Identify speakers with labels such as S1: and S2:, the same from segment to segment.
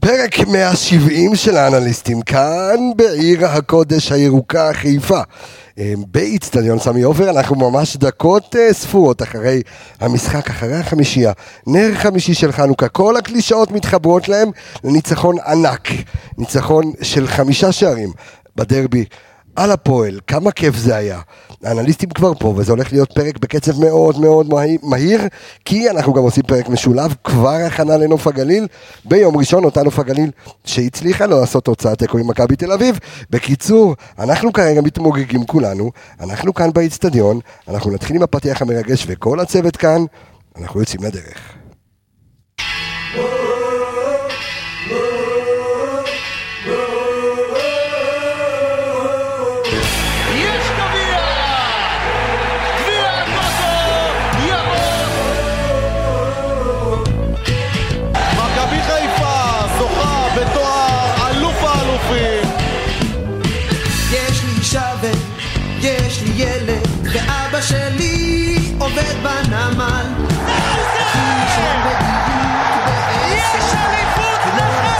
S1: פרק 170 של האנליסטים, כאן בעיר הקודש הירוקה חיפה. אה, באיצטדיון סמי עופר, אנחנו ממש דקות אה, ספורות אחרי המשחק, אחרי החמישייה. נר חמישי של חנוכה, כל הקלישאות מתחברות להם לניצחון ענק. ניצחון של חמישה שערים בדרבי. על הפועל, כמה כיף זה היה. האנליסטים כבר פה, וזה הולך להיות פרק בקצב מאוד מאוד מהי- מהיר, כי אנחנו גם עושים פרק משולב, כבר הכנה לנוף הגליל, ביום ראשון אותה נוף הגליל שהצליחה לא לעשות הוצאת תיקו עם מכבי תל אביב. בקיצור, אנחנו כרגע מתמוגגים כולנו, אנחנו כאן באיצטדיון, אנחנו נתחיל עם הפתיח המרגש וכל הצוות כאן, אנחנו יוצאים לדרך.
S2: יש גביע! גביע הטוטו! ירוק!
S3: מכבי חיפה זוכה בתואר אלוף האלופים
S4: יש לי שווה, יש לי ילד, ואבא שלי עובד בנמל.
S2: יש אליפות לחיפה! יש אליפות למכבי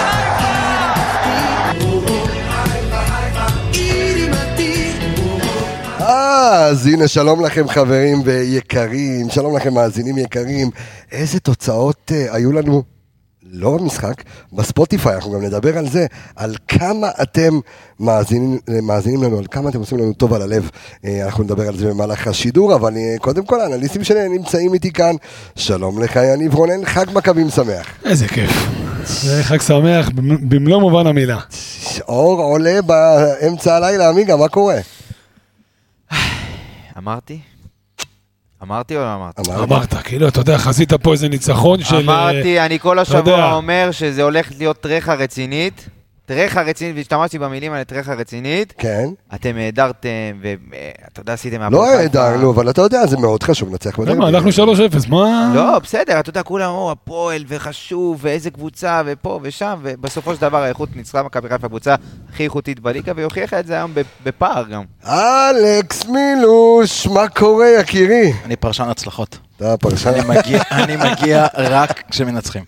S2: חיפה!
S4: עיר עימתי,
S1: אז הנה, שלום לכם חברים ויקרים, שלום לכם מאזינים יקרים. איזה תוצאות uh, היו לנו, לא במשחק, בספוטיפיי, אנחנו גם נדבר על זה, על כמה אתם מאזינים, מאזינים לנו, על כמה אתם עושים לנו טוב על הלב. Uh, אנחנו נדבר על זה במהלך השידור, אבל uh, קודם כל האנליסטים שנמצאים איתי כאן, שלום לך יניב רונן, חג מכבים שמח.
S5: איזה כיף. זה חג שמח במ- במלוא מובן המילה.
S1: אור עולה באמצע הלילה, עמיגה, מה קורה?
S6: אמרתי? אמרתי או לא אמרתי?
S5: אמרת, כאילו, אתה יודע, חזית פה איזה ניצחון של... אה,
S6: אמרתי, אני כל
S5: יודע.
S6: השבוע אומר שזה הולך להיות טרחה רצינית. טרחה רצינית, והשתמשתי במילים האלה, טרחה רצינית.
S1: כן.
S6: אתם העדרתם, ואתה יודע, עשיתם...
S1: לא
S6: מהפועל חיפה.
S1: העדרנו, אבל אתה יודע, זה מאוד חשוב לנצח
S5: אה, למה, הלכנו 3-0, מה...
S6: לא, בסדר, אתה יודע, כולם אמרו, הפועל, וחשוב, ואיזה קבוצה, ופה ושם, ובסופו של דבר האיכות ניצחה מכבי חיפה, הקבוצה הכי איכותית בליגה, והיא הוכיחה את זה היום בפער גם.
S1: אלכס מילוש, מה קורה יקירי?
S7: אני פרשן הצלחות.
S1: אתה פרשן,
S7: אני מגיע- אני מגיע רק כשמנצחים.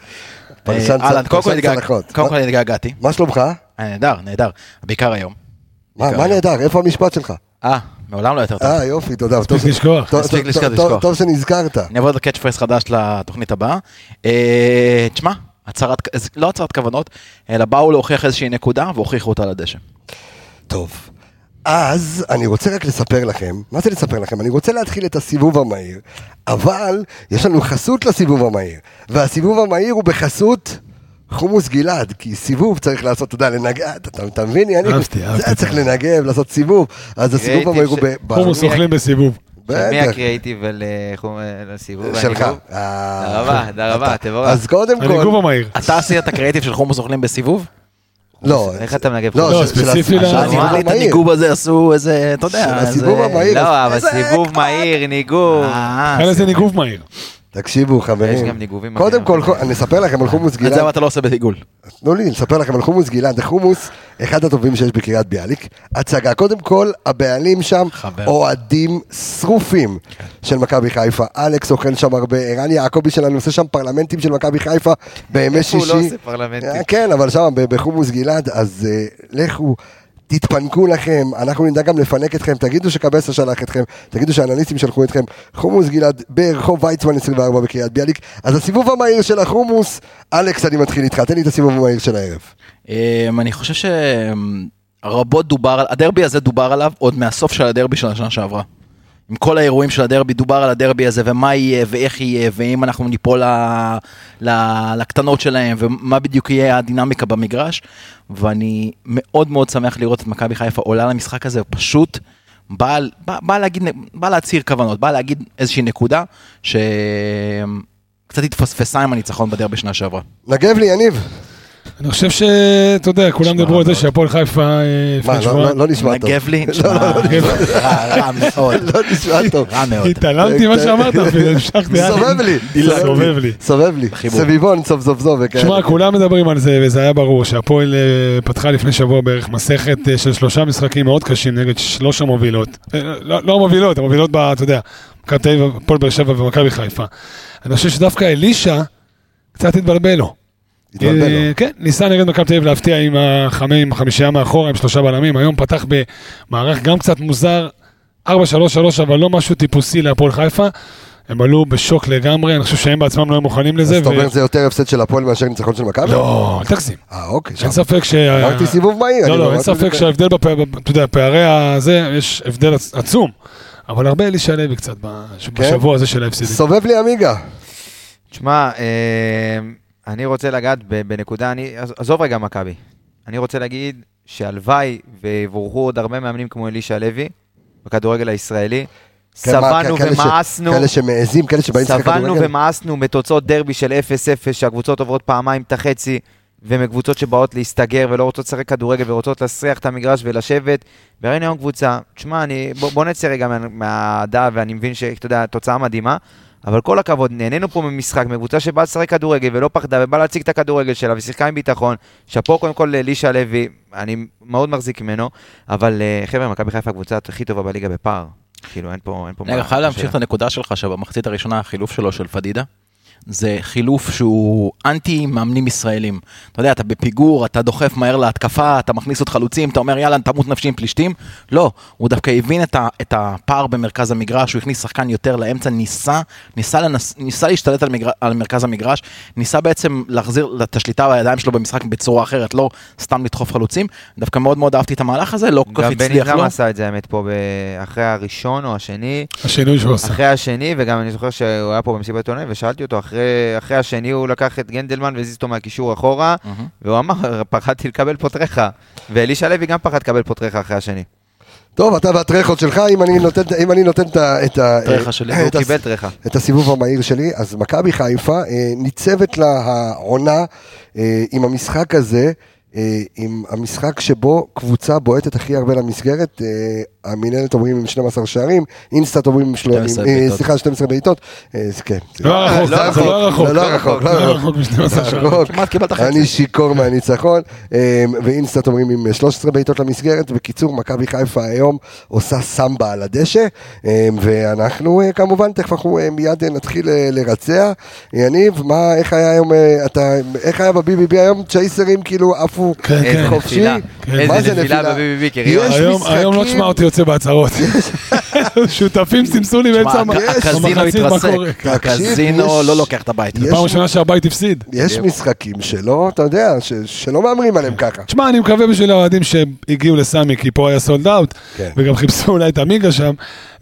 S1: פרשן
S7: אה, אהלן,
S1: צ-
S7: קודם כל
S1: פרשן
S7: התגעג-
S1: צלחות.
S7: קודם כל
S1: מה-
S7: התגעגעתי.
S1: מה שלומך?
S7: אה, נהדר, נהדר. בעיקר היום.
S1: מה
S7: בעיקר
S1: מה
S7: היום.
S1: נהדר, איפה המשפט שלך?
S7: אה, מעולם לא יותר טוב.
S1: אה יופי, תודה.
S5: מספיק
S1: טוב ש-
S5: לשכוח.
S1: טוב-
S7: מספיק
S1: טוב-
S7: לשכוח,
S1: טוב-
S7: לשכוח.
S1: טוב שנזכרת.
S7: אני אעבוד על קאץ' פרס חדש לתוכנית הבאה. אה, תשמע, הצהרת, לא הצהרת כוונות, אלא באו להוכיח איזושהי נקודה והוכיחו אותה על הדשא.
S1: טוב. אז אני רוצה רק לספר לכם, מה זה לספר לכם? אני רוצה להתחיל את הסיבוב המהיר, אבל יש לנו חסות לסיבוב המהיר, והסיבוב המהיר הוא בחסות חומוס גלעד, כי סיבוב צריך לעשות, אתה יודע, לנגב, אתה אתה מבין, יניב?
S5: אהבתי, אהבתי.
S1: זה היה צריך לנגב, לעשות סיבוב, אז הסיבוב
S6: קריאיטיב
S1: המהיר הוא...
S6: ש-
S1: ב-
S5: חומוס
S1: ב-
S5: אוכלים בסיבוב.
S6: מי
S1: בטח.
S6: הקריאיטיב על, אה, חום- על הסיבוב?
S1: שלך.
S6: הניגוב?
S1: אה,
S6: תודה רבה, תודה רבה, תבורך.
S1: אז קודם
S5: הניגוב
S1: כל,
S5: המהיר.
S7: אתה עשית את הקרייטיב של חומוס אוכלים בסיבוב?
S1: לא,
S6: איך אתה מנגב
S1: לא,
S6: חומוס?
S5: לא,
S1: של- של
S5: ספציפי
S1: הס-
S5: ל-
S1: של הסיבוב
S7: אמר לי את
S1: המהיר.
S7: הניגוב הזה עשו איזה, אתה
S1: של
S7: יודע,
S1: הסיבוב
S7: איזה-
S1: המהיר.
S6: לא, אבל
S7: איזה
S6: סיבוב
S7: קטע.
S6: מהיר, ניגוב.
S7: אה,
S5: כאן איזה ניגוב מהיר.
S1: תקשיבו חברים,
S6: יש גם ניגובים
S1: קודם כל
S6: אחרים.
S1: חו- אני אספר לכם על חומוס
S7: את זה אבל
S1: גלעד,
S7: אתה לא עושה בעיגול.
S1: תנו לי לספר לכם על חומוס גלעד, חומוס אחד הטובים שיש בקריית ביאליק, הצגה, קודם כל הבעלים שם
S7: חבר.
S1: אוהדים שרופים של מכבי חיפה, אלכס אוכל שם הרבה, ערן יעקבי שלנו עושה שם פרלמנטים של מכבי חיפה בימי
S6: איפה
S1: שישי,
S6: הוא לא עושה פרלמנטים?
S1: אה, כן, אבל שם ב- בחומוס גלעד, אז אה, לכו, תתפנקו לכם, אנחנו נדע גם לפנק אתכם, תגידו שקבסה שלח אתכם, תגידו שהאנליסטים שלחו אתכם, חומוס גלעד ברחוב ויצמן 24 בקריית ביאליק, אז הסיבוב המהיר של החומוס, אלכס, אני מתחיל איתך, תן לי את הסיבוב המהיר של הערב.
S7: אמ, אני חושב שרבות דובר, על- הדרבי הזה דובר עליו עוד מהסוף של הדרבי של השנה שעברה. עם כל האירועים של הדרבי, דובר על הדרבי הזה, ומה יהיה, ואיך יהיה, ואם אנחנו ניפול ל... ל... לקטנות שלהם, ומה בדיוק יהיה הדינמיקה במגרש. ואני מאוד מאוד שמח לראות את מכבי חיפה עולה למשחק הזה, פשוט באה בא, בא להגיד, בא להצהיר כוונות, באה להגיד איזושהי נקודה שקצת התפספסה עם הניצחון בדרבי שנה שעברה.
S1: נגב לי, יניב.
S5: אני חושב שאתה יודע, כולם דיברו על זה שהפועל חיפה אה,
S1: לא. מה, לא- לא
S5: לפני שבועיים.
S1: לא נשמע טוב.
S7: נגב לי,
S1: לא,
S7: תשמע,
S1: לא,
S7: רע רע מאוד,
S1: לא נשמע טוב.
S7: רע מאוד.
S5: התעלמתי ממה שאמרת, אפילו המשכתי. הלאה.
S1: אה, סובב לי,
S5: סובב לי.
S1: סובב לי,
S7: חיבור.
S1: סביבון, סוף סוף סוף. וכאלה.
S5: שמע, כולם מדברים על זה, וזה היה ברור שהפועל אה, פתחה לפני שבוע בערך מסכת אה, של שלושה משחקים מאוד קשים נגד שלוש המובילות. אה, לא לא המובילות, המובילות, ב- אתה יודע, מכבי תל אביב, הפועל באר שבע ומכבי חיפה. אני חושב שדווקא אלישע קצת התבלבל לו.
S1: התבלבל לו.
S5: אה, כן, ניסה נגד מכבי תל אביב להפתיע עם החמי- עם חמישייה מאחורה, עם שלושה בלמים. היום פתח במערך גם קצת מוזר, 4-3-3, אבל לא משהו טיפוסי להפועל חיפה. הם עלו בשוק לגמרי, אני חושב שהם בעצמם לא היו מוכנים
S1: אז
S5: לזה.
S1: אתה
S5: ו-
S1: אומר זה יותר הפסד של הפועל מאשר ניצחון של מכבי?
S5: לא, אל תגזים.
S1: אה, אוקיי.
S5: אין
S1: שם.
S5: ספק ש...
S1: אמרתי סיבוב מהיר.
S5: לא,
S1: אני
S5: לא, אין
S1: אמרתי
S5: ספק
S1: זה-
S5: שההבדל, בפ- בפ- אתה יודע, פערי הזה, יש הבדל עצ- עצום. אבל הרבה אלישע לוי קצת בש-
S1: כן?
S5: בשבוע הזה של ההפסדים.
S1: סובב לי עמיגה. כן,
S6: תשמע, אה, אני רוצה לגעת ב- בנקודה, אני, עז- עזוב רגע מכבי. אני רוצה להגיד שהלוואי ויבורכו עוד הרבה מאמנים כמו אלישע לוי, בכדורגל הישראלי.
S1: כן, מה,
S6: סבלנו
S1: כאלה ש-
S6: ומאסנו,
S1: כאלה שמעזים, כאלה שבאים לשחק
S6: סבלנו
S1: כדורגל.
S6: ומאסנו מתוצאות דרבי של 0-0, שהקבוצות עוברות פעמיים את החצי, ומקבוצות שבאות להסתגר ולא רוצות לשחק כדורגל ורוצות להסריח את המגרש ולשבת. וראינו היום קבוצה, תשמע, אני- בוא, בוא נצא רגע מה- מהדעה, ואני מבין שאתה יודע, תוצאה מדהימה, אבל כל הכבוד, נהנינו פה ממשחק, מקבוצה שבאה לשחק כדורגל ולא פחדה, ובאה להציג את הכדורגל שלה ושיחקה עם ביטחון. שאפו קודם כל לאלישע לוי, אני מאוד מחזיק ממנו, אבל אה, חבר'ה, מכבי חיפה הקבוצה הכי טובה בליגה בפער. כאילו, אין פה, אין פה
S7: אני אגב, חייב להמשיך את הנקודה שלך שבמחצית הראשונה החילוף שלו של פדידה זה חילוף שהוא אנטי מאמנים ישראלים. אתה יודע, אתה בפיגור, אתה דוחף מהר להתקפה, אתה מכניס עוד חלוצים, אתה אומר יאללה, תמות נפשי עם פלישתים. לא, הוא דווקא הבין את, ה, את הפער במרכז המגרש, הוא הכניס שחקן יותר לאמצע, ניסה, ניסה, לנס, ניסה להשתלט על, מגר, על מרכז המגרש, ניסה בעצם להחזיר את השליטה בידיים שלו במשחק בצורה אחרת, לא סתם לדחוף חלוצים. דווקא מאוד מאוד אהבתי את המהלך הזה, לא כל כך
S6: גם בני
S7: הצליח לו.
S6: זם עשה את זה, האמת, פה ב- אחרי הראשון או השני,
S5: השינוי
S7: לא
S5: שהוא עשה.
S6: אחרי השני, וגם אני זוכר שהוא היה פה במסיבת עיתונאים, ושאלתי אותו, אחרי, אחרי השני הוא לקח את גנדלמן והזיז אותו מהקישור אחורה,
S7: מהמם.
S6: והוא אמר, פחדתי לקבל פותריך, ואלישע לוי גם פחד לקבל פותריך אחרי השני.
S1: טוב, אתה והטרחות שלך, אם אני נותן, אם אני נותן את ה... את ה- אה,
S7: הטרחה שלי,
S1: את
S6: הוא
S1: הס-
S6: קיבל טרחה.
S1: את הסיבוב המהיר שלי, אז מכבי חיפה אה, ניצבת לה העונה אה, עם המשחק הזה, אה, עם המשחק שבו קבוצה בועטת הכי הרבה למסגרת, אה, המינהלת אומרים עם 12 שערים, אינסטאט אומרים עם שלו-
S7: 12
S1: עם, אה,
S7: בעיטות.
S1: סליחה, 12 בעיטות, אה, זה כן. זה
S5: לא רחוק,
S6: לא
S5: זה לא רחוק.
S1: לא, לא רחוק, לא
S5: לא
S1: רחוק.
S5: רחוק ב-12 שעות.
S1: רחוק.
S7: כמעט קיבלת חצי.
S1: אני שיכור מהניצחון, אה, ואינסטאט אומרים עם 13 בעיטות למסגרת. בקיצור, מכבי חיפה היום עושה סמבה על הדשא, אה, ואנחנו אה, כמובן, תכף אנחנו אה, מיד אה, נתחיל אה, לרצע. אה, יניב, מה, איך היה היום, אה, אתה, איך היה בבי.בי.בי היום? צ'ייסרים כאילו עפו
S5: כן,
S1: אה,
S5: כן.
S1: חופשי?
S6: נפילה.
S1: מה
S6: איזה
S1: זה
S6: נפילה
S1: נפילה?
S6: ב-BBB,
S1: יש
S6: קריון.
S5: היום- היום לא
S1: משחקים-
S5: תשמע אותי יוצא בהצהרות. שותפים סימסולים באמצע המ-
S7: תשמע,
S1: יש.
S7: הקזינו
S5: המחצית
S7: התרסק,
S5: בקור-
S1: תקשיב,
S7: הקזינו
S1: יש-
S7: לא לוקח את הבית.
S1: יש-
S5: פעם ראשונה שהבית הפסיד.
S1: יש משחקים שלא, אתה יודע, ש- שלא מהמרים עליהם ככה.
S5: תשמע, אני מקווה בשביל האוהדים שהגיעו לסמי, כי פה היה סולד אאוט,
S1: כן.
S5: וגם חיפשו אולי את המיגה שם,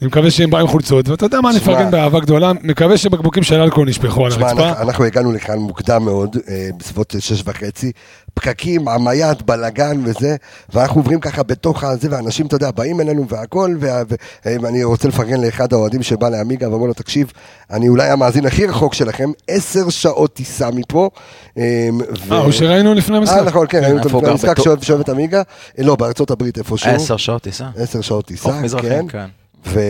S5: אני מקווה שהם באו עם חולצות, ואתה יודע מה, אני
S1: תשמע.
S5: מפרגן באהבה גדולה, מקווה שבקבוקים של אלכוהול נשפכו על
S1: תשמע,
S5: הרצפה.
S1: אנחנו, אנחנו הגענו לכאן מוקדם מאוד, אה, בסביבות שש וחצי, פקקים, עמיית, בלאגן וזה, ואנחנו עוברים ככה בתוך הזה, ואנשים, אתה יודע, באים אלינו והכל, וה- ו- אה, ואני רוצה לפרגן לאחד האוהדים שבא לעמיגה ואומר לו, תקשיב, אני אולי המאזין הכי רחוק שלכם, עשר שעות טיסה מפה. אה, ו-
S5: אה, הוא שראינו לפני
S1: אה,
S5: המשחק.
S1: נכון, כן, ראינו
S7: איפה הוא
S1: אותו
S7: גר?
S1: במשחק
S7: בתור-
S1: שאוהב שאוהב את עמיגה, אה, לא, בארצות הברית איפשהו,
S7: עשר שעות טיסה.
S1: עשר שעות
S7: אוף
S1: טיסה, כן.
S7: מזרחים, כן.
S1: ו...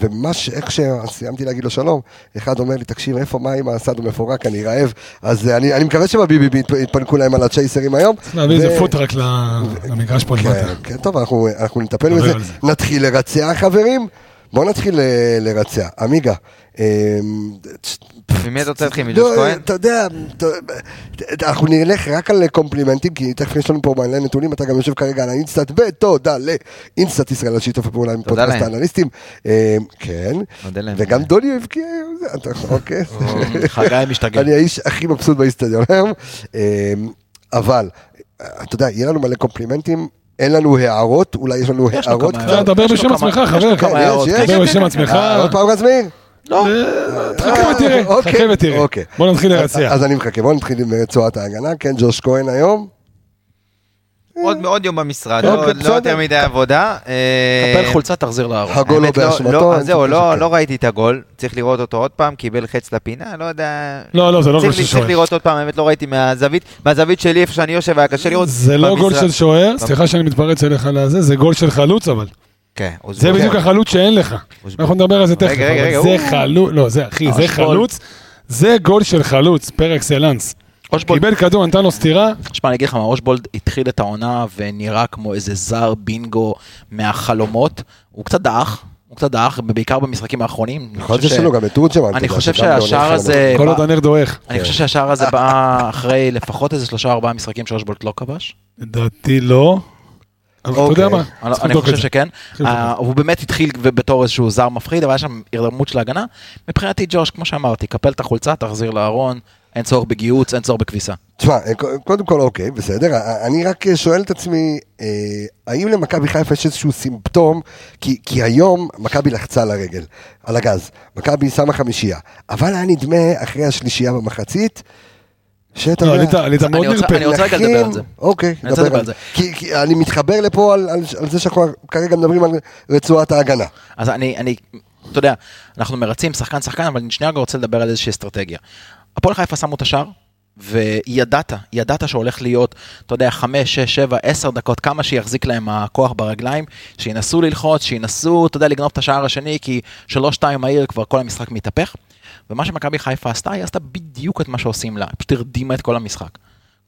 S1: ומה ש... איך שסיימתי להגיד לו שלום, אחד אומר לי, תקשיב, איפה מים הסד המפורק, אני רעב. אז אה, אני, אני מקווה שבביבי ית- יתפנקו להם על הצ'ייסרים היום.
S5: צריך להביא איזה
S1: ו-
S5: פוטרק ל- למגרש פה
S1: כן,
S5: למטה.
S1: כן, טוב, אנחנו, אנחנו נטפל
S5: נדבר
S1: בזה.
S5: על זה.
S1: נתחיל לרצע, חברים. בואו נתחיל אה, לרצע. עמיגה, אמ,
S6: ממי אתה רוצה להתחיל? מג'וש
S1: לא,
S6: כהן?
S1: אתה יודע, אתה- אנחנו נלך רק על קומפלימנטים, כי תכף יש לנו פה מלא נתונים, אתה גם יושב כרגע על האינסטאט, ותודה לאינסטאט ישראל על שיתוף הפעולה עם
S6: תודה
S1: פודקאסט
S6: להם.
S1: האנליסטים. אה, כן,
S6: נודה להם.
S1: וגם דוניו הבקיע היום, זה, אתה- אוקיי.
S7: כן. חגי משתגע.
S1: אני האיש הכי מבסוט באיצטדיון היום, אה, אבל, אה, אתה יודע, יהיה לנו מלא קומפלימנטים, אין לנו הערות, אולי יש לנו
S7: יש לו
S1: הערות.
S7: כמה
S1: קצת.
S5: אתה
S7: הערות.
S5: מדבר
S7: יש לו
S5: לא, בשם
S7: כמה-
S5: עצמך,
S7: יש לו
S5: חבר.
S7: כמה
S1: כן,
S7: הערות,
S1: יש,
S7: כן.
S1: יש.
S5: דבר בשם עצמך,
S1: אה, עוד פעם רזמיר?
S7: לא,
S5: אה, תחכה ותראה,
S1: אוקיי.
S5: תחכה ותראה.
S1: אוקיי.
S5: בוא נתחיל
S1: אז-
S5: לרצח.
S1: אז אני מחכה, בואו נתחיל עם רצועת ההגנה, כן, ג'וש כהן היום.
S6: עוד- עוד יום במשרד,
S1: אוקיי,
S6: לא לא
S1: בסדר.
S6: יותר מדי עבודה. אה,
S7: קפל חולצה תחזיר לארון.
S1: הגול לא
S6: האמת,
S1: באשמתו.
S6: לא,
S1: אין
S6: אז זהו,
S1: ספק
S6: לא,
S1: שכן.
S6: לא ראיתי את הגול, צריך לראות אותו עוד פעם, קיבל חץ לפינה, לא יודע...
S5: לא, לא, זה לא
S6: צריך-
S5: גול של
S6: צריך
S5: שוער.
S6: לראות עוד פעם, האמת לא ראיתי מהזווית, מהזווית שלי, איפה שאני יושב, היה קשה לראות.
S5: זה לא גול
S6: במשרד-
S5: של שוער, סליחה שאני מתפרץ אליך לזה, זה גול של חלוץ אבל.
S6: כן, עוזבו.
S7: אוקיי.
S5: זה בדיוק החלוץ שאין לך.
S6: אושבולט.
S5: אנחנו נדבר על זה תכף.
S6: רגע, רגע,
S5: אבל
S6: רגע,
S5: זה
S6: הוא-
S5: חלוץ, לא, זה אחי, זה
S7: אושבולט.
S5: חלוץ, זה גול של חלוץ, פר אקסלנס.
S7: אושבולד,
S5: קיבל כדור, נתן לו סטירה,
S7: תשמע, אני אגיד לך מה, אושבולד התחיל את העונה ונראה כמו איזה זר בינגו מהחלומות. הוא קצת דעך, הוא קצת דעך, בעיקר במשחקים האחרונים. אני
S1: יכול להיות
S7: חושב
S1: שיש לנו
S7: ש-
S1: גם את תורג'מן.
S7: אני
S1: אתה יודע,
S7: חושב
S1: שגם לא
S7: שהשער
S1: הולך
S7: הזה...
S5: כל
S7: בא-
S5: עוד הנר דועך.
S1: כן.
S7: אני חושב שהשער הזה בא אחרי לפחות איזה שלושה ארבעה משחקים שרושבולט לא כבש.
S5: לדעתי לא. אבל אתה יודע
S1: אוקיי.
S5: מה,
S7: אני לא-
S5: צריך
S7: אני
S5: לבדוק את
S7: חושב
S5: זה.
S7: שכן.
S5: צריך לבדוק
S7: אה, הוא באמת התחיל בתור איזשהו זר מפחיד, אבל היה שם הרדמות של ההגנה. מבחינתי ג'וש, כמו שאמרתי, קפל את החולצה, תחזיר לארון, אין צורך בגיהוץ, אין צורך בכביסה.
S1: תשמע, אה, קודם כל אוקיי, בסדר, אני רק שואל את עצמי, אה, האם למכבי חיפה יש איזשהו סימפטום, כי, כי היום מכבי לחצה על הרגל, על הגז, מכבי שמה חמישייה, אבל היה נדמה אחרי השלישייה במחצית, שאתה
S5: לא,
S1: יודע,
S5: עלית- עלית
S7: אני
S5: מאוד
S7: רוצה-
S5: נרפה.
S7: אני רוצה רגע
S1: נחים-
S7: לדבר על זה.
S1: אוקיי,
S7: אני רוצה לדבר על זה.
S1: כי, כי אני מתחבר לפה על, על, על זה שאנחנו כרגע מדברים על רצועת ההגנה.
S7: אז אני, אני, אתה יודע, אנחנו מרצים שחקן שחקן, אבל אני שנייה רגע רוצה לדבר על איזושהי אסטרטגיה. הפועל חיפה שמו את השער, וידעת, ידעת שהולך להיות, אתה יודע, חמש, שש, שבע, עשר דקות, כמה שיחזיק להם הכוח ברגליים, שינסו ללחוץ, שינסו, אתה יודע, לגנוב את השער השני, כי שלוש, שתיים מהיר כבר כל המשחק מתהפך. ומה שמכבי חיפה עשתה, היא עשתה בדיוק את מה שעושים לה, היא פשוט הרדימה את כל המשחק.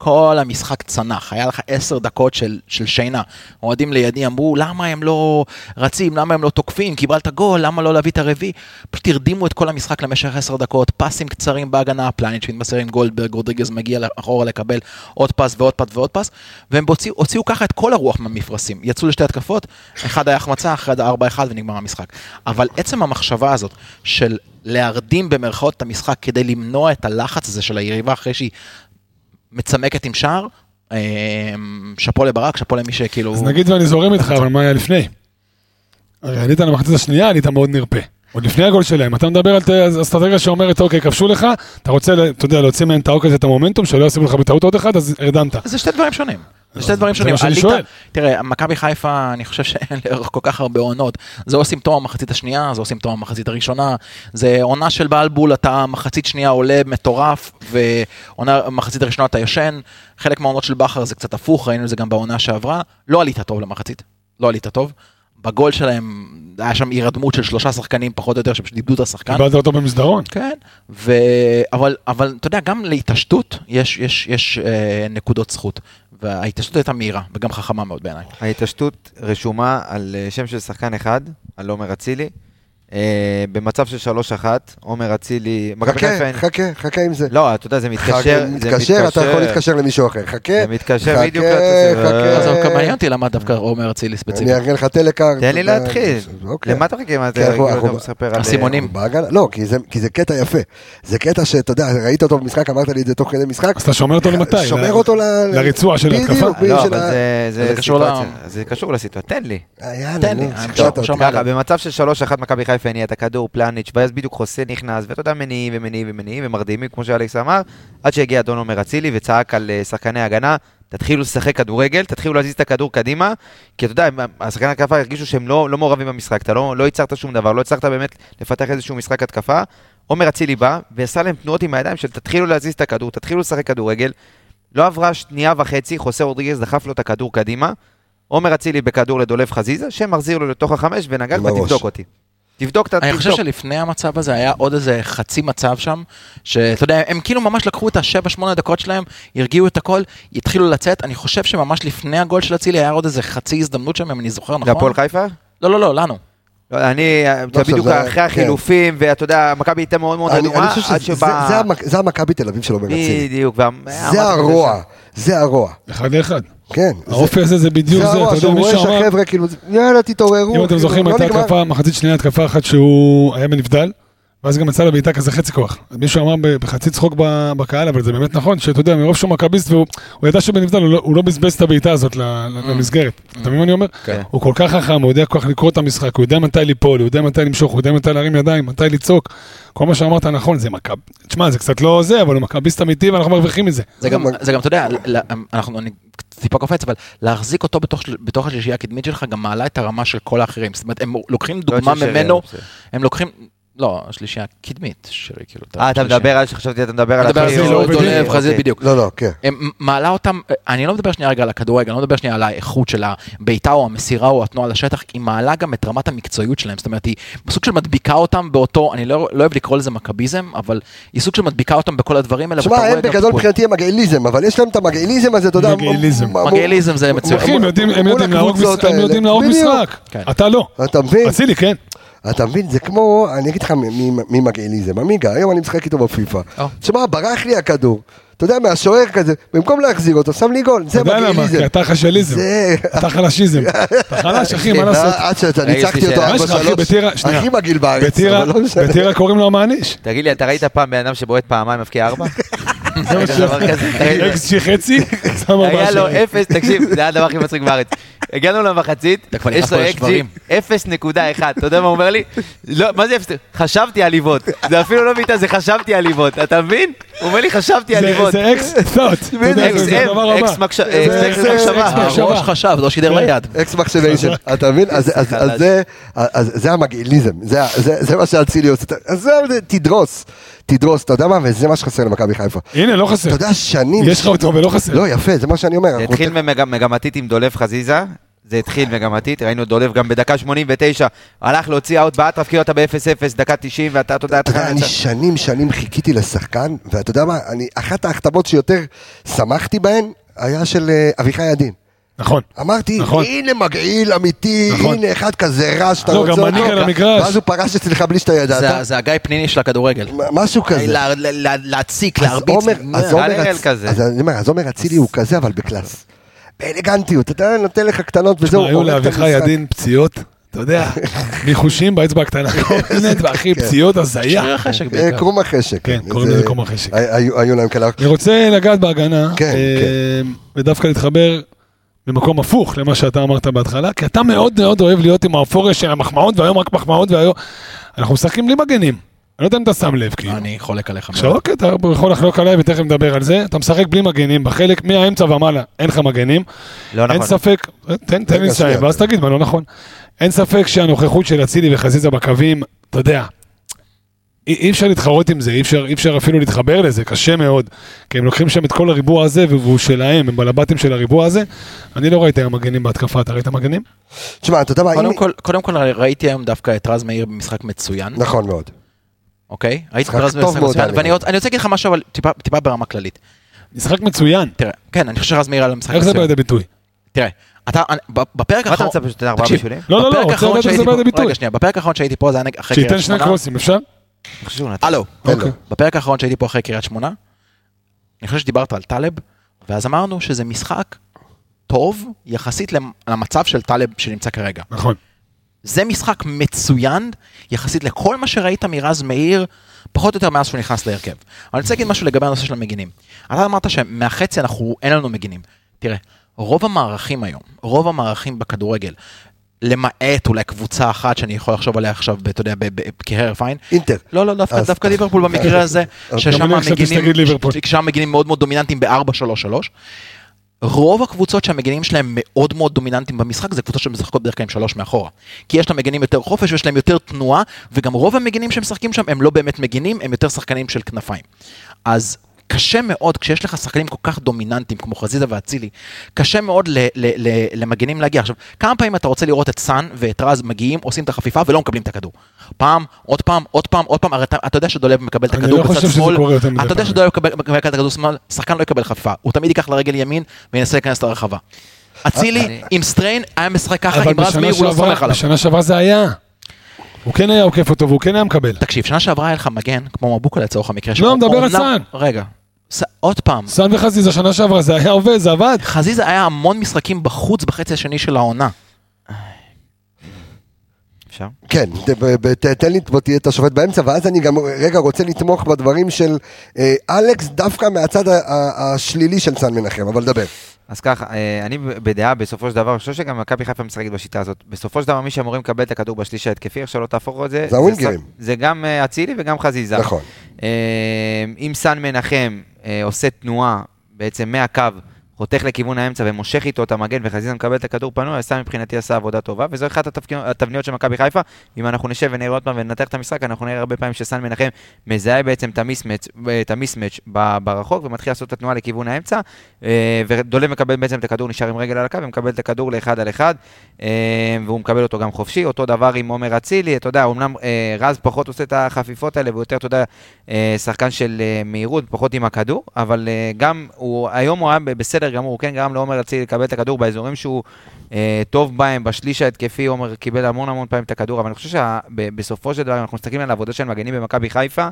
S7: כל המשחק צנח, היה לך עשר דקות של, של שינה. אוהדים לידי אמרו, למה הם לא רצים, למה הם לא תוקפים, קיבלת גול, למה לא להביא את הרביעי? פשוט הרדימו את כל המשחק למשך עשר דקות, פסים קצרים בהגנה, פלניץ' מתבשר עם גולדברג, רודריגז מגיע אחורה לקבל עוד פס ועוד פס ועוד פס, והם הוציאו, הוציאו ככה את כל הרוח מהמפרשים. יצאו לשתי התקפות, אחד היה החמצה, אחד ארבע אחד ונגמר המשחק. אבל עצם המחשבה הזאת של להרדים במרכאות את המשחק כדי למנוע את הלחץ הזה של היריבה אחרי שהיא מצמקת עם שער, אה, שאפו לברק, שאפו למי שכאילו...
S5: אז נגיד ואני זורם איתך, אבל מה היה לפני? הרי עלית למחצית השנייה, עלית מאוד נרפה. עוד לפני הגול שלהם, אתה מדבר על ת- אסטרטגיה שאומרת, אוקיי, כבשו לך, אתה רוצה, ל- אתה יודע, להוציא מהם את העוק הזה, את המומנטום, שלא ישימו לך בטעות עוד אחד, אז הרדמת.
S7: זה שתי דברים שונים. זה שתי דברים
S5: לא, זה
S7: שונים.
S5: מה שאני
S7: עלית-
S5: שואל.
S7: תראה, מכבי חיפה, אני חושב שאין לאורך כל כך הרבה עונות. זה או סימפטום המחצית השנייה, זה או סימפטום המחצית הראשונה. זה עונה של בלבול, אתה מחצית שנייה עולה מטורף, ועונה, מחצית הראשונה אתה ישן. חלק מהעונות של בכר זה קצת הפוך, ראינו את זה גם בעונה שעברה. לא עלית טוב למחצית, לא עלית טוב. בגול שלהם, היה שם הירדמות של שלושה שחקנים פחות או יותר, שפשוט איבדו את השחקן.
S5: קיבלת אותו במסדרון.
S7: כן, ו... אבל, אבל אתה יודע, גם להתעשתות יש, יש, יש אה, נקודות זכות, וההתעשתות הייתה מהירה וגם חכמה מאוד בעיניי.
S1: כן.
S6: ההתעשתות רשומה על אה, שם של שחקן אחד, על עומר אצילי. אה, במצב של 3-1, עומר אצילי... מכבי חיפה
S1: חכה,
S6: אין-
S1: חכה, חכה עם זה.
S6: לא, אתה יודע, זה מתקשר,
S1: חכה,
S6: זה
S1: מתקשר, אתה יכול להתקשר למישהו אחר, חכה.
S6: זה מתקשר
S1: חכה,
S6: בדיוק אה, לתוצאה.
S1: חכה.
S6: אז
S7: אז דווקא מעניין אותי למה דווקא עומר אצילי
S1: אני
S7: ספציפית.
S1: אארגן לך טלקארט.
S6: תן לי להתחיל.
S1: אוקיי.
S6: למה אתה מחכה? מה,
S1: כן,
S6: אתה
S1: אנחנו-
S6: כאילו אתה
S1: אנחנו-
S6: מספר על... אה,
S7: הסימונים.
S1: בהגנה? לא, כי זה- כי זה קטע יפה. זה קטע שאתה יודע, ראית אותו במשחק, אמרת לי את זה תוך כדי משחק.
S5: אז אתה שומר אותו למתי?
S1: אה, שומר
S5: ל-
S1: אותו ל...
S5: לריצוע של ההתקפה?
S1: בדיוק,
S6: לא,
S1: של
S6: אבל
S1: ה-
S6: זה- זה
S7: זה קשור
S6: סיטואציה. זה קשור לסיטואציה, תן לי. לא
S1: אה, יאללה,
S7: תן לי,
S1: נו,
S7: אני
S1: שחררת
S7: שם-
S1: אותי.
S7: שם-
S6: ככה, במצב של 3-1 מכבי חיפה הניע את הכדור, פלניץ', ואז בדיוק חוסה נכנס, ואתה יודע, מניעים ומניעים ומניעים ומרדימים, כמו שאלכס אמר, עד שהגיע אדון עומר אצילי וצעק על אה, שחקני הגנה, תתחילו לשחק כדורגל, תתחילו להזיז את הכדור קדימה, כי אתה יודע, הם- השחקני התקפה הרגישו שהם לא לא מעורבים במשחק, אתה לא לא ייצרת שום דבר, לא הצלחת באמת לפתח איזשהו משחק התקפה. עומר אצילי בא, ועשה להם תנועות עם הידיים של תתחילו להזיז את הכדור, תתחילו לשחק כדורגל. לא עברה שנייה וחצי, חוסה רודריגז דחף לו את הכדור קדימה. עומר אצילי בכדור לדולב חזיזה, שמחזיר לו לתוך החמש ונגח
S1: עם הראש.
S6: ותבדוק אותי. תבדוק את ה...
S7: אני חושב
S6: תבדוק.
S7: שלפני המצב הזה היה עוד איזה חצי מצב שם, שאתה יודע, הם כאילו ממש לקחו את השבע, שמונה דקות שלהם, הרגיעו את הכל, התחילו לצאת, אני חושב שממש לפני הגול של אצילי היה עוד איזה חצי הזדמנות שם, אם אני זוכר, נכון?
S6: להפועל חיפה?
S7: לא, לא, לא, לנו.
S6: לא, אני, אתה
S1: עכשיו,
S6: בדיוק
S1: זה-
S6: אחרי
S1: כן.
S6: החילופים, ואתה יודע, מכבי הייתה מאוד מאוד
S1: אני אני
S6: אדומה,
S1: חושב
S6: עד
S1: שזה-
S6: שבא...
S1: זה המק- זה המכבי תל אביב שלו מרצים.
S6: בדיוק, וה-
S1: זה
S6: אמרתי לך
S1: הרוע, זה הרוע.
S5: אחד לאחד.
S1: כן. זה-
S5: האופי הזה זה בדיוק
S1: זה
S5: זה, אתה
S1: הרוע,
S5: יודע,
S1: שהוא רואה
S5: מישהו אמר,
S1: שהחבר'ה כאילו, יאללה תתעוררו.
S5: אם אתם
S1: כאילו,
S5: זוכרים,
S1: לא
S5: הייתה
S1: נגמר.
S5: התקפה, מחצית שנייה התקפה אחת שהוא היה בנבדל, ואז גם יצא לבעיטה כזה חצי כוח. אז מישהו אמר ב- בחצי צחוק ב- בקהל, אבל זה באמת נכון, שאתה יודע, מרוב שהוא מכביסט, והוא הוא ידע שהוא בנבדל, הוא לא- הוא לא בזבז את הבעיטה הזאת ל- ל-
S1: אה.
S5: למסגרת. אתה מבין מה אני אומר?
S6: כן.
S5: הוא כל כך חכם, הוא יודע כל כך לקרוא את המשחק, הוא יודע מתי ליפול, הוא יודע מתי למשוך, הוא יודע מתי להרים ידיים, מתי לצעוק. כל מה שאמרת נכון, זה מכב... תשמע, זה קצת לא זה, אבל הוא מכביסט אמיתי ואנחנו מרוויחים מזה.
S7: זה גם,
S1: אבל-
S7: זה גם, אתה יודע, ל- אמ, אנחנו, אני טיפה קופץ, אבל להחזיק אותו בתוך, של- בתוך השלישייה הקדמית שלך גם מעלה את הרמה של כל האחרים. זאת אומרת, הם לוקחים
S6: לא
S7: דוגמה
S6: של שרי,
S7: ממנו,
S6: בסדר.
S7: הם לוקחים, לא, השלישייה הקדמית, שרי, כאילו,
S6: אה, אתה
S7: השלישייה.
S6: מדבר על שחשבתי, אתה מדבר על
S7: אני מדבר על
S5: אחי,
S7: זה,
S5: או
S7: לא,
S5: בדיוק.
S7: דולב, חזית,
S6: אוקיי.
S7: בדיוק.
S1: לא, לא, כן.
S7: הם- מעלה אותם, אני לא מדבר שנייה רגע על הכדורגל, אני לא מדבר שנייה על האיכות של הבעיטה או המסירה או התנועה לשטח, היא מעלה גם את רמת המקצועיות שלהם, זאת אומרת, היא סוג של מדביקה אותם באותו, אני לא לא אוהב לקרוא לזה מכביזם, אבל היא סוג של מדביקה אותם בכל הדברים האלה.
S1: שמע,
S7: ואתה רואה
S1: הם
S7: גם
S1: בגדול
S7: טיפול.
S1: מבחינתי הם מגעיליזם, אבל יש להם את המגעיליזם הזה, אתה יודע.
S5: מגעיליזם.
S1: מ- מ-
S7: מגעיליזם זה מצוין.
S5: אחי, הם יודעים- הם
S1: מול
S5: יודעים להרוג
S1: הקבוצות
S5: מש- הם
S1: האלה.
S5: יודעים להרוג
S1: בדיוק.
S5: משחק.
S7: כן.
S5: אתה לא.
S1: אתה מבין?
S5: אצילי, כן.
S1: אתה מבין, זה כמו, אני אגיד לך מי- מי- מי מגעיל לי זה, ממיגה, היום אני משחק איתו בפיפא.
S6: אה.
S8: או.
S1: שמע, ברח לי הכדור. אתה יודע, מהשוער כזה, במקום להחזיר אותו, שם לי גול, זה
S5: אתה יודע
S1: מגעיל לי
S5: למה? כי
S1: זה.
S5: אתה חלשליזם.
S1: זה... כן, אה,
S5: אתה חלשיזם. אתה חלש, אחי, מה לעשות?
S1: עד שאתה
S6: רגע, יש לי
S1: ניצחתי אותו
S6: שאלה.
S5: מה יש לך, אחי,
S1: 4-3,
S5: בטירה- שנייה.
S1: הכי מגעיל בארץ,
S5: בטירה-
S1: אבל לא משנה.
S5: בטירה קוראים לו המעניש.
S6: תגיד לי, אתה ראית פעם בן אדם שבועט פעמיים מבקיע ארבע?
S5: זה מה
S6: ראית
S5: ש-
S6: דבר כזה?
S1: אה,
S6: ראית?
S5: אקס שי חצי, שם
S6: היה
S5: ארבעה
S6: לו
S5: שערים.
S6: אפס, תקשיב, זה היה הדבר הכי מצחיק בארץ. הגענו למחצית,
S7: אתה כבר נכנס
S6: יש לו
S7: פה
S6: אקג'י
S7: לשברים.
S6: 0.1, אתה יודע מה הוא אומר לי? לא, מה זה 0? חשבתי עליבות. זה אפילו לא בעיטה, זה חשבתי עליבות, אתה מבין? הוא אומר לי, חשבתי
S5: זה-
S6: עליבות.
S5: זה אקס תות.
S6: אקס
S5: זה
S6: אם,
S5: הדבר הבא.
S6: אקס מקש-
S5: זה-
S6: אקס- אקס
S5: זה-
S6: מחשבה.
S5: אקס מחשבה.
S7: הראש חשב, לא שידר
S5: כן.
S7: ליד.
S1: אקס מחשביישן, אתה מבין? אז- אז-
S6: זה
S1: אז
S6: חלש.
S1: זה- אז זה המגעיליזם, זה ה- זה זה מה שאצילי עושה, אז זהו, זה- תדרוס, תדרוס, אתה יודע מה? וזה מה שחסר למכבי חיפה.
S5: הנה, לא חסר.
S1: אתה יודע, שנים...
S5: יש לך אותו ולא חסר.
S1: לא, יפה, זה מה שאני אומר.
S6: זה
S1: אנחנו-
S6: התחיל ממג- מגמתית עם דולב חזיזה. זה התחיל מגמתית, ראינו את דולב גם בדקה 89, הלך להוציא אאוט באטרף, כאילו אתה ב-0-0, דקה 90, ואתה, אתה יודע,
S1: אתה יודע, אני שנים שנים חיכיתי לשחקן, ואתה יודע מה, אני, אחת ההחתמות שיותר שמחתי בהן, היה של אה, אביחי עדין.
S5: נכון.
S1: אמרתי,
S5: נכון.
S1: הנה מגעיל אמיתי,
S5: נכון.
S1: הנה אחד כזה רע שאתה
S5: לא,
S1: רוצה
S5: גם מנהיג על המגרש.
S1: ואז הוא פרש אצלך בלי שאתה
S7: זה-
S1: ידעת,
S7: זה הגיא פניני של הכדורגל.
S1: משהו כזה.
S7: ל- ל- ל- להציק,
S1: אז
S7: להרביץ.
S1: עומר- אז עומר
S6: אריאל
S1: אצ-
S6: כזה.
S1: אז אני אומר, אז עומר אצילי הוא כזה, אבל בקלאס. באלגנטיות, אתה יודע, נותן לך קטנות וזהו.
S5: תשמע, היו
S1: הורג את
S5: לאביחי
S1: המשחק.
S5: ידין פציעות, אתה יודע, ניחושים באצבע הקטנה, כל מיני דבר, אחי, פציעות הזיה.
S1: אה, קרום החשק.
S5: כן,
S1: כן.
S5: קוראים
S1: זה-
S5: לזה קרום החשק.
S1: הי- היו היו להם כאלה.
S5: אני רוצה לגעת בהגנה,
S1: כן,
S5: אה, ודווקא להתחבר במקום הפוך למה שאתה אמרת בהתחלה, כי אתה מאוד מאוד אוהב להיות עם האופוריה של המחמאות, והיום רק מחמאות, והיום... אנחנו משחקים בלי מגנים. אני לא יודע אם אתה שם לב, כאילו.
S7: אני חולק עליך. מאוד.
S5: עכשיו אוקיי, אתה יכול לחלוק עליי ותכף נדבר על זה. אתה משחק בלי מגנים, בחלק מהאמצע ומעלה אין לך מגנים.
S6: לא
S5: אין
S6: נכון.
S5: ספק, תן תן לי
S1: רגע,
S5: לסיים,
S1: שנייה.
S5: ואז תגיד מה לא נכון. אין ספק שהנוכחות של אצילי וחזיזה בקווים, אתה יודע, אי- אי אפשר להתחרות עם זה, אי אפשר, אי אפשר אפילו להתחבר לזה, קשה מאוד. כי הם לוקחים שם את כל הריבוע הזה, והוא שלהם, הם בעלבתים של הריבוע הזה. אני לא ראיתי היום מגנים בהתקפה, אתה ראית מגנים?
S1: תשמע, אתה יודע מה,
S7: קודם
S1: אם-
S7: כל, קודם כל ראיתי היום דווקא את רז מאיר במשחק מצוין,
S1: נכון מאוד.
S7: אוקיי? ראיתי את
S1: משחק
S7: רז מאיר
S1: טוב
S7: במשחק
S1: מאוד,
S7: מצוין,
S1: אני
S7: ואני
S1: אומר.
S7: רוצה אני רוצה להגיד לך משהו, אבל טיפה- טיפה ברמה כללית.
S5: משחק מצוין,
S7: תראה, כן, אני חושב שרז מאיר היה משחק
S5: איך זה בא
S7: מצוין.
S5: לידי ביטוי?
S7: תראה, אתה, אני- ב- בפרק
S6: מה אתה
S7: האחרון...
S6: מצפה שתיתן ארבעה
S7: תקשיב,
S6: בישולים?
S5: לא, לא,
S7: בפרק
S5: לא, רוצה
S7: האחרון
S5: לדעת איך זה
S7: שהייתי
S5: בא לידי
S7: פה- רגע,
S5: ביטוי.
S7: שנייה, בפרק האחרון שהייתי פה זה היה נג- אחרי קריית שמונה.
S5: שייתן שני קרוסים, אפשר?
S6: אני חושב שהוא נתן.
S7: הלו,
S1: תן
S5: אוקיי.
S1: לו.
S7: בפרק האחרון שהייתי פה אחרי קריית שמונה, אני חושב שדיברת על טלב, ואז אמרנו שזה משחק טוב יחסית למ- למצב של טלב שנמצא כרגע.
S5: נכון.
S7: זה משחק מצוין יחסית לכל מה שראית מרז מאיר, פחות או יותר מאז שהוא נכנס להרכב. אבל אני רוצה להגיד משהו לגבי הנושא של המגינים. אתה אמרת שמהחצי אנחנו, אין לנו מגינים. תראה, רוב המערכים היום, רוב המערכים בכדורגל, למעט אולי קבוצה אחת שאני יכול לחשוב עליה עכשיו, ב- אתה יודע, ב- ב- כהרף עין,
S1: אינטר.
S7: לא, לא, דווקא,
S1: אז-
S7: דווקא ליברפול במקרה הזה, ששם
S5: גם אני חשבתי
S7: המגינים,
S5: שתגיד ליברפול.
S7: שם המגינים מאוד מאוד דומיננטיים ב-4-3-3. רוב הקבוצות שהמגינים שלהם מאוד מאוד דומיננטיים במשחק, זה קבוצות שמשחקות בדרך כלל עם שלוש מאחורה. כי יש להם מגינים יותר חופש ויש להם יותר תנועה, וגם רוב המגינים שמשחקים שם הם לא באמת מגינים, הם יותר שחקנים של כנפיים. אז קשה מאוד, כשיש לך שחקנים כל כך דומיננטיים כמו חזיזה ואצילי, קשה מאוד ל- ל- ל- למגנים להגיע. עכשיו, כמה פעמים אתה רוצה לראות את סאן ואת רז מגיעים, עושים את החפיפה ולא מקבלים את הכדור? פעם, עוד פעם, עוד פעם, עוד פעם, הרי אתה, אתה יודע שדולב מקבל את
S5: אני
S7: הכדור
S5: לא חושב
S7: בצד
S5: שזה
S7: שמאל,
S5: קורה יותר מדי
S7: אתה יודע
S5: פעמים.
S7: שדולב מקבל לא מקבל את הכדור שמאל, שחקן לא יקבל חפיפה, הוא תמיד ייקח לרגל ימין וינסה להיכנס לרחבה. אצילי
S6: אני-
S7: עם סטריין היה משחק ככה,
S5: אבל
S7: עם רז
S5: בשנה
S7: מאיר הוא לא סומך
S5: שעברה,
S7: עליו.
S5: בשנה שעברה זה היה. הוא כן היה עוקף אותו והוא כן היה מקבל.
S7: תקשיב, שנה שעברה היה לך מגן, כמו מבוקה לצורך המקרה שהוא
S5: לא, מדבר על
S7: אומנם-
S5: סאן.
S7: רגע, ס- עוד פעם,
S5: סן וחזיזה שנה שעברה, זה היה עובד, זה עבד.
S7: חזיזה היה המון משחקים בחוץ בחצי השני של העונה.
S6: אפשר?
S1: כן, ת- ב- ב- ת- תן לי, בוא תהיה את השופט באמצע, ואז אני גם רגע רוצה לתמוך בדברים של אה, אלכס, דווקא מהצד ה- ה- השלילי של סן מנחם, אבל דבר.
S6: אז ככה, אה, אני בדעה, בסופו של דבר, אני חושב שגם מכבי חיפה משחקת בשיטה הזאת. בסופו של דבר, מי שאמורים לקבל את הכדור בשליש ההתקפי, איך שלא תהפוך את זה,
S1: הווינגרים.
S6: שח- זה גם אה, אצילי וגם חזיזה.
S1: נכון.
S6: אה, אם סן מנחם אה, עושה תנועה, בעצם מהקו, חותך לכיוון האמצע ומושך איתו את המגן, וחזיזה מקבל את הכדור פנוי, אז סן מבחינתי עשה עבודה טובה, וזו אחת התפק- התבניות של מכבי חיפה. אם אנחנו נשב ונראה עוד פעם וננתח את המשחק, אנחנו נראה הרבה פעמים שסן מנחם מזהה בעצם את המיסמץ'- את המיסמץ' ב- ברחוק, ומתחיל לעשות את התנועה לכיוון האמצע, אה, ודולב מקבל בעצם את הכדור, נשאר עם רגל על הקו, ומקבל את הכדור לאחד על אחד, אה, והוא מקבל אותו גם חופשי. אותו דבר עם עומר אצילי, אתה יודע, אמנם אה, רז פחות עושה את החפיפות האלה, והוא יותר, אתה יודע, אה, שחקן של אה, מהירות, פחות עם הכדור, אבל אה, גם, הוא, היום הוא היה ב- בסדר בסדר גמור, כן גרם לעומר אצילי לקבל את הכדור באזורים שהוא אה, טוב בהם, בשליש ההתקפי עומר קיבל המון המון פעמים את הכדור, אבל אני חושב שבסופו של דבר, אם אנחנו מסתכלים על העבודה של מגנים במכבי חיפה,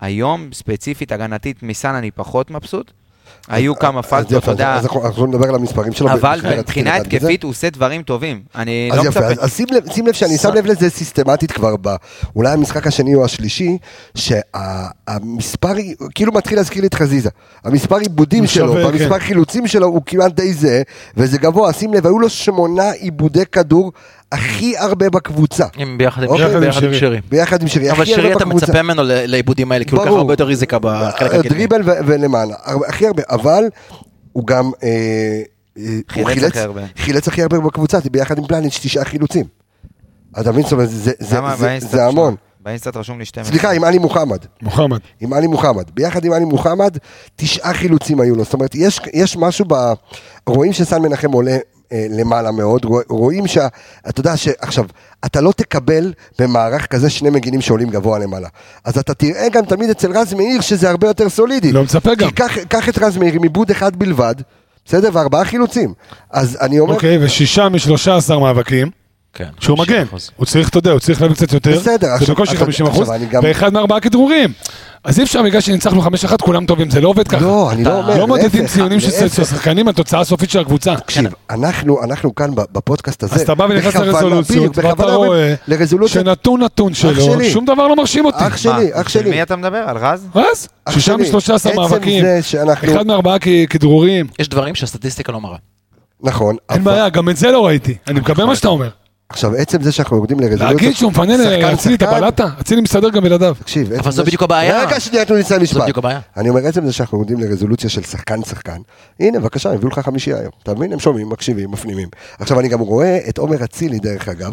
S6: היום, ספציפית, הגנתית, מסן אני פחות מבסוט. היו כמה
S1: אז יפה,
S6: פקטות, אתה יודע,
S1: אז אנחנו אנחנו נדבר על המספרים שלו.
S6: אבל
S1: בכלל,
S6: מבחינה
S1: רציתי לגעת בזה.
S6: התקפית הוא עושה דברים טובים. אני
S1: אז
S6: לא
S1: יפה,
S6: מצפה...
S1: אז, אז שים, לב, שים לב שאני שם לב לזה סיסטמטית כבר ב... אולי המשחק השני או השלישי, שהמספר, כאילו מתחיל להזכיר לי את חזיזה. המספר עיבודים
S5: הוא
S1: שלו,
S5: שווה,
S1: והמספר
S5: כן.
S1: חילוצים שלו הוא כמעט די זהה, וזה גבוה, שים לב, היו לו שמונה עיבודי כדור הכי הרבה בקבוצה.
S7: עם- ביחד עם
S1: אוקיי.
S7: שרי, ביחד עם שרי.
S1: ביחד עם שרי,
S7: כן. אבל
S1: הכי
S7: שרי
S1: הרבה
S7: אתה
S1: בקבוצה.
S7: מצפה ממנו ל- לעיבודים האלה, כי הוא לקח
S1: ברור.
S7: הרבה יותר ריזיקה בחלק הקדמי.
S1: דריבל ו- ולמעלה, הרבה- הכי הרבה, אבל הוא גם... אה, אה, הוא
S6: חילץ הכי הרבה.
S1: חילץ הכי הרבה בקבוצה, ביחד עם פלניץ' תשעה חילוצים. אתה מבין? זאת אומרת, זה- זה-
S6: למה
S1: זה-
S6: באינסטנט
S1: זה המון.
S6: שלו? באינסטנט רשום לי 12.
S1: סליחה, עם עלי מוחמד.
S5: מוחמד.
S1: עם עלי מוחמד. ביחד עם עלי מוחמד, תשעה חילוצים היו לו. זאת אומרת, יש, יש משהו ב... רואים שסן מנחם עולה אה, למעלה מאוד, רוא- רואים שה... אתה יודע שעכשיו, אתה לא תקבל במערך כזה שני מגינים שעולים גבוה למעלה. אז אתה תראה גם תמיד אצל רז מאיר שזה הרבה יותר סולידי.
S5: לא מצפה גם.
S1: כי קח- קח את רז מאיר עם עיבוד אחד בלבד, בסדר? וארבעה חילוצים. אז אני אומר,
S5: אוקיי, ושישה משלושה עשר מאבקים.
S7: כן.
S5: שהוא מגן,
S7: 50%.
S5: הוא צריך, אתה יודע, הוא צריך להביא קצת יותר,
S1: בסדר,
S5: זה
S1: עכשיו-
S5: בקושי
S1: עכשיו-
S5: 50 אחוז,
S1: עכשיו אני גם-
S5: ואחד מארבעה כדרורים. אז אי אפשר בגלל שניצחנו 5-1 כולם טובים, זה לא עובד ככה.
S1: לא, אני לא אומר,
S5: לא מודדים
S1: להפך,
S5: ציונים של
S1: להפך.
S5: של שחקנים, התוצאה הסופית של הקבוצה.
S1: תקשיב, אנחנו, אנחנו כאן ב- בפודקאסט הזה,
S5: אז אתה בא ונכנס
S1: בכוונה-
S5: לרזולוציות,
S1: בדיוק,
S5: ואתה לא
S1: בכוונה
S5: רואה
S1: לרזולוציות,
S5: שנתון נתון שלו,
S1: לא שלי.
S5: שום דבר לא מרשים אותי.
S1: אח שלי,
S6: מה,
S1: אח שלי.
S6: מי אתה מדבר? על רז?
S5: אז,
S1: אח
S5: שישה
S1: שלי,
S5: משלושה עשר
S1: עצם
S5: מאבקים,
S1: זה שאנחנו-
S5: אחד מארבעה כ- כדרורים,
S7: יש דברים שהסטטיסטיקה לא מראה.
S1: נכון.
S5: אין
S1: אבל-
S5: בעיה, גם את זה לא ראיתי, אני מקבל מה שאתה אומר.
S1: עכשיו, עצם זה שאנחנו יורדים לרזולוציות...
S5: להגיד שהוא מפנה
S1: שחקן,
S5: לאצילי את
S1: שחקן,
S5: הבלטה, אצילי מסתדר גם בלעדיו.
S1: תקשיב, עצם
S7: אבל זו
S1: זה ש-
S7: בדיוק הבעיה.
S1: רגע, שנייה, תנו לי לסיים משפט.
S7: בדיוק הבעיה.
S1: אני אומר, עצם זה שאנחנו יורדים לרזולוציה של שחקן-שחקן, הנה, בבקשה, הביאו לך חמישייה היום. אתה מבין? הם שומעים, מקשיבים, מפנימים. עכשיו, אני גם רואה את עומר אצילי, דרך אגב,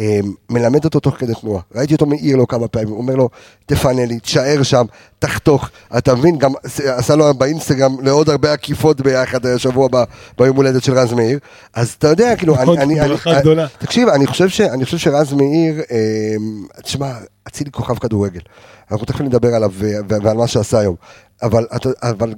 S1: אה, מלמד אותו תוך כדי תנועה. ראיתי אותו מעיר לו כמה פעמים, אומר לו, תפנה לי, תישאר שם, תחתוך. אתה מבין? גם ס- עשה לו באינסטגרם לעוד הרבה עקיפות ביחד אה, השבוע ב- ביום הולדת של רז מאיר. אז אתה יודע, כאילו,
S5: עוד
S1: אני... אני- אני- אוקיי.
S5: ברכה גדולה.
S1: תקשיב, אני חושב, ש, אני חושב שרז מאיר, אה, תשמע, אצילי כוכב כדורגל. אנחנו תכף נדבר עליו ו- ו- ועל מה שעשה היום. אבל, אתה- אבל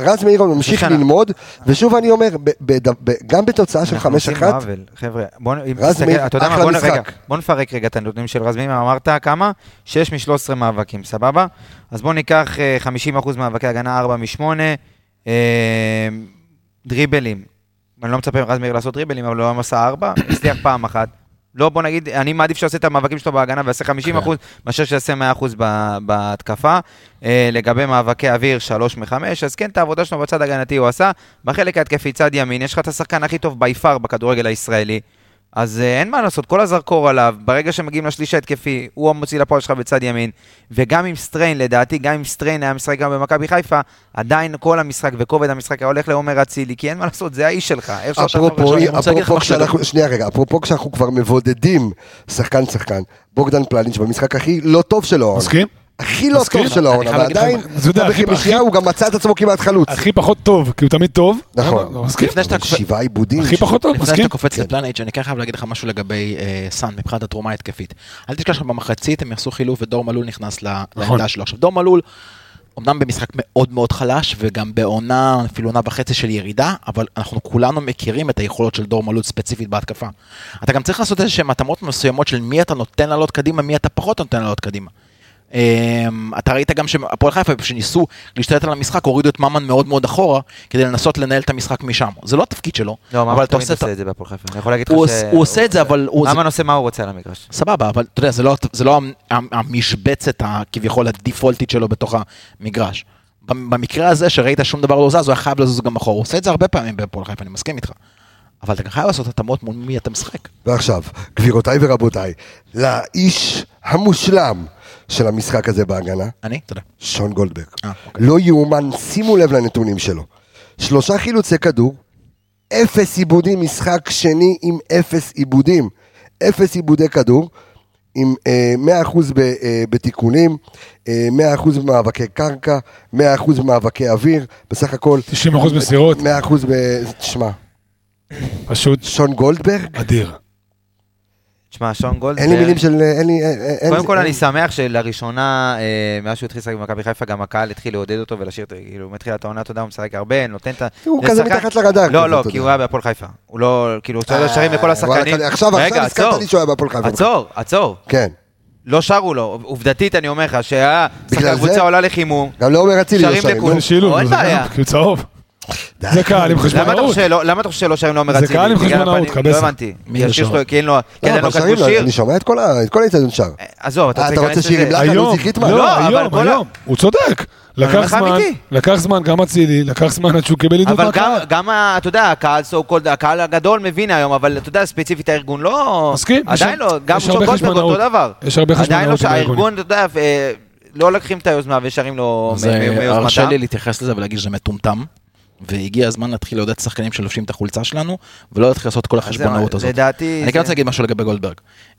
S1: רז מאיר ממשיך
S6: שושנה.
S1: ללמוד, ושוב אני אומר, ב, ב, ב, גם בתוצאה של
S6: אנחנו עושים
S1: 5-1,
S6: עוול, חבר'ה, בוא נ- אם
S1: רז
S6: תסתכל,
S1: מאיר,
S6: אתה יודע מה,
S1: אחלה
S6: בוא נ-
S1: משחק.
S6: רגע, בוא נפרק רגע את הנתונים של רז מאיר, אמרת כמה? 6 מ-13 מאבקים, סבבה? אז בוא ניקח אה, 50% מאבקי הגנה, 4 מ-8, דריבלים. אני לא מצפה מרז מאיר לעשות דריבלים, אבל הוא היום עשה 4, הצליח פעם אחת. לא, בוא נגיד, אני מעדיף שיעשה את המאבקים שלו בהגנה ויעשה 50
S1: כן.
S6: אחוז, מאשר שיעשה 100 אחוז בהתקפה. אה, לגבי מאבקי אוויר, 3 מ-5, אז כן, את העבודה שלו בצד הגנתי הוא עשה. בחלק ההתקפי, צד ימין, יש לך את השחקן הכי טוב בי פאר בכדורגל הישראלי. אז אה, אין מה לעשות, כל הזרקור עליו, ברגע שמגיעים לשליש ההתקפי, הוא המוציא לפועל שלך בצד ימין. וגם עם סטריין, לדעתי, גם אם סטריין היה משחק גם במכבי חיפה, עדיין כל המשחק וכובד המשחק היה הולך לעומר אצילי, כי אין מה לעשות, זה האיש שלך. איך שאתה
S1: אפרופו,
S6: חושב-
S7: רוצה להגיד לך
S1: אפרופו
S7: משהו.
S1: כשאנחנו, שנייה רגע, אפרופו כשאנחנו כבר מבודדים שחקן-שחקן, בוגדן פלניץ' במשחק הכי לא טוב שלו, העונה.
S5: מסכים?
S1: הכי לא
S5: מסכים.
S1: טוב שלו,
S7: אני
S1: העונה,
S7: חייב להגיד לך,
S1: ועדיין,
S5: אתה יודע, הכי-
S1: בחמישייה
S5: הכי-
S1: הוא גם מצא את עצמו כמעט חלוץ.
S5: הכי פחות טוב, כי הוא תמיד טוב.
S1: נכון.
S5: לא, מסכים.
S7: לפני שאתה
S1: אבל שבעה עיבודים.
S5: הכי פחות טוב,
S7: לפני
S5: מסכים.
S7: שאתה קופץ לפלנט, שאני כן חייב להגיד לך משהו לגבי אה, סאן מבחינת התרומה ההתקפית. אל תשכח שבמחצית הם יעשו חילוף ודור מלול נכנס ל-
S6: נכון.
S7: לעמדה שלו. עכשיו דור מלול, אמנם במשחק מאוד מאוד חלש וגם בעונה, אפילו עונה וחצי של ירידה, אבל אנחנו כולנו מכירים את היכולות של דור מלול ספציפית בהתקפה. אתה גם צריך לעשות איזה שהן התאמות מסוימות של מי אתה נותן לעלות קדימה, מי אתה פחות נותן לעלות קדימה. אמ, אתה ראית גם שהפועל חיפה, כשניסו להשתלט על המשחק, הורידו את ממן מאוד מאוד אחורה, כדי לנסות לנהל את המשחק משם. זה לא התפקיד שלו,
S6: לא,
S7: אבל
S6: ממן
S7: אתה
S6: תמיד
S7: עושה את
S6: עושה את זה בהפועל חיפה. אני יכול להגיד לך
S7: הוא לא?
S6: ש-
S7: עושה- הוא עושה את זה, אבל הוא...
S6: ממן עושה מה הוא רוצה על המגרש.
S7: סבבה, אבל אתה יודע, זה לא, זה לא המ- המ- המשבצת הכביכול הדיפולטית שלו בתוך המגרש. במ- במקרה הזה שראית שום דבר לא זז, הוא היה חייב לזוז גם אחורה. הוא עושה את זה הרבה פעמים בהפועל חיפה, אני מסכים איתך. אבל אתה גם חייב לעשות התאמות מול מי אתה משחק.
S1: ועכשיו, גבירותיי ורבותיי, לאיש המושלם של המשחק הזה בהגנה,
S7: אני? אתה יודע.
S1: שון גולדברג.
S7: אה, אוקיי.
S1: לא יאומן, שימו לב לנתונים שלו. שלושה חילוצי כדור, אפס עיבודים, משחק שני עם אפס עיבודים. אפס עיבודי כדור, עם אה, 100% ב, אה, בתיקונים, אה, 100% במאבקי קרקע, 100% במאבקי אוויר, בסך הכל
S5: 90% מסירות,
S1: 100% ב... תשמע,
S5: פשוט
S1: שון גולדברג
S5: אדיר.
S6: תשמע, שון גולדברג...
S1: אין לי מילים של... אין לי... אין- אין-
S6: קודם כל
S1: אין-
S6: אני שמח שלראשונה, אה, מאז שהוא התחיל לשחק במכבי חיפה, גם הקהל התחיל לעודד אותו ולשיר, את- כאילו, מתחילת העונה, אתה יודע, הוא משחק הרבה, נותן את ה...
S1: הוא
S6: זה
S1: כזה
S6: שחקן-
S1: מתחת לרדאר כזה,
S6: לא, לא,
S1: אתה
S6: כי
S1: יודע.
S6: הוא היה בהפועל חיפה. הוא לא, כאילו, הוא לא שרים לכל
S1: אה,
S6: השחקנים.
S1: וואלה, עכשיו,
S6: רגע,
S1: עכשיו הזכרת
S6: עצור.
S1: לי שהוא היה בהפועל חיפה.
S6: עצור, עצור.
S1: כן.
S6: לא שרו לו. עובדתית, אני אומר לך, שהיה...
S1: בגלל
S6: שחקן
S1: זה?
S6: קבוצה עולה לחימום.
S1: גם לא אומר אצילי לא לא,
S6: שרים
S1: שרים.
S6: לכולם.
S1: נו.
S5: זה שילוב,
S6: אין
S5: זה
S6: בעיה.
S5: גם, כי הוא
S1: אה,
S5: צהוב. זה קהל עם
S6: למה אתה
S5: חשבונאות.
S6: חושב שלא- למה אתה חושב שלא שרים לעומר
S5: זה
S6: אצילי?
S5: קהל עם
S6: בגלל
S5: חשבונאות,
S6: הפנים?
S5: קבסה.
S6: לא הבנתי.
S7: מי
S6: כי
S7: לא
S6: השיר
S7: שר?
S6: שלו, כי אין לו... כי
S1: לא, אבל
S6: עדיין לא
S1: שרים
S6: כתבו
S1: לו,
S6: שיר.
S1: אני שומע את כל ה- את כל האיצטדיון שר.
S6: עזוב,
S1: אה,
S6: אתה
S1: אתה
S6: רוצה
S1: רוצה
S6: להיכנס
S1: שיר עם
S6: לזה.
S1: לחן?
S5: היום,
S1: עוזי חיטמן.
S6: לא,
S5: לא,
S6: אבל
S5: היום,
S6: כל ה-
S5: היום. הוא צודק. לקח
S6: לך
S5: זמן,
S6: אמיתי.
S5: לקח זמן, גם אצילי, לקח זמן עד שהוא קיבל עידוד
S6: אבל גם,
S5: מהקהל.
S6: גם ה- אתה יודע, הקהל סו קולד, הקהל הגדול מבין היום, אבל אתה יודע, ספציפית הארגון לא...
S5: מסכים, יש-
S6: עדיין לא, גם
S5: יש הרבה
S6: שון גולדברג
S5: חשבונאות.
S6: אותו דבר.
S5: יש הרבה
S6: עדיין לא,
S5: חשבונאות עם
S6: שהארגון, אתה יודע, אה, לא לקחים את היוזמה ושרים לו מ- מ-
S7: זה- הרשה
S6: מיוזמתם.
S7: לי להתייחס לזה ולהגיד שזה מטומטם. והגיע הזמן להתחיל לעודד שחקנים שלובשים את החולצה שלנו, ולא להתחיל לעשות כל החשבונאות
S6: זהו,
S7: הזאת.
S6: לדעתי
S7: אני
S6: זה-
S7: כן רוצה להגיד משהו לגבי גולדברג.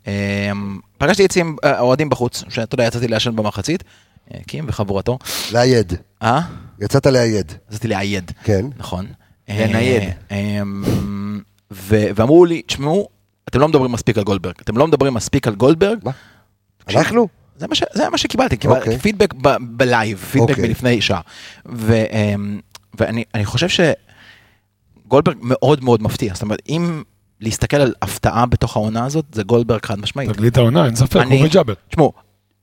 S7: אמ, פגשתי יצאים אוהדים בחוץ, שאתה יודע, יצאתי לעשן במחצית, אה, קים וחבורתו.
S1: לאייד.
S7: אה?
S1: יצאת לאייד.
S7: רציתי לאייד.
S1: כן.
S7: נכון.
S6: לנייד.
S7: אה, אמ, ו- ואמרו לי, תשמעו, אתם לא מדברים מספיק על גולדברג. אתם לא מדברים מספיק על גולדברג.
S1: מה?
S6: כן.
S1: אנחנו?
S7: זה מה, ש, זה מה שקיבלתי, קיבלתי
S1: אוקיי.
S7: okay. פידבק ב, בלייב, פידבק
S1: אוקיי.
S7: okay. מלפני שעה. ו, אמ, ואני אני חושב שגולדברג מאוד מאוד מפתיע, זאת אומרת, אם להסתכל על הפתעה בתוך העונה הזאת, זה גולדברג חד משמעית.
S5: תגלית העונה, אין ספק,
S7: אני-
S5: הוא וג'אבר.
S7: תשמעו,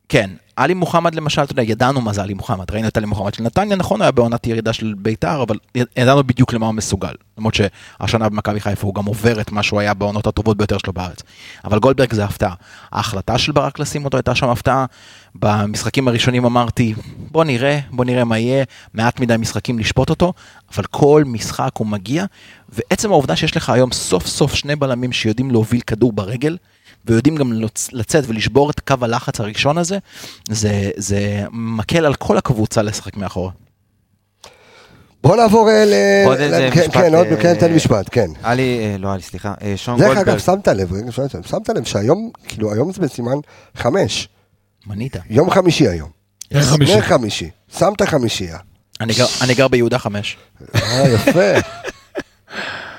S7: כן, עלי מוחמד למשל, אתה יודע, ידענו מה זה עלי מוחמד, ראינו את עלי מוחמד של נתניה, נכון, היה בעונת ירידה של ביתר, אבל ידענו בדיוק למה הוא מסוגל. למרות שהשנה במכבי חיפה הוא גם עובר את מה שהוא היה בעונות הטובות ביותר שלו בארץ. אבל גולדברג זה הפתעה. ההחלטה של ברק לשים אותו הייתה שם הפתעה. במשחקים הראשונים אמרתי, בוא נראה, בוא נראה מה יהיה, מעט מדי משחקים לשפוט אותו, אבל כל משחק הוא מגיע, ועצם העובדה שיש לך היום סוף סוף שני בלמים שיודעים להוביל כדור ברגל, ויודעים גם לצ- לצאת ולשבור את קו הלחץ הראשון הזה, זה, זה מקל על כל הקבוצה לשחק מאחורה.
S1: בואו נעבור אה, ל...
S6: עוד
S1: ל-
S6: איזה
S1: כן,
S6: משפט,
S1: כן, עוד
S6: אה,
S1: כן, תן משפט, כן.
S6: עלי, אה, לא עלי, סליחה, אה, שון
S1: דרך אגב,
S6: גולדברג.
S1: שמת לב, רגע, שנייה, שנייה, שמת לב שהיום, כאילו, היום זה בסימן חמש.
S7: מנית.
S1: יום חמישי היום.
S5: איך חמישי?
S1: נר חמישי. שמת חמישייה.
S7: אני גר, אני גר ביהודה חמש.
S1: אה, יפה.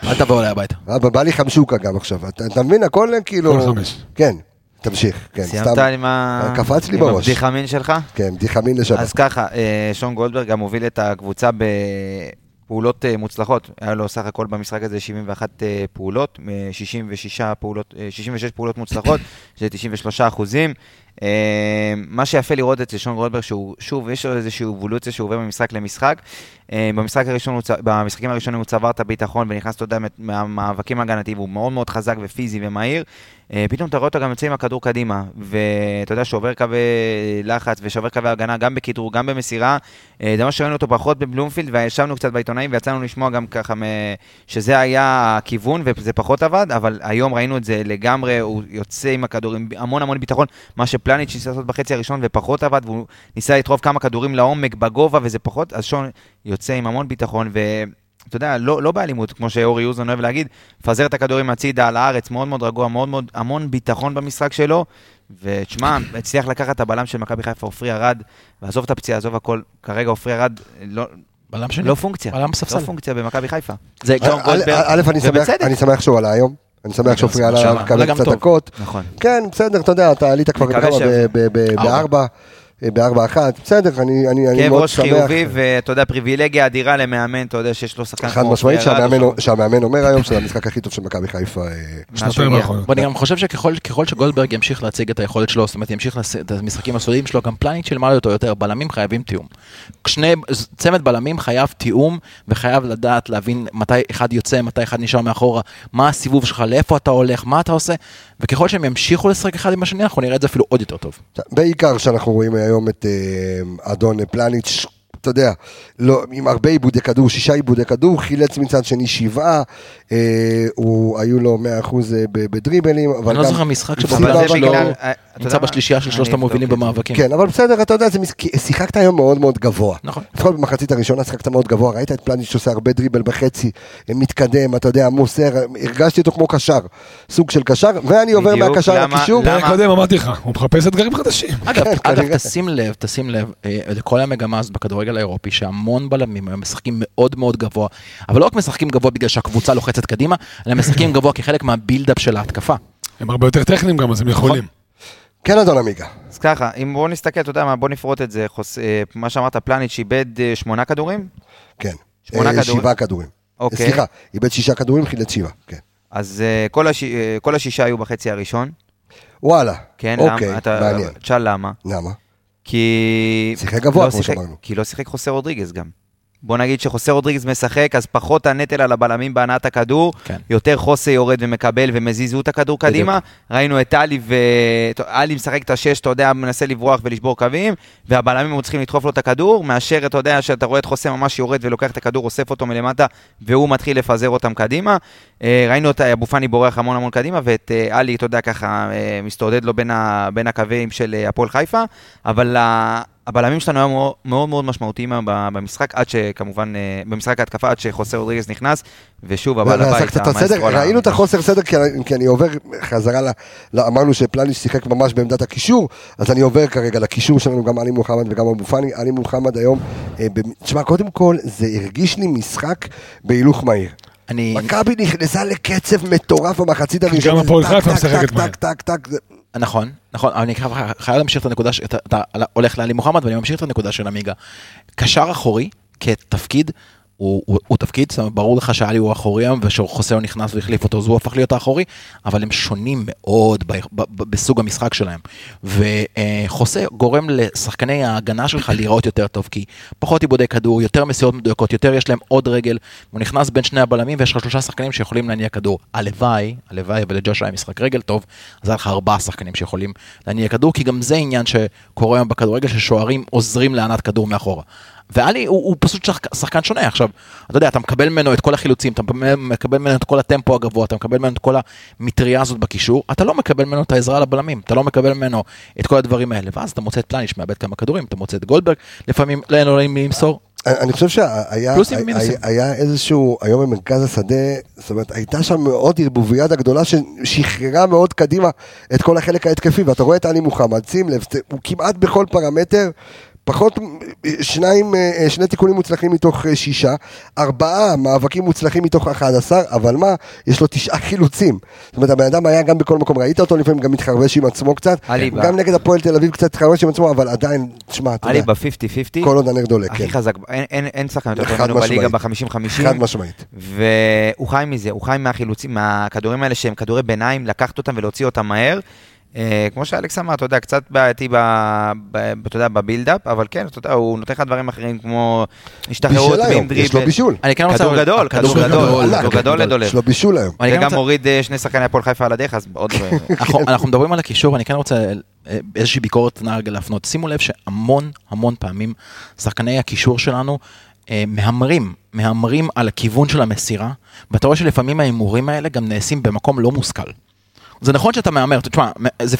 S7: אל תבואו אליי הביתה.
S1: אבא, בא לי חמשוקה גם עכשיו. אתה אתה מבין, הכל אה, כאילו...
S5: כל חמש.
S1: כן, תמשיך. כן,
S6: סיימת
S1: סתם.
S6: עם ה...
S1: קפץ לי
S6: עם
S1: בראש.
S6: הבדיחה מין שלך?
S1: כן, בדיחה מין לשבת.
S6: אז ככה, אה, שון גולדברג גם הוביל את הקבוצה בפעולות אה, מוצלחות. היה לו סך הכל במשחק הזה 71 אה, פעולות, מ- 66 פעולות, אה, 66 פעולות מוצלחות, שזה 93 אחוזים. אה, מה שיפה לראות אצל שון גולדברג, שהוא, שוב, יש לו איזושהי אבולוציה שהוא עובר ממשחק למשחק. אה, במשחק הראשון, הוא, צ- במשחקים הראשונים הוא צבר את הביטחון ונכנס, אתה יודע, מה- מהמאבקים ההגנתיים, הוא מאוד מאוד חזק ופיזי ומהיר. אה, פתאום אתה רואה אותו גם יוצא עם הכדור קדימה, ואתה יודע, שובר קווי לחץ ושובר קווי הגנה, גם בכדרור, גם במסירה. אה, זה מה שראינו אותו פחות בבלומפילד, וישבנו קצת בעיתונאים, ויצאנו לשמוע גם ככה מ- שזה היה הכיוון, וזה פחות עבד, אבל היום ראינו את זה לגמרי, הוא יוצא עם הכדור עם המון המון ביטחון, מה שפלניץ' ניסה לעשות בחצי הראשון ופחות עבד, והוא ניסה לדחוף כמה כדורים לעומק בגובה, וזה פחות, אז שון יוצא עם המון ביטחון, ו... אתה יודע, לא, לא באלימות, כמו שאורי אוזן אוהב להגיד, מפזר את הכדורים הצידה על הארץ, מאוד מאוד רגוע, מאוד מאוד, המון ביטחון במשחק שלו. ותשמע, הצליח לקחת את הבלם של מכבי חיפה, עופרי ארד, ועזוב את הפציעה, עזוב הכל, כרגע עופרי ארד לא,
S7: בלם שני.
S6: לא פונקציה,
S7: בלם ספסל.
S6: לא פונקציה במכאבי חיפה.
S7: זה
S1: א',
S7: גם גולדברג.
S1: אה, א', אני שמח-
S6: ובצדק.
S1: אני שמח שהוא עלה היום. אני שמח שעופרי
S7: אז
S1: עלה,
S7: עכשיו,
S1: קבל
S7: גם
S1: קצת
S7: טוב.
S1: דקות.
S6: נכון.
S1: כן, בסדר, אתה יודע, אתה עלית כבר
S6: מקווה
S1: בכמה?
S6: ש-
S1: ב- ב- ב-
S7: ארבע.
S1: בארבע, אה, בארבע אחת. בסדר, אני- אני אני
S6: כאב
S1: מאוד
S6: ראש
S1: שמח.
S6: חיובי, ואתה יודע, פריבילגיה אדירה למאמן, אתה יודע שיש לו שחקן
S1: חד
S6: כמו עופרי
S1: משמעית
S6: ארד.
S1: שהמאמן- לא-
S6: או שם-
S1: שהמאמן אומר היום שזה המשחק הכי טוב של מכבי חיפה. אה,
S5: שנתיים
S6: הגיע.
S5: האחרונות.
S7: ואני גם חושב שככל ככל שגולדברג ימשיך להציג את היכולת שלו, זאת אומרת ימשיך לס- את המשחקים הסודיים שלו, גם פלניץ' ילמד אותו יותר, בלמים חייבים תיאום. שני, צמד בלמים חייב תיאום, וחייב לדעת להבין מתי אחד יוצא, מתי אחד נשאר מאחורה, מה הסיבוב שלך, לאיפה אתה הולך, מה אתה עושה, וככל שהם ימשיכו לשחק אחד עם השני, אנחנו נראה את זה אפילו עוד יותר טוב.
S1: בעיקר שאנחנו רואים היום את אה, אדון פלניץ', אתה יודע, לא, עם הרבה עיבודי כדור, שישה עיבודי כדור, חילץ מצד שני שבעה, אה, הוא, היו לו 100% ב- בדריבלים, אבל גם...
S7: אני לא זוכר משחק שבו
S1: הפסידו,
S6: אבל
S7: פלניץ'
S6: זה
S1: אבל-
S7: לא
S6: בגלל- אה, אתה יודע
S7: נמצא
S6: מה?
S7: בשלישייה של
S6: אני
S7: שלושת
S6: אבדוק
S7: המובילים
S6: את זה.
S7: במאבקים.
S1: כן, אבל בסדר, אתה יודע, זה מש... כי שיחקת היום מאוד מאוד גבוה.
S7: נכון.
S1: לפחות במחצית הראשונה שיחקת מאוד גבוה, ראית את פלניץ' שעושה הרבה דריבל בחצי, אה, מתקדם, אתה יודע, מוסר, אה, הרגשתי אותו כמו קשר, סוג של קשר, ואני עובר
S6: בדיוק,
S1: מהקשר
S6: למה-
S1: לקישור.
S5: פרק
S6: למה?
S5: קודם אמרתי לך, הוא מחפש אתגרים חדשים.
S7: אגב, אגב,
S1: כנראה.
S7: תשים לב, תשים לב אה, לכל המגמה הזאת בכדורגל האירופי, שהמון בלמים היום משחקים מאוד מאוד גבוה, אבל לא רק משחקים גבוה בגלל שהקבוצה לוחצת קדימה, אלא משחקים גבוה כחלק מהבילדאפ של ההתקפה.
S5: הם הרבה יותר טכניים גם, אז הם יכולים.
S1: כן, אדון עמיגה.
S6: אז ככה, אם בוא נסתכל, אתה יודע מה, בוא נפרוט את זה. חוס, אה, מה שאמרת, פלניץ' איבד אה, שמונה כדורים?
S1: כן.
S6: שמונה
S1: אה,
S6: כדורים.
S1: שבעה כדורים.
S6: אוקיי.
S1: סליחה, איבד שישה כדורים, חילץ שבעה. כן.
S6: אז אה, כל, הש... אה, כל השישה היו בחצי הראשון.
S1: וואלה.
S6: כן,
S1: אוקיי,
S6: למה? אתה...
S1: מעניין.
S6: תשאל למה.
S1: למה?
S6: כי...
S1: שיחק גבוה,
S6: לא
S1: כמו
S6: שיחק-
S1: שאמרנו.
S6: כי לא שיחק חוסה רודריגז גם. בוא נגיד שחוסה רודריגז משחק, אז פחות הנטל על הבלמים בהנעת הכדור,
S7: כן.
S6: יותר חוסה יורד ומקבל ומזיזו את הכדור קדימה. ראינו את עלי, ו... טוב, עלי משחק את השש, אתה יודע, מנסה לברוח ולשבור קווים, והבלמים היו צריכים לדחוף לו את הכדור, מאשר, אתה יודע, שאתה רואה את חוסה ממש יורד ולוקח את הכדור, אוסף אותו מלמטה, והוא מתחיל לפזר אותם קדימה. אה, ראינו את אבו פאני בורח המון המון קדימה, ואת אה, עלי, אתה יודע, ככה אה, מסתודד לו בין, ה... בין הקווים של אה, הפועל חיפה, אבל ה... הבלמים שלנו היו מאוד- מאוד מאוד משמעותיים היום ב- במשחק, עד שכמובן, אה, במשחק ההתקפה, עד שחוסה רודריגז נכנס, ושוב, הבעל הבית,
S1: ועשה קצת הסדר,
S6: המאסטרו
S1: ראינו
S6: לה-
S1: את החוסר סדר, כי אני- כי אני עובר חזרה, ל- ל- אמרנו שפלניץ' שיחק ממש בעמדת הקישור, אז אני עובר כרגע לקישור שלנו, גם עלי מוחמד וגם אבו פאני, עלי מוחמד היום, אה, במ- תשמע, קודם כל, זה הרגיש לי משחק בהילוך מהיר.
S7: אני,
S1: מכבי נכנסה לקצב מטורף במחצית הראשונה.
S5: גם
S1: זה
S5: הפועל
S1: טק,
S5: חיפה
S1: טק,
S5: משחקת
S1: טק,
S5: מהר.
S1: טק, טק, טק, זה-
S7: נכון, נכון, אבל אני חייב- חייב להמשיך את הנקודה, ש- אתה- אתה הולך לעלי מוחמד ואני ממשיך את הנקודה של עמיגה. קשר אחורי, כתפקיד, הוא, הוא, הוא תפקיד, זאת אומרת, ברור לך שעלי הוא אחורי היום ושחוסה לא נכנס והחליף אותו, אז הוא הפך להיות האחורי, אבל הם שונים מאוד ב, ב, ב, בסוג המשחק שלהם. וחוסה גורם לשחקני ההגנה שלך להיראות יותר טוב, כי פחות עיבודי כדור, יותר מסירות מדויקות, יותר יש להם עוד רגל, הוא נכנס בין שני הבלמים ויש לך שלושה שחקנים שיכולים להניע כדור. הלוואי, הלוואי, ולג'וש היה משחק רגל טוב, אז היה לך ארבעה שחקנים שיכולים להניע כדור, כי גם זה עניין שקורה היום בכדורגל, ששוערים עוזרים להנעת כדור מאחורה. ואלי הוא, הוא פשוט שחק, שחקן שונה. עכשיו, אתה יודע, אתה מקבל ממנו את כל החילוצים, אתה מקבל- מקבל ממנו את כל הטמפו הגבוה, אתה מקבל ממנו את כל המטריה הזאת בקישור, אתה לא מקבל ממנו את העזרה לבלמים, אתה לא מקבל ממנו את כל הדברים האלה, ואז אתה מוצא את פלניש מאבד כמה כדורים, אתה מוצא את גולדברג, לפעמים לא- אין לו למי למסור.
S1: אני אני חושב שהיה
S7: פלוסים
S1: היה-
S7: ומינוסים.
S1: היה איזשהו, היום במרכז השדה, זאת אומרת, הייתה שם מאוד ערבוביאדה גדולה ששחררה מאוד קדימה את כל החלק ההתקפי, ואתה רואה את עלי מוחמד, שים לב, זה- הוא כמעט בכל פרמטר, פחות אה, שניים, אה, אה, שני תיקונים מוצלחים מתוך אה, שישה, ארבעה מאבקים מוצלחים מתוך 11, אבל מה, יש לו תשעה חילוצים. זאת אומרת, הבן אדם היה גם בכל מקום, ראית אותו לפעמים גם מתחרבש עם עצמו קצת,
S6: עלי בא.
S1: גם נגד הפועל תל אביב קצת התחרבש עם עצמו, אבל עדיין, תשמע, אתה
S6: עלי
S1: יודע,
S6: ב-50-50,
S1: כל עוד הנר דולק, כן.
S6: הכי חזק, אין- אין אין שחקן יותר
S1: חד
S6: טוב ממנו בליגה
S1: משמעית.
S6: ב-50-50,
S1: חד משמעית.
S6: והוא חי מזה, הוא חי מהחילוצים, מהכדורים האלה שהם כדורי ביניים, לקחת אותם ולהוציא אותם מהר. אה, כמו שאלכס אמר, אתה יודע, קצת בעייתי, ב- ב- אתה יודע, בבילדאפ, אבל כן, אתה יודע, הוא נותן לך דברים אחרים כמו השתחררות
S1: בישל היום,
S6: ועם דריבל.
S1: יש לו בישול.
S7: אני כן רוצה...
S6: כדור
S7: אבל-
S6: גדול,
S7: הכדור
S6: כדור גדול,
S1: ענק,
S6: כדור גדול לדולב.
S1: יש לו בישול היום.
S7: אני כן
S6: וגם
S7: רוצה-
S6: מוריד אה, שני שחקני הפועל חיפה על הדרך, אז עוד דברים.
S7: אנחנו, אנחנו מדברים על הקישור, אני כן רוצה אה, איזושהי ביקורת נהג להפנות. שימו לב שהמון המון פעמים שחקני הקישור שלנו אה, מהמרים, מהמרים על הכיוון של המסירה, ואתה רואה שלפעמים ההימורים האלה גם נעשים במקום לא מושכל. זה נכון שאתה מהמר, תשמע, זה 50-50,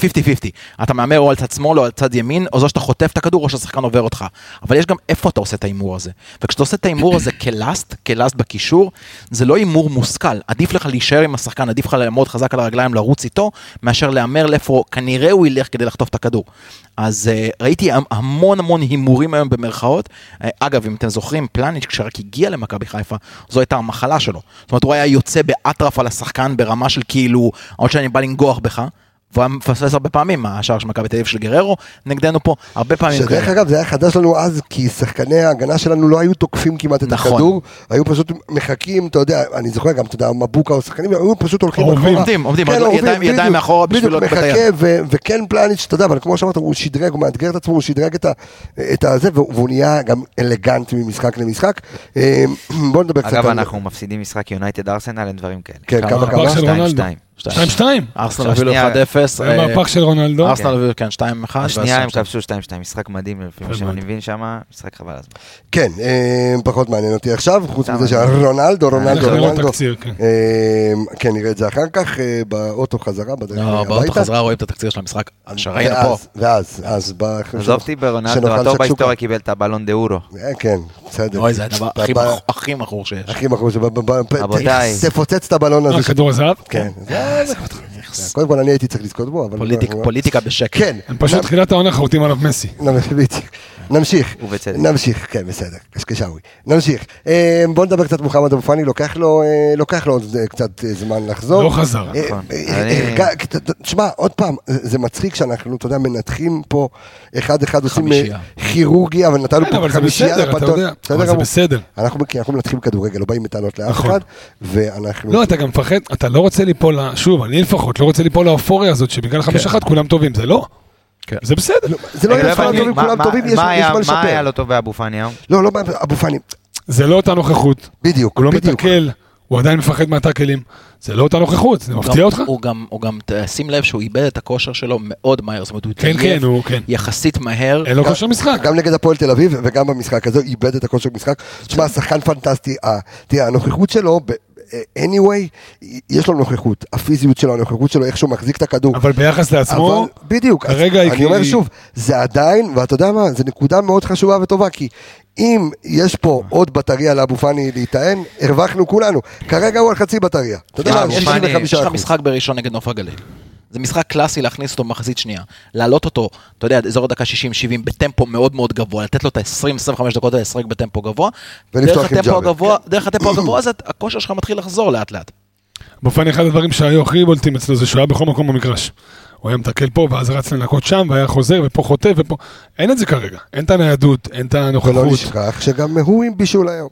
S7: אתה מהמר או על צד שמאל או על צד ימין, או זו שאתה חוטף את הכדור או שהשחקן עובר אותך, אבל יש גם איפה אתה עושה את ההימור הזה. וכשאתה עושה את ההימור הזה כלאסט, כלאסט בקישור, זה לא הימור מושכל, עדיף לך להישאר עם השחקן, עדיף לך לעמוד חזק על הרגליים, לרוץ איתו, מאשר להמר לאיפה כנראה הוא ילך כדי לחטוף את הכדור. אז אה, ראיתי המ- המון המון הימורים היום במרכאות, אה, אגב, אם אתם זוכרים, פלניץ' כשרק הגיע למכבי חיפה, זו הייתה המחלה שלו. זאת אומרת, הוא היה יוצא באטרף על השחקן ברמה של כאילו, עוד שאני בא לנגוח בך, והוא היה מפספס הרבה פעמים, השער של מכבי תל אביב של גררו, נגדנו פה, הרבה פעמים.
S1: שדרך
S7: כאלה.
S1: אגב זה היה חדש לנו אז כי שחקני ההגנה שלנו לא היו תוקפים כמעט את
S7: נכון.
S1: הכדור, היו פשוט מחכים, אתה יודע, אני זוכר גם, אתה יודע, מבוקה או שחקנים, היו פשוט הולכים
S5: אורבים.
S1: אחורה.
S7: עומדים, עומדים,
S1: כן,
S7: רגל-
S1: אורבים,
S7: ידיים- ידיים
S1: בדיוק,
S7: מאחורה בשביל
S1: בדיוק,
S7: לא לקבל את
S1: מחכה, ו- וכן פלניץ', אתה יודע, אבל כמו שאמרת, הוא שדרג, הוא מאתגר את עצמו, הוא שדרג את ה- את הזה, והוא והוא נהיה גם אלגנט ממשחק למשחק. אה, בוא נדבר קצת
S6: אגב,
S1: על-
S6: אנחנו מפסידים משחק יונייטד ארסנל, אין דברים כאלה.
S1: כן, כמה
S7: כמה?
S1: כמה?
S5: של
S6: שתיים,
S5: רונלדו.
S6: שתיים.
S5: 2-2.
S7: ארסנל הובילו
S6: השנייה-
S7: 1-0,
S5: זה היה
S7: אה,
S5: מהפך של רונלדו.
S7: ארסנל הובילו, כן, 2-1.
S6: השנייה הם
S7: ואז-
S6: כבשו 2-2, משחק מדהים לפי מה
S5: יפה
S6: שאני
S5: מאוד.
S6: מבין שם, משחק חבל על הזמן.
S1: כן, אה, פחות מעניין אותי עכשיו, חוץ
S6: סתם, אה,
S1: מזה
S6: אני-
S1: שרונלדו, רונלדו,
S5: אנחנו נראה לו
S1: רונלדו.
S5: תקציר, כן.
S1: אה, כן, נראה את זה אחר כך, אה, באוטו חזרה, בדרך
S7: לא, באוטו חזרה רואים את התקציר של המשחק, שראינו פה.
S1: ואז, ואז, אז ב...
S6: עזוב אותי ברונלדו,
S1: שנאכל
S6: הטוב
S1: שקשוקה.
S6: בהיסטוריה קיבל את הבלון דה אורו.
S1: אה, כן, בסדר.
S7: אוי, זה הדבר הכי
S1: ב-
S7: מכור- הכי מכור שיש.
S1: הכי מכור שבבלון,
S6: רבותיי.
S1: תפוצץ את הבלון הזה.
S5: אה,
S1: ש-
S5: כדור הזהב?
S1: כן. קודם כל אני הייתי צריך לזכות בו, אבל...
S7: פוליטיק- פוליטיקה בשקט.
S1: כן.
S5: הם פשוט תחילת העונה חורטים עליו מסי.
S1: לא, בדיוק. נמשיך.
S6: ובצדק.
S1: נמשיך, כן, בסדר, קשקשאווי. נמשיך. אה, בוא נדבר קצת מוחמד אבו פאני, לוקח לו, אה, לוקח לו עוד אה, קצת אה, זמן לחזור.
S5: לא חזר.
S1: אה,
S6: נכון.
S1: אה,
S6: אני-
S1: הרגע- ת- ת- תשמע, עוד פעם, אה, זה מצחיק שאנחנו, אתה יודע, מנתחים פה אחד-אחד, עושים אה,
S7: חמישייה.
S1: כירורגיה, אבל נתנו
S5: כן,
S1: פה
S5: אבל זה
S1: חמישייה
S5: בסדר, אתה
S1: לפתות.
S5: יודע. אבל זה
S1: גמור.
S5: בסדר.
S1: אנחנו, כי אנחנו מנתחים כדורגל, לא באים בטענות לאף
S5: נכון.
S1: אחד, ואנחנו...
S5: לא, אתה גם מפחד, אתה לא רוצה ליפול, ל- שוב, אני לפחות, לא רוצה ליפול לאופוריה הזאת שבגלל חמש אחת כולם טובים, זה לא.
S7: כן.
S5: זה בסדר.
S1: זה לא
S6: רגע,
S1: יהיה לך
S6: הבנתי,
S1: טובים,
S6: מה-
S1: כולם
S6: מה-
S1: טובים, יש יש
S6: מה היה-
S1: מה
S6: מה היה
S1: לשפר.
S6: לו טוב באבו פאני היום?
S1: לא, לא, אבו פאני,
S5: זה לא אותה נוכחות,
S1: בדיוק,
S5: הוא לא
S1: בדיוק.
S5: מתקל, הוא עדיין מפחד מהטאקלים. זה לא אותה נוכחות, זה מפתיע
S7: גם-
S5: אותך?
S7: הוא גם, הוא גם, ת- שים לב שהוא איבד את הכושר שלו מאוד מהר, זאת אומרת, הוא
S5: כן, כן, הוא, כן.
S7: יחסית מהר.
S5: אין לו כושר משחק.
S1: גם נגד הפועל תל אביב וגם במשחק הזה, איבד את הכושר משחק. תשמע, שחקן פנטסטי, אה, תראה, הנוכחות שלו, ב- אה, anyway, יש לו נוכחות, הפיזיות שלו, הנוכחות שלו, איך שהוא מחזיק את הכדור.
S5: אבל ביחס לעצמו,
S1: אבל- בדיוק, אז
S5: כרגע היא
S1: אני אומר
S5: כאילו-
S1: שוב, זה עדיין, ואתה יודע מה, זו נקודה מאוד חשובה וטובה, כי אם יש פה עוד בטריה לאבו פאני להיטען, הרווחנו כולנו. כרגע הוא על חצי בטריה. אתה יודע
S7: תשמע,
S1: מה,
S6: פאני,
S7: אבו
S1: 65
S7: אה, יש לך
S1: אחוז.
S7: משחק בראשון נגד נוף הגליל. זה משחק קלאסי להכניס אותו במחצית שנייה. להעלות אותו, אתה יודע, אזור הדקה 60-70 בטמפו מאוד מאוד גבוה, לתת לו את ה-20-25 דקות האלה לשחק בטמפו גבוה.
S1: ולפתוח
S7: דרך
S1: עם
S7: הטמפו
S1: ג'אבר. כן.
S7: הגבוה- דרך הטמפו הגבוה הזה, הכושר שלך מתחיל לחזור לאט לאט.
S5: בפאני אחד הדברים שהיו הכי בולטים אצלו זה שהוא היה בכל מקום במגרש. הוא היה מתקל פה, ואז רץ לנקות שם, והיה חוזר, ופה חוטף, ופה... אין את זה כרגע. אין את הניידות, אין את
S1: ולא
S5: הנוכחות.
S1: נשכח שגם הוא עם בישול היום.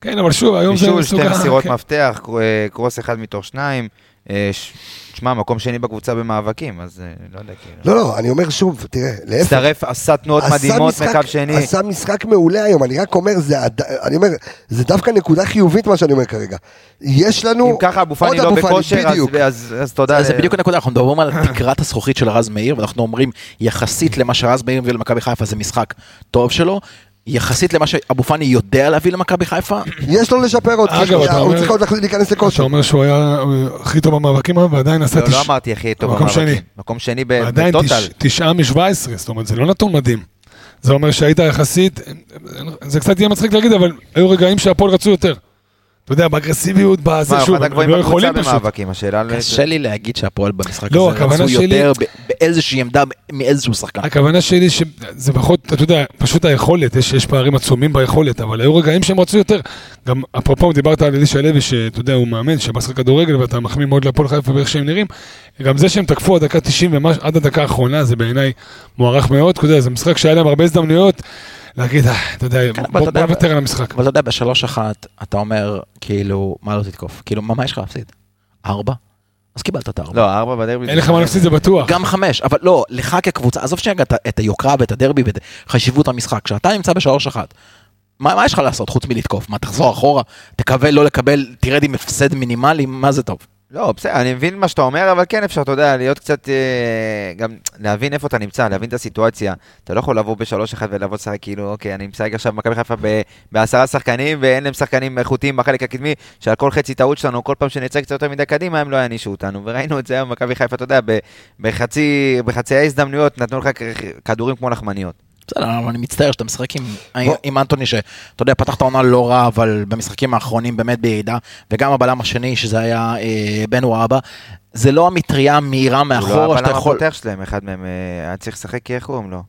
S5: כן, אבל שוב, היום זה
S6: בישול,
S5: מסוג
S6: שתי
S5: ה-
S6: מסירות
S5: כן.
S6: מפתח, קר- אה, קרוס אחד מתוך שניים. אה, ש- שמע, מקום שני בקבוצה במאבקים, אז אה, לא יודע כאילו.
S1: לא, לא, אני אומר שוב, תראה, להפך.
S6: הצטרף, עשה תנועות
S1: עשה
S6: מדהימות
S1: משחק-
S6: מקו שני.
S1: עשה משחק מעולה היום, אני רק אומר, זה, עד- אני אומר, זה דווקא נקודה חיובית מה שאני אומר כרגע. יש לנו...
S6: אם ככה אבו פאני
S1: עוד
S6: לא
S1: אבו פאני,
S6: בכושר, אז-
S1: בדיוק.
S6: אז- אז תודה.
S7: אז אה, זה בדיוק הנקודה, אנחנו מדברים על תקרת הזכוכית של רז מאיר, ואנחנו אומרים, יחסית למה שרז מאיר הביא למכבי חיפה זה משחק טוב שלו, יחסית למה שאבו פאני יודע להביא למכבי חיפה,
S1: יש לו לשפר עוד,
S5: אגב,
S1: יש לו-
S5: אתה
S1: הוא
S5: אומר-
S1: צריך עוד להיכנס
S5: אתה
S1: לכושר.
S5: אומר שהוא היה אה, הכי טוב במאבקים היום, ועדיין עשה
S6: לא, כן, לא
S5: תש-
S6: אמרתי הכי טוב
S5: מקום
S6: במאבקים.
S5: שני.
S6: מקום שני ב-
S5: עדיין
S6: בטוטל.
S5: תש- תשעה משבע עשרה, זאת אומרת, זה לא נתון מדהים. זה אומר שהיית יחסית, זה קצת יהיה מצחיק להגיד, אבל היו רגעים שהפועל רצו יותר. אתה יודע, באגרסיביות, בזה,
S6: מה, הוא אחד
S5: שוב, הם
S6: הגבוהים
S5: לא יכולים
S6: בקבוצה
S5: פשוט.
S6: במאבקים, השאלה... לא-
S7: קשה לי להגיד שהפועל במשחק
S5: לא,
S7: הזה
S5: הכוונה
S7: רצו
S5: שלי-
S7: יותר ב- באיזושהי עמדה מאיזשהו שחקן.
S5: הכוונה שלי שזה פחות, אתה יודע, פשוט היכולת, יש, יש פערים עצומים ביכולת, אבל היו רגעים שהם רצו יותר. גם אפרופו, דיברת על אלישע לוי, שאתה יודע, הוא מאמן, שבשחק כדורגל, ואתה מחמיא מאוד להפועל חיפה ואיך שהם נראים. גם זה שהם תקפו עד דקה 90 ומה, עד הדקה האחרונה, זה בעיניי מוערך מאוד, אתה יודע, זה משחק שהיה להם הרבה הזדמנויות להגיד, "אה, אתה יודע,
S7: כן, אבל
S5: בוא
S7: אתה
S5: בוא
S7: יודע-
S5: נוותר על המשחק.
S7: אבל אתה יודע, בשלוש אחת אתה אומר, כאילו, מה לא תתקוף? כאילו, מה מה יש לך להפסיד? ארבע? אז קיבלת את הארבע.
S6: לא, ארבע בדרבי.
S5: אין לך מה להפסיד, זה בטוח.
S7: גם חמש, אבל לא, לך כקבוצה, עזוב שנייה את ה- את היוקרה ואת הדרבי ואת חשיבות המשחק, כשאתה נמצא בשלוש אחת, מה מה יש לך לעשות חוץ מלתקוף? מה, תחזור אחורה, תקבל, לא לקבל, תרד עם הפסד מינימלי, מה זה טוב?
S6: לא, בסדר, אני מבין מה שאתה אומר, אבל כן אפשר, אתה יודע, להיות קצת... אה, גם להבין איפה אתה נמצא, להבין את הסיטואציה. אתה לא יכול לבוא בשלוש אחד ולבוא לשחק כאילו, אוקיי, אני משחק עכשיו במכבי חיפה ב- בעשרה שחקנים, ואין להם שחקנים איכותיים בחלק הקדמי, שעל כל חצי טעות שלנו, כל פעם שנצא קצת יותר מדי קדימה, הם לא יענישו אותנו. וראינו את זה היום במכבי חיפה, אתה יודע, ב- בחצי, בחצי ההזדמנויות נתנו לך כ- כדורים כמו לחמניות.
S7: בסדר, אבל אני מצטער שאתה משחק עם,
S1: בוא.
S7: עם אנטוני, שאתה יודע, פתח את העונה לא רע, אבל במשחקים האחרונים באמת בירידה, וגם הבלם השני, שזה היה אה, בן וואבה, זה לא המטריה המהירה
S6: הוא לא
S7: מאחורה נכון, שאתה
S6: הבלם
S7: יכול...
S6: הפותח שלהם, אחד מהם אה, היה צריך לשחק, כי איך קוראים לו?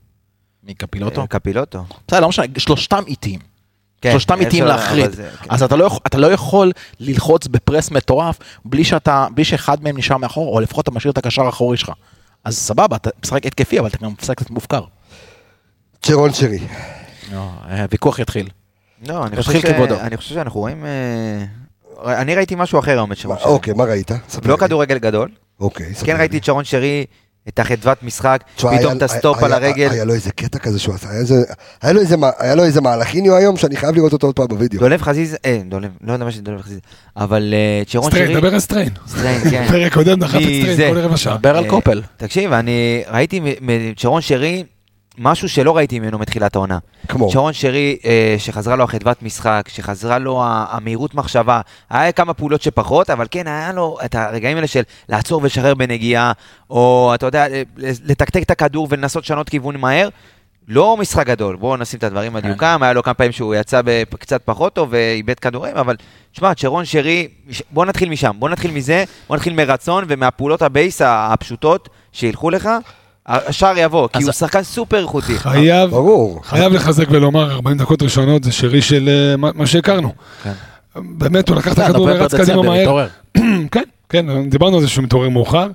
S7: מקפילוטו?
S6: אה, קפילוטו.
S7: בסדר, לא משנה, שלושתם איטיים.
S6: כן,
S7: שלושתם
S6: אין
S7: איטיים
S6: שאלה,
S7: להחריד.
S6: אבל זה- כן.
S7: אז אתה לא, יכול, אתה לא יכול ללחוץ בפרס מטורף בלי, שאתה, בלי שאחד מהם נשאר מאחור, או לפחות אתה משאיר את הקשר האחורי שלך. אז סבבה, אתה משחק התקפי, אבל אתה גם משחק קצת מופקר.
S1: צ'רון שרי.
S6: אה,
S7: הוויכוח יתחיל.
S6: לא, אני
S7: מתחיל
S6: חושב, ש...
S7: כבודו.
S6: אני חושב שאנחנו רואים... אה, ר- אני ראיתי משהו אחר היום את
S1: מה-
S6: שרון שרי.
S1: אוקיי, מה ראית? ספר
S6: לא
S1: לי.
S6: כדורגל גדול,
S1: אוקיי, ספר
S6: כן
S1: לי.
S6: ראיתי את שרון שרי, את החדוות משחק,
S1: תשמע,
S6: פתאום
S1: היה-
S6: את הסטופ
S1: היה-
S6: על הרגל,
S1: היה לו איזה קטע כזה שהוא עשה, היה איזה- היה לו איזה מה- היה לו איזה מהלכיניו היום שאני חייב לראות אותו עוד פעם בווידאו.
S6: דולב חזיז, אה, דולב, לא יודע מה שזה דולב חזיז, אבל אה, את שרון
S5: סטריין,
S6: שרי,
S5: דבר על סטריין.
S6: סטריין, כן.
S5: פרק קודם דחף את
S6: מי
S5: סטריין
S6: זה?
S5: כל רבע שעה.
S7: דבר על
S6: אה,
S7: קופל.
S6: תקשיב, אני ראיתי מ- מ- שרון שרי, משהו שלא ראיתי ממנו מתחילת העונה.
S1: כמו.
S6: שרון שרי, אה, שחזרה לו החדוות משחק, שחזרה לו ה- המהירות מחשבה, היה כמה פעולות שפחות, אבל כן, היה לו את הרגעים האלה של לעצור ולשחרר בנגיעה, או אתה יודע, אה, לתקתק את הכדור ולנסות לשנות כיוון מהר. לא משחק גדול, בואו נשים את הדברים על דיוקם, היה לו כמה פעמים שהוא יצא ב- קצת פחות טוב ואיבד כדורים, אבל שמע, שרון שרי, ש- בואו נתחיל משם, בואו נתחיל מזה, בואו נתחיל מרצון ומהפעולות הבייס ה- הפשוטות שילכו לך, השער יבוא, כי
S7: אז-
S6: הוא שחקן סופר איכותי.
S5: חייב,
S1: ברור.
S5: חייב לחזק ולומר, 40 דקות ראשונות זה שרי של אה, מה מה שהכרנו.
S6: כן.
S5: באמת, הוא לקח את
S7: אה, אתה
S5: הכדור
S7: נובמבר,
S5: ורץ קדימה
S7: דצמבר,
S5: מהר.
S7: מתעורר.
S5: כן, כן, דיברנו על זה שהוא מתעורר מאוחר.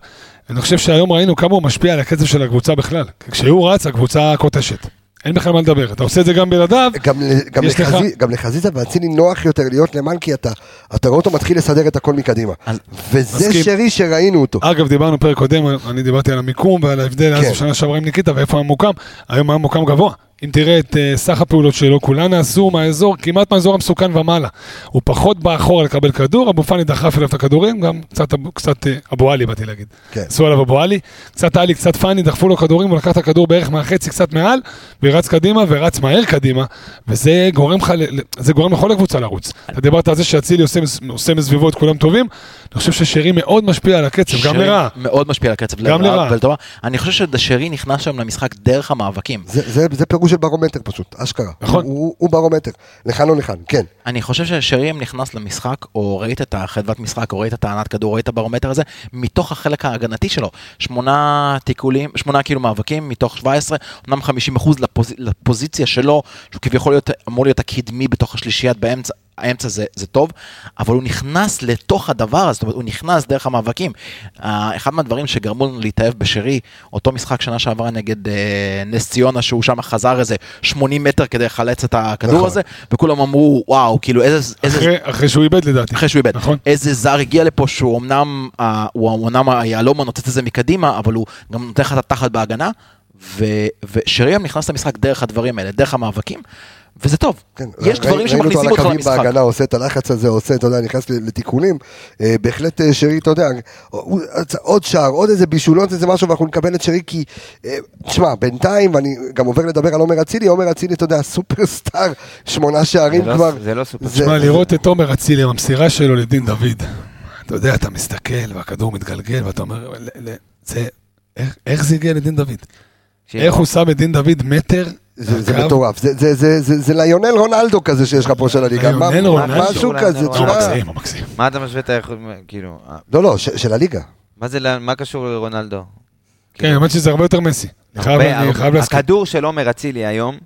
S5: אני חושב שהיום ראינו כמה הוא משפיע על הקצב של הקבוצה בכלל. כי כשהוא רץ, הקבוצה כותשת. אין בכלל מה לדבר. אתה עושה את זה גם בלעדיו,
S1: גם, ל- גם,
S5: יש
S1: לחזי,
S5: לך-
S1: גם לחזיזה ואצילי נוח יותר להיות למען כי אתה, אתה רואה אותו מתחיל לסדר את הכל מקדימה.
S7: אז- אה.
S1: וזה
S5: מסכים.
S1: שרי שראינו אותו.
S5: אגב, דיברנו פרק קודם, אני דיברתי על המיקום ועל ההבדל אז
S1: כן.
S5: בשנה שעברה עם ניקיטה ואיפה המוקם. היום היה מוקם גבוה. אם תראה את אה, סך הפעולות שלו, כולן נעשו מהאזור, כמעט מהאזור המסוכן ומעלה. הוא פחות בא אחורה לקבל כדור, אבו פאני דחף אליו את הכדורים, גם קצת, אבו- קצת אה, אבו עלי באתי להגיד.
S1: כן.
S5: עשו עליו אבו עלי, קצת עלי, קצת פאני, דחפו לו כדורים, הוא לקח את הכדור בערך מהחצי, קצת מעל, ורץ קדימה, ורץ מהר קדימה, וזה גורם לך, ל- ל- זה גורם לכל הקבוצה לרוץ. אתה דיברת על זה שאצילי עושה, מס- עושה מסביבו את כולם טובים, אני חושב ששרי מאוד משפיע על הקצב, גם
S7: שרי
S5: לרעה.
S7: מאוד משפיע על הקצב.
S5: גם
S7: לרעה
S5: לרעה.
S7: ולטובה. אני חושב שדשרי נכנס שם למשחק דרך המאבקים.
S1: זה, זה, זה פירוש של ברומטר פשוט, אשכרה.
S5: נכון.
S1: הוא, הוא, הוא ברומטר, לכאן או לכאן, כן.
S7: אני חושב ששרים נכנס למשחק, או ראית את החדוות משחק, או ראית את הענת כדור, או ראית את הברומטר הזה, מתוך החלק ההגנתי שלו. שמונה תיקולים, שמונה כאילו מאבקים מתוך 17, אמנם 50 אחוז לפוז, לפוזיציה שלו, שהוא כביכול להיות, אמור להיות הקדמי בתוך השלישיית באמצע. האמצע זה, זה טוב, אבל הוא נכנס לתוך הדבר הזה, זאת אומרת, הוא נכנס דרך המאבקים. אה, אחד מהדברים שגרמו לנו להתאהב בשרי, אותו משחק שנה שעברה נגד אה, נס ציונה, שהוא שם חזר איזה 80 מטר כדי לחלץ את הכדור
S1: נכון.
S7: הזה, וכולם אמרו, וואו, כאילו איזה... איזה
S5: אחרי, אחרי שהוא איבד לדעתי.
S7: אחרי שהוא איבד.
S5: נכון.
S7: איזה זר הגיע לפה שהוא אמנם, אה, הוא אמנם היהלום הנוצץ הזה מקדימה, אבל הוא גם נותן לך את התחת בהגנה, ו- ושריאם נכנס למשחק דרך הדברים האלה, דרך המאבקים, וזה טוב.
S1: כן,
S7: יש
S1: ראי-
S7: דברים שמכניסים אותך
S1: ראינו אותו על
S7: למשחק.
S1: הקווים בהגנה, עושה את הלחץ הזה, עושה, אתה יודע, נכנס ל- לתיקונים. אה, בהחלט אה, שרי, אתה יודע, הוא- עוד שער, עוד איזה בישול, עוד איזה משהו, ואנחנו נקבל את שרי כי... אה, תשמע, בינתיים, ואני גם עובר לדבר על עומר אצילי, עומר אצילי, אתה יודע, סופרסטאר, שמונה שערים
S6: זה לא-
S1: כבר.
S6: זה לא סופר.
S1: זה-
S5: תשמע, לראות את תומר אצילי עם המסירה שלו לדין דוד, אתה יודע, אתה מסתכל והכדור מתגלגל ואתה אומר, "ל- ל- זה, איך, איך זה הגיע לדין דוד?
S6: שיהיה-
S5: איך הוא שם את דין דוד מטר?
S1: זה זה
S5: מהקו?
S1: מטורף, זה- זה- זה- זה זה ליונל רונלדו כזה שיש לך פה של הליגה, מה-
S5: ליונל רונלדו.
S1: משהו
S6: ליונל
S1: כזה,
S5: לא, הוא
S6: רונלדו.
S1: תשמע,
S5: מקסים, הוא מקסים.
S6: מה אתה משווה את האיכות, כאילו, אה,
S1: לא לא, ש- של הליגה,
S6: מה זה, ל- מה קשור לרונלדו?
S5: כן, האמת שזה הרבה יותר מסי. אני חייב-
S6: הרבה,
S5: אני
S6: הרבה.
S5: חייב להסכים.
S6: הכדור של עומר אצילי היום,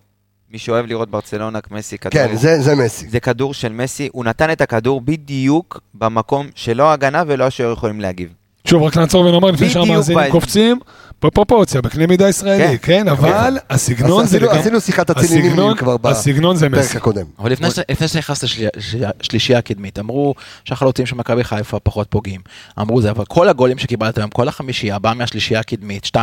S6: מי שאוהב לראות ברצלונה, מסי, כדור,
S1: כן, זה זה מסי,
S6: זה כדור של מסי, הוא נתן את הכדור בדיוק במקום שלא ההגנה ולא השוער יכולים להגיב.
S5: שוב, רק נעצור ונאמר לפני
S6: בדיוק
S5: שהמאזינים
S6: בעניין.
S5: קופצים, בפרופורציה, בקנה מידה ישראלי, כן, אבל הסגנון
S1: אז
S5: זה
S1: עשינו-
S5: לגמרי...
S1: עשינו שיחת הציליניים
S5: הסגנון-
S1: כבר
S5: הסגנון זה
S1: בפרק
S5: מסי.
S1: הקודם.
S6: לא
S7: אבל לפני ש- לפני שנכנסת לשלישייה הקדמית, אמרו שהחלוצים של מכבי חיפה פחות פוגעים. אמרו זה, אבל כל הגולים שקיבלת היום, כל החמישייה, באה מהשלישייה הקדמית, 2-1-1.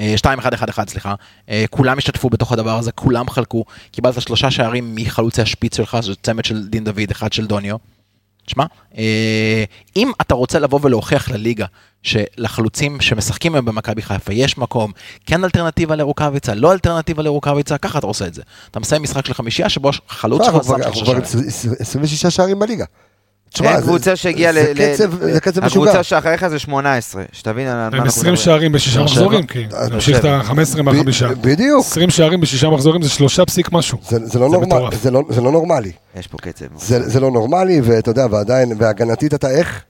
S7: אה, 2-1-1-1, סליחה. אה, כולם השתתפו בתוך הדבר הזה, כולם חלקו. קיבלת שלושה שערים מחלוצי השפיץ שלך, זה צמד של דין דוד, אחד של דוניו. תשמע, אה, אם אתה רוצה לבוא ולהוכיח לליגה שלחלוצים שמשחקים היום במכבי חיפה יש מקום, כן אלטרנטיבה לרוקאביצה, לא אלטרנטיבה לרוקאביצה, ככה אתה עושה את זה. אתה מסיים משחק של חמישייה שבו חלוץ
S1: אנחנו
S7: שלך
S1: כבר-
S7: שם
S1: לא, אנחנו
S7: שלושה
S1: כבר
S7: שערים.
S1: עם 26 שערים בליגה. תשמע,
S6: אין
S1: זה-
S6: קבוצה שהגיעה ל...
S1: זה
S6: ל-
S1: קצב- זה קצב משוגע.
S6: הקבוצה שאחריך זה 18, שתבין על מה אנחנו
S5: הם
S6: מדברים.
S5: 20 שערים בשישה
S7: באר שבע.
S5: מחזורים, כי
S1: באר
S5: נמשיך את
S6: שבע.
S5: ה-15
S1: ב-
S5: מהחמישה.
S1: בדיוק.
S5: 20 שערים בשישה מחזורים זה שלושה פסיק משהו.
S1: זה זה לא
S5: זה
S1: נורמלי,
S5: מטורף.
S1: זה לא- זה לא נורמלי.
S6: יש פה קצב.
S1: זה זה לא נורמלי, ואתה יודע, ועדיין, והגנתית אתה איך?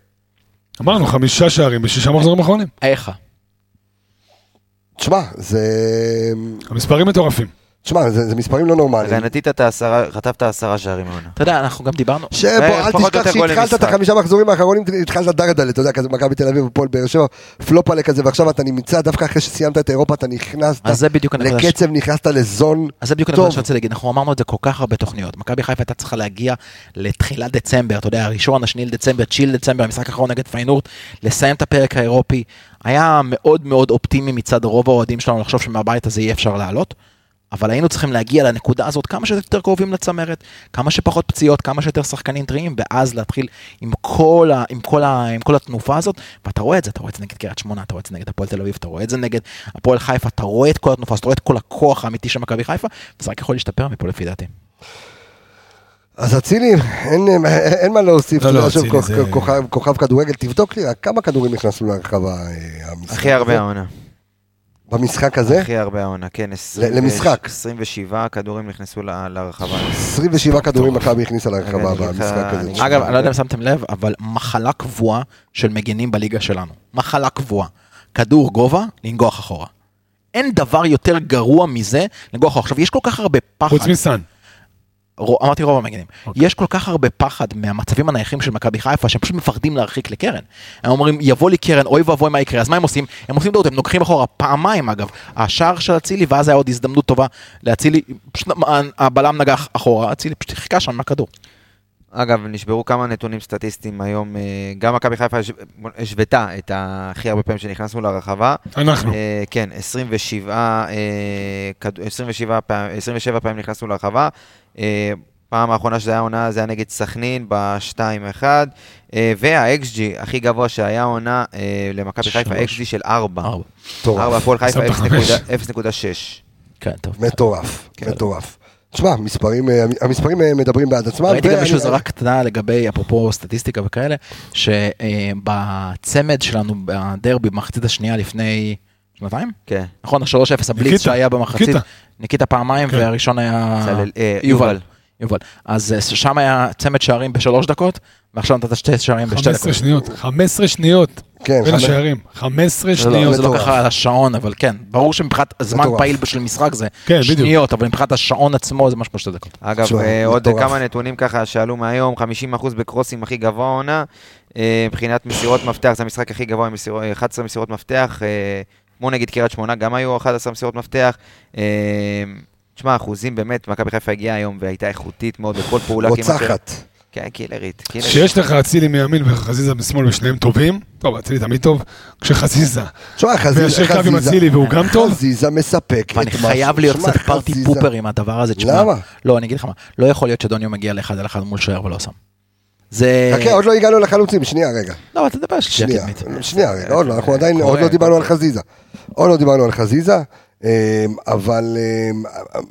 S5: אמרנו, חמישה שערים בשישה מחזורים אחרונים.
S7: איך?
S1: תשמע, זה...
S5: המספרים מטורפים.
S1: תשמע, זה זה מספרים לא נורמליים.
S6: הגנתית אתה עשרה, חטפת עשרה שערים העונה.
S7: אתה יודע, אנחנו גם דיברנו,
S1: שבו,
S6: אה,
S1: אל
S6: פחות או
S1: תשכח
S6: יותר גול
S1: שהתחלת את
S6: למשחק.
S1: החמישה מחזורים האחרונים, התחלת דרדלה, אתה יודע, כזה מכבי תל אביב ופועל באר שבע, פלופלה כזה, ועכשיו אתה נמצא, דווקא אחרי שסיימת את אירופה, אתה נכנסת
S7: אז זה בדיוק הנקודה ש-
S1: לקצב, נכנסת לזון.
S7: אז זה בדיוק
S1: טוב.
S7: הנקודה שרציתי להגיד, אנחנו אמרנו את זה כל כך הרבה תוכניות. מכבי חיפה הייתה צריכה להגיע לתחילת דצמבר, אתה יודע, הראשון, השני לדצמבר, תשיעי לדצמבר, המשחק האחרון נגד פיינורט, לסיים את הפרק האירופי. היה מאוד מאוד אופטימי מצד רוב האוהדים שלנו לחשוב שמהבית הזה יהיה אפשר לעלות. אבל היינו צריכים להגיע לנקודה הזאת כמה שיותר קרובים לצמרת, כמה שפחות פציעות, כמה שיותר שחקנים טריים, ואז להתחיל עם כל, ה, עם, כל ה, עם כל התנופה הזאת, ואתה רואה את זה, אתה רואה את זה נגד קריית שמונה, אתה רואה את זה נגד הפועל תל אביב, אתה רואה את זה נגד הפועל חיפה, אתה רואה את כל התנופה, אז אתה רואה את כל הכוח האמיתי של מכבי חיפה, וזה רק יכול להשתפר מפה לפי דעתי.
S1: אז אצילי, אין- אה, אין מה להוסיף, אתה
S5: לא,
S1: יודע,
S5: לא,
S1: עכשיו
S5: אצילי
S1: כוכב-
S5: זה-
S1: כוכב- כוכב כדורגל, תבדוק לי רק כמה כדורים נכנסו לרחבה אה, המשחק
S6: הכי הרבה
S1: הזה?
S6: העונה.
S1: במשחק הזה?
S6: הכי הרבה העונה, כן. 20
S1: למשחק.
S6: 27 כדורים נכנסו ל- לרחבה.
S1: 27 כדורים מכבי הכניסה לרחבה
S6: רגע, אני אגיד לך-
S1: במשחק הזה.
S6: אני אגיד
S7: אגב, אני לא יודע אם שמתם לב, אבל מחלה קבועה של מגנים בליגה שלנו. מחלה קבועה. כדור גובה, לנגוח אחורה. אין דבר יותר גרוע מזה לנגוח אחורה. עכשיו, יש כל כך הרבה פחד.
S5: חוץ מסאן.
S7: רוא, אמרתי רוב המגנים. Okay. יש כל כך הרבה פחד מהמצבים הנייחים של מכבי חיפה, שהם פשוט מפחדים להרחיק לקרן. הם אומרים, יבוא לי קרן, אוי ואבוי מה יקרה, אז מה הם עושים? הם עושים טעות, הם לוקחים אחורה פעמיים אגב. השער של אצילי, ואז היה עוד הזדמנות טובה לאצילי, פשוט אה, הבלם נגח אחורה, אצילי פשוט חיכה שם מהכדור.
S6: אגב, נשברו כמה נתונים סטטיסטיים היום, אה, גם מכבי חיפה הש- השוותה את ה- הכי הרבה פעמים שנכנסנו לרחבה.
S5: אנחנו.
S6: אה, כן, 27, אה, כד- 27, פעם, 27 פעמים נכנסנו לרחבה. אה, פעם האחרונה שזה היה עונה זה היה נגד סכנין ב-2-1, אה, וה-XG הכי גבוה שהיה עונה אה, למכבי חיפה,
S7: שלוש.
S6: XG
S7: אה,
S6: של 4.
S7: ארבע.
S6: 4, הפועל חיפה
S5: שמת
S6: 0.6.
S7: כן, טוב.
S1: מטורף,
S6: כן.
S1: מטורף. תשמע, מספרים, אה, המספרים אה, מדברים בעד עצמם.
S7: ראיתי גם
S1: ואני-
S7: מישהו זרק קטנה לגבי, אפרופו סטטיסטיקה וכאלה, שבצמד שלנו בדרבי במחצית השנייה לפני שנתיים,
S6: כן.
S7: נכון, ה-3-0 הבליץ
S5: ניקיטה,
S7: שהיה במחצית,
S5: ניקיטה.
S7: ניקיטה פעמיים
S5: כן.
S7: והראשון היה
S6: צלל- אה,
S7: יובל.
S6: יובל.
S7: יובל. אז אה, שם היה צמד שערים בשלוש דקות, ועכשיו נתת שתי שערים בשתי
S5: 15
S7: דקות.
S5: שניות, 15 שניות
S1: כן,
S5: בין
S1: חמש-
S5: השערים, 15
S7: זה לא-
S5: שניות.
S7: זה לא
S1: מטורף.
S7: ככה על השעון, אבל כן, ברור שמבחינת זמן
S1: מטורף.
S7: פעיל של משחק זה
S5: כן, בדיוק.
S7: שניות, אבל מבחינת השעון עצמו זה משהו כמו שתי דקות.
S6: אגב,
S1: תשמע,
S6: אה, עוד
S1: מטורף.
S6: כמה נתונים ככה שעלו מהיום, 50% בקרוסים הכי גבוה העונה, אה, מבחינת מסירות מפתח, זה המשחק הכי גבוה עם מסירו- אה, 11 מסירות מפתח, אה, כמו נגיד קריית שמונה, גם היו 11 מסירות מפתח. אה, תשמע, אחוזים באמת, מכבי חיפה הגיעה היום והייתה איכותית מאוד בכל פעולה. כמעט.
S1: רוצחת.
S6: כן, קילרית. קילרית.
S5: כשיש לך אצילי מימין וחזיזה משמאל ושניהם טובים, טוב, אצילי תמיד טוב, כשחזיזה
S1: תשמע,
S5: מיישר
S1: חזיזה,
S5: קו עם
S1: חזיזה,
S5: אצילי והוא גם טוב,
S1: חזיזה מספק את
S7: ואני
S1: משהו.
S7: חייב להיות
S1: תשמע,
S7: קצת פארטי
S1: חזיזה-
S7: פופר עם הדבר הזה. תשמע,
S1: למה?
S7: לא, אני אגיד לך מה, לא יכול להיות שדוניו מגיע לאחד על אחד מול שוער ולא שם. זה...
S6: אה,
S1: חכה, עוד לא הגענו לחלוצים, שנייה רגע.
S7: לא, אבל תדבר שלישייה
S1: שנייה,
S7: קדמית.
S1: שנייה רגע, עוד לא, אנחנו עדיין,
S6: אה, קורה,
S1: עוד לא דיברנו על חזיזה. עוד לא דיברנו על חזיזה, אמ, אבל אמ,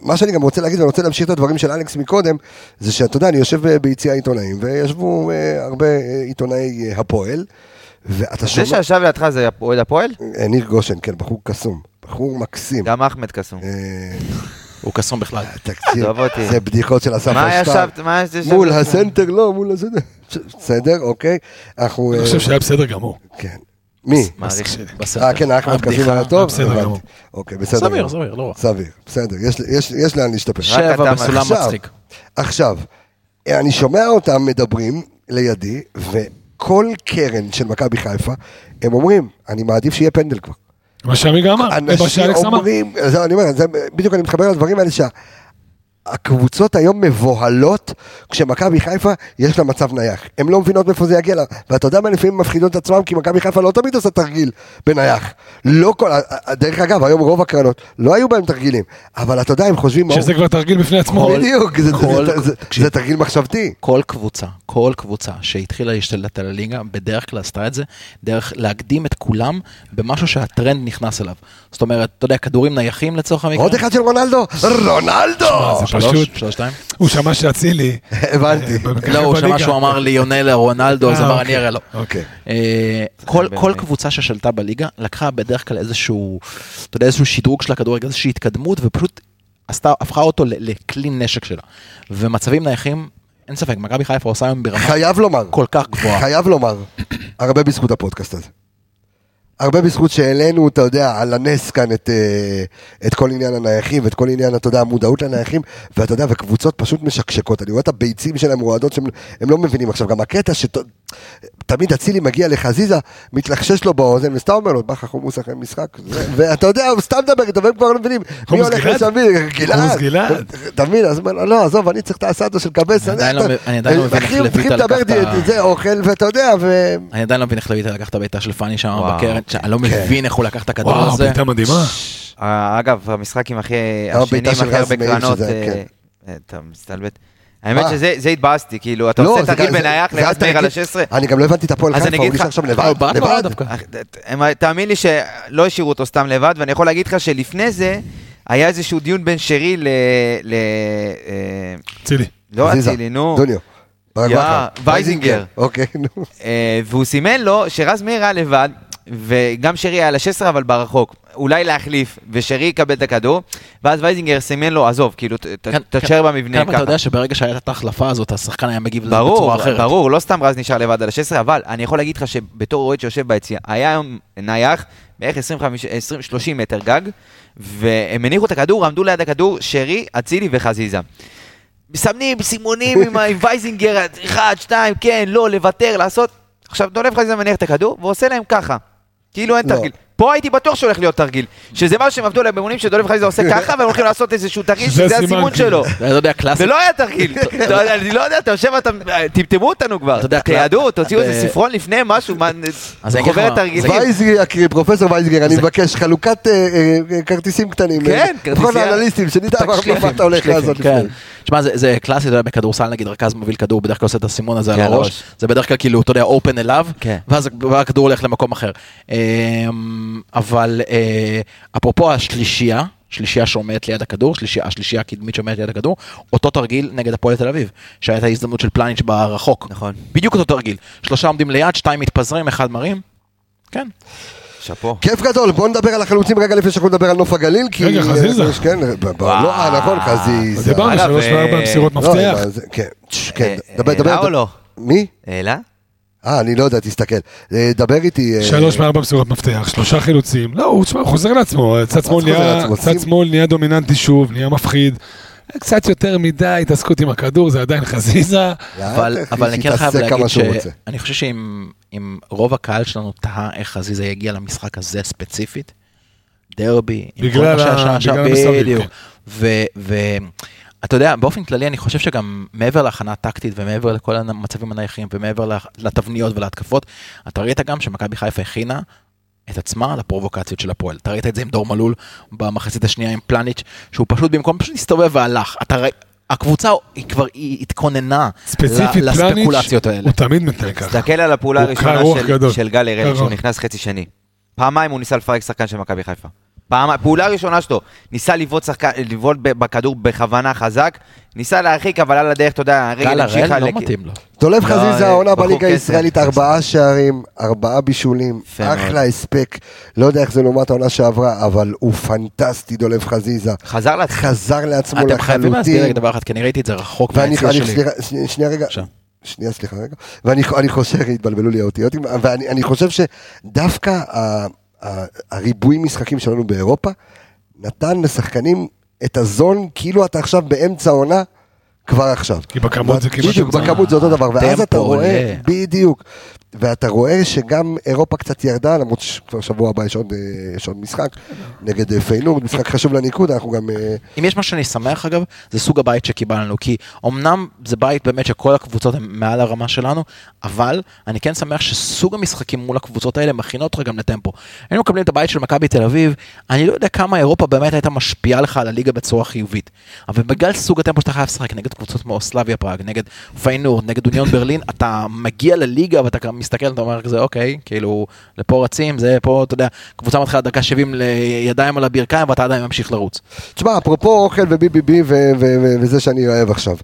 S1: מה שאני גם רוצה להגיד, ואני רוצה להמשיך את הדברים של אלכס מקודם, זה שאתה יודע, אני יושב ב- ביציע העיתונאים, וישבו אה, הרבה אה, עיתונאי אה, הפועל, ואתה
S6: זה
S1: שומע,
S6: שישב לידך זה אוהד הפועל?
S1: אה, ניר גושן, כן, בחור קסום, בחור מקסים.
S6: גם אחמד קסום.
S1: אה,
S7: הוא קסום בכלל.
S5: אה,
S1: תקשיב,
S6: עזוב אותי.
S1: זה בדיחות של אסף
S6: מה
S1: אשטר.
S6: ישבת? מה ישבת?
S1: מול הסנטר, לא, מול הסנטר. בסדר, אוקיי. אנחנו...
S5: אני
S1: אה,
S5: חושב שהיה בסדר גמור.
S1: כן. מי?
S6: מעריך.
S7: בסדר.
S1: אה, כן, אחמד קזים
S7: הבדיחה.
S1: היה טוב?
S5: בסדר
S1: הבנתי.
S5: גמור.
S1: אוקיי, בסדר.
S7: סביר,
S1: גמור.
S7: סביר, לא רע.
S1: סביר, בסדר, יש- יש- יש לאן להשתפר.
S6: רק אתה
S7: שבע בסולם
S1: עכשיו,
S7: מצחיק.
S1: עכשיו, אה, אני שומע אותם מדברים לידי, וכל קרן של מכבי חיפה, הם אומרים, אני מעדיף שיהיה פנדל כבר.
S5: מה שעמיגה אמר, מה
S1: אנשים
S5: שאלכס אמר.
S1: אומרים, זה אני אומר, זה- בדיוק אני מתחבר לדברים האלה שהקבוצות היום מבוהלות כשמכבי חיפה יש לה מצב נייח. הן לא מבינות מאיפה זה יגיע לה, ואתה יודע מה, לפעמים מפחידות את עצמם, כי מכבי חיפה לא תמיד עושה תרגיל בנייח. לא כל, דרך אגב, היום רוב הקרנות לא היו בהם תרגילים, אבל אתה יודע, הם חושבים, "מאור,
S5: שזה כבר תרגיל בפני עצמו.
S1: בדיוק, זה- זה-
S7: כל-
S1: זה- זה-
S7: תקשיב.
S1: זה תרגיל מחשבתי.
S7: כל קבוצה, כל קבוצה שהתחילה להשתלט על הליגה, בדרך כלל עשתה את זה, דרך להקדים את כולם במשהו שהטרנד נכנס אליו. זאת אומרת, אתה יודע, כדורים נייחים לצורך המקרה.
S1: עוד אחד של רונלדו, רונלדו!
S5: זה
S7: שלוש,
S5: פשוט,
S7: שלוש, שתיים.
S5: הוא שמע שאצילי... אה,
S1: הבנתי.
S5: בגלל
S7: לא, הוא שמע
S5: בליגה.
S7: שהוא אמר ליונל רונלדו, אז
S5: אה,
S7: אמר
S5: אוקיי.
S7: אני אראה לו.
S1: אוקיי.
S7: אה, כל, כל קבוצה ששלטה בליגה לקחה בדרך כלל איזשהו, אתה יודע, איזשהו שדרוג של הכדורגל, איזושהי התקדמות, ופשוט עשתה, הפכה אותו ל- לכלי נשק שלה. ומצבים נייחים, אין ספק, מכבי חיפה עושה היום ברמה
S1: חייב לומר.
S7: כל כך גבוהה.
S1: חייב לומר, הרבה בזכות הפודקאסט הזה. הרבה בזכות שהעלינו, אתה יודע, על הנס כאן את, אה, את כל עניין הנייחים ואת כל עניין, אתה יודע, המודעות לנייחים, ואתה יודע, וקבוצות פשוט משקשקות. אני רואה את הביצים שלהם רועדות שהם הם לא מבינים. עכשיו, גם הקטע שתמיד אצילי מגיע לחזיזה, מתלחשש לו באוזן, וסתם אומר לו, בכר חומוס אחרי משחק, ו- ואתה יודע, הוא סתם מדבר איתו, והם כבר לא מבינים.
S5: חומוס
S1: מי הולך
S5: גלעד?
S1: לשם? מי?
S5: חומוס
S1: גלעד.
S5: גלעד.
S1: אתה מבין? אז הוא אומר לו, לא, עזוב, אני צריך את האסדו של קבסה.
S7: אני עדיין לא מבין- אני עדיין לא מבין איך
S1: צריכים- צריכים
S7: לויטה לקח
S1: לדבר,
S7: את ה-
S1: די- זה אוכל, ואתה יודע, ו...
S7: אני עדיין לא מבין איך לויטה לקח את הבעיטה של פאני שם
S6: וואו. כן.
S7: בקרן, שאני לא מבין איך הוא לקח את הכדור
S5: וואו,
S7: הזה.
S5: בעיטה מדהימה.
S6: אה, אגב, המשחק עם הכי...
S1: הבעיטה
S6: השני עם
S1: של
S6: הכי
S1: רז
S6: הרבה
S1: מאיר
S6: קרנות...
S1: שזה,
S6: אה,
S1: כן.
S6: אה, אתה מסתלבט. האמת
S1: מה?
S6: שזה זה התבאסתי, כאילו, אתה עושה תרגיל בנייח
S1: לא, זה היה
S6: לרז מאיר על
S1: תרגיל-
S6: ה-16.
S1: אני גם לא הבנתי את הפועל
S6: אז
S1: חיפה,
S6: אני
S1: הוא
S6: אגיד לך- לא,
S1: נשאר שם
S7: אה,
S1: לבד.
S7: הוא בעט לו
S1: לבד.
S7: דווקא.
S6: אך, ת- הם- תאמין לי שלא השאירו אותו סתם לבד, ואני יכול להגיד לך שלפני זה, היה איזשהו דיון בין שרי ל... ל- אה,
S5: אצילי.
S6: לא
S1: זיזה,
S6: אצילי, נו.
S1: דוניו. ברק
S6: יא,
S1: בכר.
S6: וייזינגר.
S1: אוקיי, נו.
S6: אה, והוא סימן לו שרז מאיר היה לבד, וגם שרי היה על ה-16 אבל ברחוק. אולי להחליף, ושרי יקבל את הכדור, ואז וייזינגר סימן לו, עזוב, כאילו, ת- ת-
S7: כן,
S6: תשאר
S7: כן.
S6: במבנה
S7: כן, אבל
S6: ככה.
S7: אתה יודע שברגע שהייתה את ההחלפה הזאת, השחקן היה מגיב לזה
S6: ברור,
S7: בצורה אחרת.
S6: ברור, לא סתם רז נשאר לבד על ה-16, אבל אני יכול להגיד לך שבתור אוהד שיושב ביציע, היה היום נייח בערך 25, 20, 30 מטר גג, והם הניחו את הכדור, עמדו ליד הכדור, שרי, אצילי וחזיזה. מסמנים, סימונים עם ה- עם וייזינגר, אחד, שתיים, כן, לא, לוותר, לעשות. עכשיו, דולב חזיזה מניח את הכדור, ועושה להם ככה. כאילו אין
S1: לא.
S6: תרגיל. פה הייתי בטוח שהולך להיות תרגיל. שזה מה שהם עבדו עליהם באימונים, שדולב חזיזה עושה ככה, והם הולכים לעשות איזשהו תרגיל,
S5: שזה
S6: שזה
S5: סימן,
S6: הסימון שלו.
S5: כאילו.
S7: אתה יודע, קלאסי.
S6: זה לא היה תרגיל, אתה יודע, אני לא יודע, אתה יושב, אתה, טמטמו אותנו כבר,
S7: אתה יודע,
S6: תיעדו, תוציאו
S7: ב-
S6: איזה ספרון לפני משהו, מה,
S7: אז אני אגיד לך
S6: חוברת
S7: מה,
S6: תרגילים.
S1: וייזגר, יקריא, פרופסור וייזגר, אני מבקש חלוקת אה, אה, כרטיסים קטנים.
S6: כן,
S1: אה,
S6: כרטיסייה.
S1: לכל האנליסטים, שנדע מה- מה אתה הולך
S7: שליפים,
S1: לעשות
S7: כן.
S1: לפני.
S7: תשמע, זה- זה קלאסי, אתה יודע, בכדורסל נגיד רכז מוביל כדור, בדרך כלל עושה את הסימון הזה על
S6: כן,
S7: הראש.
S6: הראש.
S7: זה בדרך כלל כאילו, אתה יודע, אופן אליו,
S6: כן.
S7: ואז הכדור הולך למקום אחר. אמ, אבל אה, אפרופו השלישייה, שלישייה שעומדת ליד הכדור, שלישייה- השלישייה הקדמית שעומדת ליד הכדור, אותו תרגיל נגד הפועל תל אביב, שהייתה הזדמנות של פלניץ' ברחוק.
S6: נכון.
S7: בדיוק אותו תרגיל. שלושה עומדים ליד, שתיים מתפזרים, אחד מרים. כן.
S6: שאפו.
S1: כיף גדול, בואו נדבר על החלוצים רגע לפני שאנחנו נדבר על נוף הגליל. כי-
S5: רגע, חזיזה.
S1: יש- כן, ב- ב- לא, אה, נכון, חזיזה.
S5: דיברנו
S6: אגב,
S5: שלוש
S6: אה,
S5: וארבע מסירות
S1: לא,
S5: מפתח.
S1: אבל זה- כן, צ'ש, כן,
S6: אה,
S1: דבר,
S6: אה,
S1: דבר.
S6: אה, או לא?
S1: מי?
S6: אלא?
S1: אה, אני לא יודע, תסתכל. אה, דבר איתי. אה,
S5: שלוש מארבע מסירות מפתח, שלושה חילוצים. לא, הוא תשמע, הוא חוזר לעצמו. אה, צד שמאל
S1: חוזר
S5: נהיה-
S1: לעצמו?
S5: צד
S1: שים-
S5: שמאל נהיה דומיננטי שוב, נהיה מפחיד. קצת יותר מדי התעסקות עם הכדור, זה עדיין חזיזה.
S1: לאט,
S7: אבל,
S1: אחי,
S7: אבל אני כן חייב
S1: שיתעסק
S7: להגיד
S1: אה, כמה שהוא
S7: ש-
S1: רוצה.
S7: אני חושב שאם אם רוב הקהל שלנו תהה איך חזיזה יגיע למשחק הזה ספציפית, דרבי, עם כל
S5: בגלל
S7: מה
S5: ה-
S7: שהיה שם,
S5: בגלל
S7: שם,
S5: המסביב,
S7: בדיוק.
S5: כן.
S7: ואתה יודע, באופן כללי אני חושב שגם מעבר להכנה טקטית ומעבר לכל המצבים הנייחים ומעבר לה- לתבניות ולהתקפות, אתה ראית גם שמכבי חיפה הכינה את עצמה לפרובוקציות של הפועל. אתה ראית את זה עם דור מלול במחצית השנייה עם פלניץ', שהוא פשוט במקום פשוט הסתובב והלך. אתה ראי... הקבוצה היא כבר היא התכוננה
S5: ספציפית,
S7: ל-
S5: פלניץ',
S7: לספקולציות האלה.
S5: הוא תמיד מתנהג ככה.
S6: תסתכל על הפעולה
S5: הוא
S6: הראשונה
S5: קר רוח
S6: של-
S5: גדול.
S6: של גל
S5: קר
S6: הראל, שהוא
S5: רוח.
S6: נכנס חצי שני. פעמיים הוא ניסה לפרק שחקן של מכבי חיפה. פעמיים, פעולה ראשונה שלו, ניסה לבעוט שחקן- לבעוט ב- בכדור בכוונה חזק, ניסה להרחיק, אבל על הדרך, אתה יודע, הרגל
S7: גל
S6: המשיכה...
S7: הראל לא כן,
S6: לק-
S7: מתאים לו.
S1: דולב
S6: לא,
S1: חזיזה
S6: אה,
S1: העונה
S6: בחור
S1: בליגה
S6: קסם.
S1: הישראלית, ארבעה שערים, ארבעה בישולים,
S6: יפה מאוד.
S1: אחלה הספק. לא יודע איך זה לעומת העונה שעברה, אבל הוא פנטסטי, דולב חזיזה.
S6: חזר לעצמו.
S1: חזר לעצמו
S7: אתם חייבים להסביר
S1: לחלוטין.
S7: רק דבר אחד, כי אני ראיתי את זה רחוק
S1: ואני,
S7: מהיציאה
S1: אני,
S7: שלי.
S1: סליחה, שני- שנייה רגע,
S7: בבקשה.
S1: שנייה סליחה רגע, ואני אני חושב, התבלבלו לי האותיות, ואני אני חושב שדווקא ה- ה- הריבוי משחקים שלנו באירופה, נתן לשחקנים את הזון, כאילו אתה עכשיו באמצע עונה, כבר עכשיו.
S5: כי בכמות זה כמעט...
S1: בדיוק,
S5: אותו דבר.
S1: בכמות זה אותו דבר, ואז
S7: הטמפו
S1: אתה רואה,
S7: עולה.
S1: בדיוק, ואתה רואה שגם אירופה קצת ירדה, למרות שכבר שבוע הבא יש עוד, אה, יש עוד משחק, נגד אה, פיינורד, משחק חשוב לניקוד, אנחנו גם... אה,
S7: אם יש משהו שאני שמח אגב, זה סוג הבית שקיבלנו, כי אמנם זה בית באמת שכל הקבוצות הן מעל הרמה שלנו, אבל אני כן שמח שסוג המשחקים מול הקבוצות האלה מכינות אותך גם לטמפו. היינו מקבלים את הבית של מכבי תל אביב, אני לא יודע כמה אירופה באמת הייתה משפיעה לך על הליגה בצורה חיובית, אבל בגלל סוג הטמפו שאתה חייב לשחק נגד קבוצות כמו סלאביה פראג, נגד פיינורד, נגד אוניון ברלין, אתה מגיע לליגה ואתה גם מסתכל, אתה אומר כזה אוקיי, כאילו, לפה רצים, זה פה, אתה יודע, קבוצה מתחילה דקה 70 לידיים על הברכיים ואתה עדיין ממשיך לרוץ.
S1: תשמע, אפרופו אוכל ובי-בי-בי ו- ו- ו- וזה שאני אוהב עכשיו,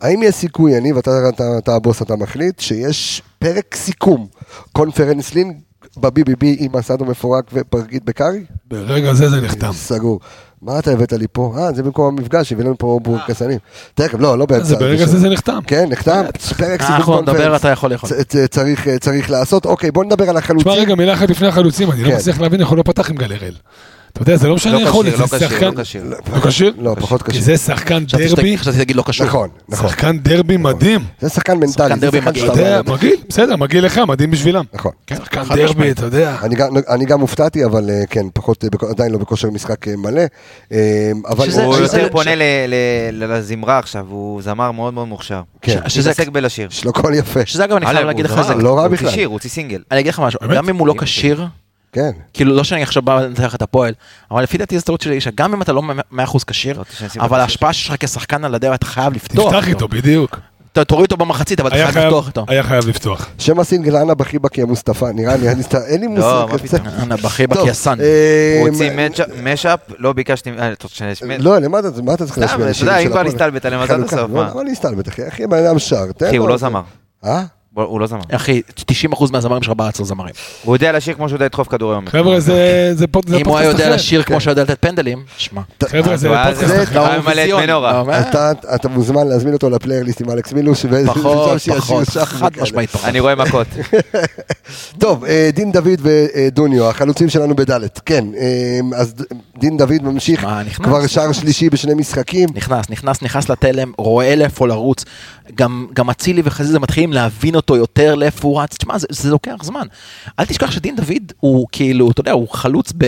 S1: האם יש סיכוי, אני ואתה אתה, אתה הבוס, אתה מחליט, שיש פרק סיכום, קונפרנס לין בבי-בי-בי עם הסעדו מפורק ופרגית בקארי?
S5: ברגע זה זה נחתם.
S1: סגור. מה אתה הבאת לי פה? אה, זה במקום המפגש, הבאנו פה
S7: אה.
S1: בורקסנים. תכף, לא, לא באמצע.
S5: זה ברגע זה זה נחתם. אה, נכון,
S1: כן, נחתם. פרק סיכום
S7: אנחנו נדבר, אה, נכון, אתה יכול, יכול.
S1: צ- צ- צריך, אה, צריך לעשות. אוקיי, בוא נדבר על
S5: תשמע
S1: החלוצים.
S5: רגע, מילה אחת לפני החלוצים, אני
S1: כן.
S5: לא מצליח להבין איך הוא לא פתח עם גל הראל. אתה יודע, זה לא משנה
S6: לא
S5: יכולת,
S6: כשיר, לא
S5: זה
S6: כשיר,
S5: שחקן...
S6: לא כשיר.
S5: לא כשיר?
S1: לא, פחות
S5: כי
S1: קשה.
S5: זה שחקן
S7: חשבתי שאתה-
S5: דרבי,
S7: חשבתי שתגיד לא קשור.
S1: נכון, נכון.
S5: שחקן דרבי מדהים.
S1: זה שחקן מנטלי. זה
S7: דרבי
S1: שחקן
S7: מגעיל.
S1: שאתה
S5: אתה יודע,
S1: אומר,
S5: מגעיל, בסדר, מגעיל לך, מדהים בשבילם.
S1: נכון.
S5: כן, שחקן
S7: חד
S5: דרבי,
S7: משמעית.
S5: אתה יודע.
S1: אני גם, אני גם הופתעתי, אבל אה, כן, פחות, אה, בכ- עדיין לא בכושר משחק אה, מלא. אה, אבל
S7: שזה-
S6: הוא
S7: שזה-
S6: יותר פונה
S7: ש-
S6: ל- ל- ל- לזמרה עכשיו, הוא זמר מאוד מאוד מוכשר.
S1: כן.
S6: הוא מתעסק בלשיר.
S1: יש לו קול יפה.
S7: שזה אגב, אני
S6: הלו, נכון.
S7: חייב
S6: הוא
S7: להגיד לך,
S6: זמר.
S7: זה-
S1: לא רע
S6: הוא
S1: בכלל.
S6: כשיר, הוא הוציא סינגל.
S7: אני אגיד לך משהו,
S5: באמת?
S7: גם אם הוא לא כשיר,
S1: כן.
S7: כאילו לא שאני עכשיו בא לנתח את הפועל, אבל לפי דעתי זו טעות שלי, שגם אם אתה לא מ- 100% כשיר,
S6: לא תשנה
S7: אבל
S6: סיבוב.
S7: ההשפעה שלך כשחקן על הדרך, אתה חייב לפתוח
S5: תפתח איתו, בדיוק.
S7: אתה תוריד אותו במחצית, אבל אתה
S5: היה
S7: חייב
S5: חייב-
S7: לפתוח איתו.
S5: היה חייב לפתוח.
S1: שם הסינגל אנה בחיבק יא מוסטפא, נראה לי, אני סתם- אין לי מושג.
S6: לא, מה
S1: זה-
S6: פתאום.
S7: אנא, בכי
S1: טוב,
S7: בקייסן.
S1: אה,
S6: הוא הוציא משאפ, לא ביקשתי... אה, אתה רוצה שאני אשמיע?
S1: לא, למה אתה מה אתה צריך
S6: סתם,
S1: להשמיע?
S6: אתה
S1: לשיר
S6: יודע,
S1: של
S6: אם כבר
S1: הפועל?
S6: להסתלבט עליהם, אז עד
S1: חלוקה,
S6: הסוף,
S1: לא,
S6: מה?
S1: למה להסתלבט, אחי? אחי, בן אדם שר. תן
S6: אחי, הוא
S1: לו.
S6: לא זמר.
S1: אה?
S6: בוא, הוא לא זמר.
S7: אחי, 90% מהזמרים שלך בארץ לא זמרים.
S6: הוא יודע לשיר כמו שהוא יודע לדחוף כדורי עומק.
S5: חבר'ה, זה זה פוד- זה
S7: אם הוא היה
S5: פודקאסט אחר.
S7: יודע לשיר כמו שהוא יודע לתת פנדלים, שמע.
S5: חבר'ה, זה
S6: ואז
S5: פודקאסט
S1: זה-
S5: אחר.
S6: אתה
S1: אחר.
S6: ממלא את
S7: האירוויזיון.
S6: מנורה.
S7: אתה אומר?
S1: אתה- אתה מוזמן להזמין אותו לפלייליסט עם אלכס מילוש. וזה-
S7: פחות,
S1: שם שישיר
S7: פחות,
S1: שחר
S7: חד
S1: כאלה.
S7: משמעית פחות.
S6: אני רואה מכות.
S1: טוב, אה, דין דוד ודוניו, החלוצים שלנו בדלת. כן, אה, אז ד- דין דוד ממשיך
S7: מה, נכנס?
S1: כבר שער שלישי בשני משחקים.
S7: נכנס, נכנס, נכנס לתלם, רואה לאיפה לרוץ. גם, גם אצילי וחזיזה מתחילים להבין אותו יותר לאיפה הוא רץ. תשמע, זה, זה לוקח זמן. אל תשכח שדין דוד הוא כאילו, אתה יודע, הוא חלוץ ב...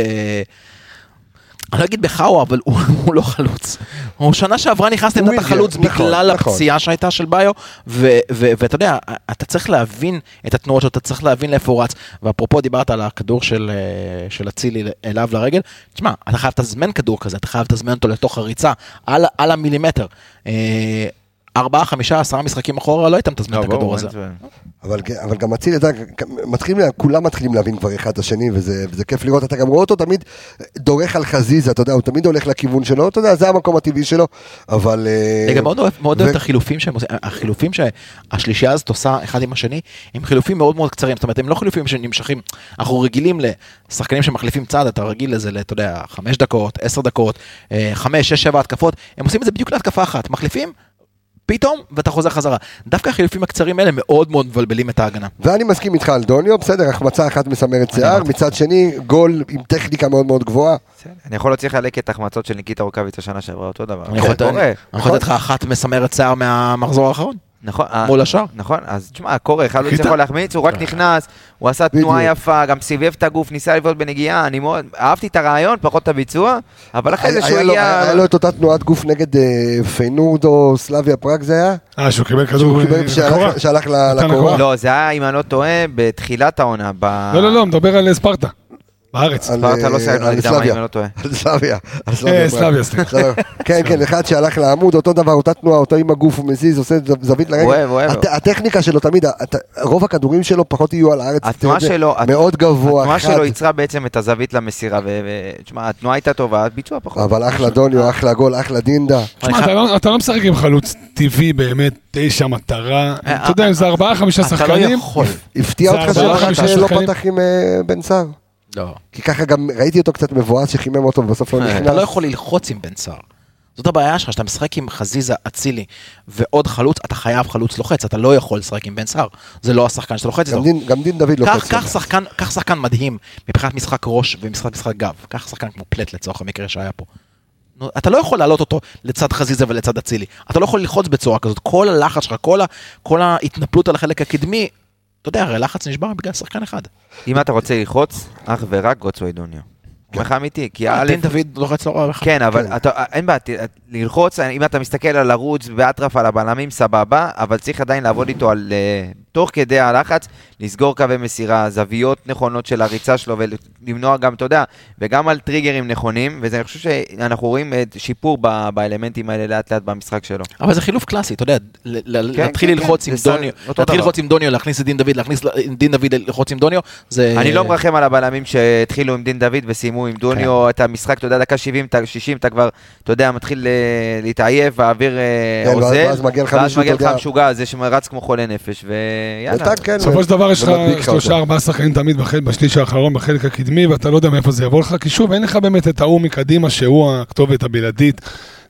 S7: אני לא אגיד בחאווה, אבל הוא, הוא לא חלוץ. הוא שנה שעברה נכנס
S1: הוא
S7: לעמדת
S1: מידיה,
S7: החלוץ
S1: נכון,
S7: בגלל
S1: נכון.
S7: הפציעה שהייתה של ביו, ו- ו- ואתה יודע, אתה צריך להבין את התנועות שלו, אתה צריך להבין לאיפה הוא רץ. ואפרופו, דיברת על הכדור של אה, של אצילי אליו לרגל, תשמע, אתה חייב לתזמן כדור כזה, אתה חייב לתזמן אותו לתוך הריצה, על על המילימטר. אה, ארבעה, חמישה, עשרה משחקים אחורה, לא היית מתזמן את הכדור הזה.
S1: אבל, אבל גם אצילי, אתה, מתחילים, לה- כולם מתחילים להבין כבר אחד את השני, וזה, וזה כיף לראות, אתה גם רואה אותו תמיד דורך על חזיזה, אתה יודע, הוא תמיד הולך לכיוון שלו, אתה יודע, זה המקום הטבעי שלו, אבל... אה,
S7: אני גם מאוד אוהב מאוד אוהב
S1: ו-
S7: את החילופים שהם עושים, החילופים שהשלישייה הזאת עושה אחד עם השני, הם חילופים מאוד מאוד קצרים, זאת אומרת הם לא חילופים שנמשכים, אנחנו רגילים לשחקנים שמחליפים צעד, אתה רגיל לזה, ל- אתה יודע, חמש דקות, עשר דקות, אה, חמש, שש, שבע התקפות, הם עושים את זה בדיוק להתקפה אחת, מחליפים, פתאום, ואתה חוזר חזרה. דווקא החילופים הקצרים האלה מאוד מאוד מבלבלים את ההגנה.
S1: ואני מסכים איתך על דוניו, בסדר, החמצה אחת מסמרת שיער,
S7: אמרתי.
S1: מצד שני, גול עם טכניקה מאוד מאוד גבוהה.
S6: אני יכול להוציא לך לקט החמצות של ניקיטה רוקאביץ השנה שעברה, אותו דבר.
S7: אני יכול
S6: זה
S7: לתת-
S6: קורה.
S7: אני יכול לתת לך אחת מסמרת שיער מהמחזור האחרון,
S6: נכון. אה,
S7: מול השאר.
S6: נכון, אז תשמע, קורה, חלוץ
S7: חיטה.
S6: יכול להחמיץ, הוא רק נכנס, הוא עשה תנועה
S1: אה. בדיוק.
S6: יפה, גם סיבב את הגוף, ניסה לבעוט בנגיעה, אני מאוד, אהבתי את הרעיון, פחות את הביצוע, אבל אחרי זה
S1: היה
S6: שהוא
S1: לו-
S6: הגיע...
S1: היה לו את אותה תנועת גוף נגד אה, פיינורד או סלאביה פראג זה היה?
S5: אה, שהוא קיבל כדור
S1: שהוא קיבל
S5: לקורה.
S1: כשהלך- שהלך ל-
S5: נתן
S1: לקורה?
S5: לקורה.
S6: לא, זה היה, אם אני לא טועה, בתחילת העונה. ב-
S5: לא, לא, לא, מדבר על ספרטה. בארץ.
S1: על,
S6: ספרטה לא
S1: אה,
S6: שיחקנו
S1: על
S6: נגדם,
S1: סלאביה.
S6: אם אני לא טועה.
S1: על סלאביה. על
S5: אה, סלאביה, סליחה.
S1: סלאביה. כן, כן, אחד שהלך לעמוד, אותו דבר, אותה תנועה, אותו עם הגוף, הוא מזיז, עושה ז- זווית לרגל.
S6: אוהב, אוהב.
S1: הט- הטכניקה שלו תמיד, הת- רוב הכדורים שלו פחות יהיו על הארץ.
S6: התנועה
S1: אתה יודע,
S6: שלו-
S1: מאוד גבוה,
S6: התנועה
S1: חד.
S6: שלו ייצרה בעצם את הזווית למסירה, ו- ו- תשמע, התנועה הייתה טובה, הביצוע פחות.
S1: אבל אחלה דוניו, אחלה גול, אחלה דינדה.
S5: תשמע, אתה לא- אתה לא משחק עם חלוץ טבעי באמת, תשע מטרה. אתה יודע, אם זה ארבעה, חמישה
S7: אתה לא
S5: שחקנים,
S7: יכול.
S1: הפתיע
S5: זה
S1: אותך
S5: ארבעה,
S1: שלא-
S5: חמישה
S1: שלא
S5: שחקנים.
S1: פתח עם אה, בן סער.
S7: לא.
S1: כי ככה גם ראיתי אותו קצת מבואס שחימם אותו ובסוף לא
S7: אה, אתה לא
S1: נכנס.
S7: יכול ללחוץ עם בן סער. זאת הבעיה שלך, שאתה משחק עם חזיזה, אצילי ועוד חלוץ, אתה חייב חלוץ לוחץ, אתה לא יכול לשחק עם בן סער. זה לא השחקן שאתה לוחץ
S1: גם
S7: איתו.
S1: דין- גם דין דוד לא
S7: קח- קח שחקן- קח שחקן מדהים מבחינת משחק ראש ומבחינת משחק גב. קח שחקן כמו פלט לצורך המקרה שהיה פה. נו, אתה לא יכול להעלות אותו לצד חזיזה ולצד אצילי. אתה לא יכול ללחוץ בצורה כזאת. כל הלחץ שלך, כל ה- כל ההתנפלות על החלק הקדמי, אתה יודע, הרי לחץ נשבר בגלל שחקן אחד.
S6: אם אתה רוצה ללחוץ, אך ורק גוצו אידוניו.
S1: כן.
S6: אומר לך אמיתי, כי
S5: אה,
S6: א',
S7: דין דוד לוחץ לא רע בכלל.
S6: כן, אבל אתה- אין בעיה, ת- ללחוץ, אם אתה מסתכל על ערוץ באטרף על הבלמים, סבבה, אבל צריך עדיין לעבוד איתו על... אה, תוך כדי הלחץ, לסגור קווי מסירה, זוויות נכונות של הריצה שלו, ולמנוע גם, אתה יודע, וגם על טריגרים נכונים, וזה, אני חושב שאנחנו רואים אה, שיפור ב- באלמנטים האלה לאט לאט במשחק שלו.
S7: אבל זה חילוף קלאסי, אתה יודע, ל- ל-
S6: כן,
S7: להתחיל
S6: כן,
S7: ללחוץ
S6: כן,
S7: עם
S6: זה
S7: דוניו,
S6: ס- אותו
S7: להתחיל
S6: דבר.
S7: ללחוץ עם דוניו, להכניס את דין דוד, להכניס ל- עם דין דוד ללחוץ עם דוניו, זה...
S1: אה,
S6: אני לא מרחם על הבלמים שהתחילו עם דין דוד וסיימו עם
S1: כן.
S6: דוניו את המשחק, אתה יודע, דקה 70, אתה- 60, אתה כבר, אתה יודע, מתחיל אה, להתעייף, האוויר אה,
S1: כן, ואז-
S6: אוזל,
S1: ואז מגיע לך
S6: ואז
S1: מישהו,
S6: מגיע
S1: אתה
S6: לך
S1: יודע.
S6: המשוגע הזה שמרץ כמו חולה נפש, ויאללה.
S1: אתה כן,
S5: בסופו של דבר יש לך
S1: זה מדביק אותו.
S5: שלושה ארבעה שחקנים תמיד בחלק- בשליש האחרון בחלק הקדמי ואתה לא יודע מאיפה זה יבוא לך כי שוב אין לך באמת את ההוא מקדימה שהוא הכתובת הבלעדית.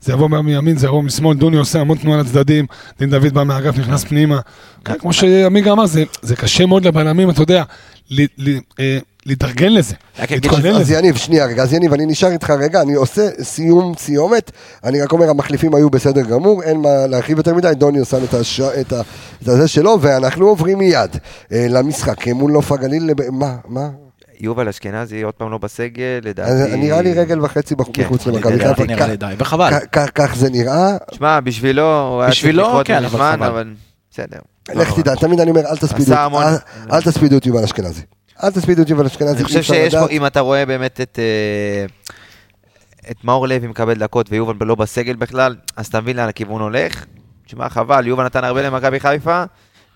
S5: זה יבוא מה- מימין זה יבוא משמאל דוני עושה המון תנועה לצדדים דין דוד בא מהאגף נכנס פנימה. כן, כמו שעמיגה אמר זה- זה קשה מאוד לבלמים אתה יודע ל- ל- אה, להתארגן לזה.
S7: רק אגיד
S5: להתכונן
S1: אז
S5: לזה.
S1: יניב, שנייה רגע, אז יניב, אני נשאר איתך רגע, אני עושה סיום סיומת, אני רק אומר, המחליפים היו בסדר גמור, אין מה להרחיב יותר מדי, דוני שם את, הש... את, ה... את הזה שלו, ואנחנו עוברים מיד אה, למשחק אה, מול נוף הגליל, לב... מה, מה?
S6: יובל אשכנזי עוד פעם לא בסגל,
S1: אז
S6: לדעתי.
S1: נראה לי רגל וחצי בחוץ
S6: כן,
S1: מחוץ
S7: אני-
S1: למכבי
S7: לדעתי
S1: חיפה,
S7: נראה
S1: כ-
S7: לי די, וחבל.
S1: כ- כ- כך זה נראה,
S6: שמע, בשבילו, הוא היה צריך
S7: בשבילו,
S6: לקרות
S7: כן, אבל
S6: מזמן,
S7: חבל.
S6: אבל בסדר. לא,
S1: לך תדע, תמיד אני אומר, אל תספידו,
S6: נכון. עשה המון.
S1: אל- אל תספידו את יובל אשכנזי, אל תספידו את יובל אשכנזי,
S6: אני
S1: אי
S6: חושב
S1: אפשר
S6: שיש פה,
S1: לדעת.
S6: אם אתה רואה באמת את... אה, את מאור לוי מקבל דקות ויובל לא בסגל בכלל, אז אתה מבין לאן הכיוון הולך. תשמע, חבל, יובל נתן הרבה למכבי חיפה,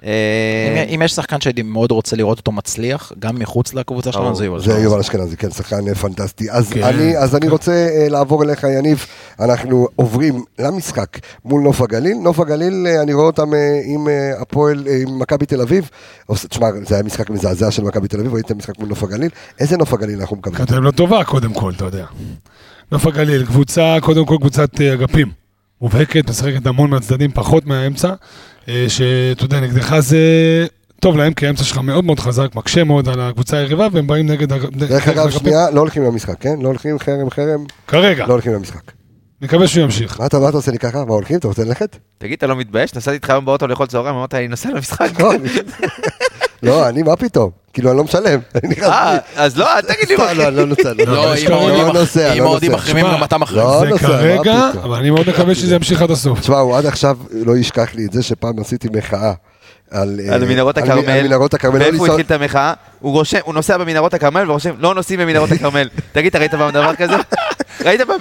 S6: אה,
S7: אם יש שחקן שהייתי מאוד רוצה לראות אותו מצליח, גם מחוץ לקבוצה שלנו,
S6: ברור.
S7: זה יובל לא,
S1: זה
S7: אשכנזי.
S1: יובל אשכנזי, כן, שחקן אה, פנטסטי. אז,
S5: כן,
S1: אני, אז אני
S5: כן.
S1: רוצה אה, לעבור אליך, יניב. אנחנו עוברים למשחק מול נוף הגליל. נוף הגליל, אה, אני רואה אותם אה, עם אה, הפועל, אה, עם מכבי תל אביב. עוש- תשמע, זה היה משחק מזעזע של מכבי תל אביב, ראיתם משחק מול נוף הגליל. איזה נוף הגליל אנחנו מקבלים?
S5: כתב לא טובה קודם כל, אתה יודע. נוף הגליל, קבוצה, קודם כל קבוצת אה, אגפים. מובהקת, משחקת המון מהצדדים, פחות מהאמצע. אה, שאתה יודע, נגדך זה טוב להם, כי האמצע שלך מאוד מאוד חזק, מקשה מאוד על הקבוצה היריבה, והם באים נגד... אג-
S1: דרך
S5: נגד
S1: אגב,
S5: אגפים.
S1: שנייה, לא הולכים למשחק, כן? לא הולכים, חרם, חרם,
S5: כרגע,
S1: לא הולכים למשחק.
S5: נקווה שהוא ימשיך.
S1: מה אתה מה אתה עושה לי ככה? מה הולכים? אתה רוצה ללכת?
S6: תגיד, אתה לא מתבייש? נסעתי איתך היום באוטו לאכול צהריים, אמרת, אני נוסע למשחק.
S1: לא, אני- לא, אני, מה פתאום? כאילו, אני לא משלם. אני נכנס
S6: אה,
S1: בלי.
S6: אז לא, אל תגיד לי
S1: סתם, לא, לא נוסע.
S5: לא,
S7: לא,
S5: יש
S7: אם האוהדים-
S1: לא נוסע,
S7: אם
S1: לא
S7: האוהדים
S1: נוסע.
S7: מחרימים,
S5: שמע,
S7: גם אתה מחרים.
S1: לא
S5: זה
S1: נוסע, מה
S5: כרגע,
S1: פתאום.
S5: אבל אני מאוד מקווה שזה ימשיך עד הסוף.
S1: תשמע, הוא עד עכשיו לא ישכח לי את זה שפעם עשיתי מחאה. על, אה,
S6: על מנהרות
S1: על מ-
S6: הכרמל.
S1: על מנהרות הכרמל. לא
S6: ואיפה הוא
S1: לנסוע-
S6: התחיל את המחאה? הוא רושם, הוא נוסע במנהרות הכרמל ורושם, לא נוסעים במנהרות הכרמל. תגיד, אתה ראית פעם דבר כזה? ראית פעם?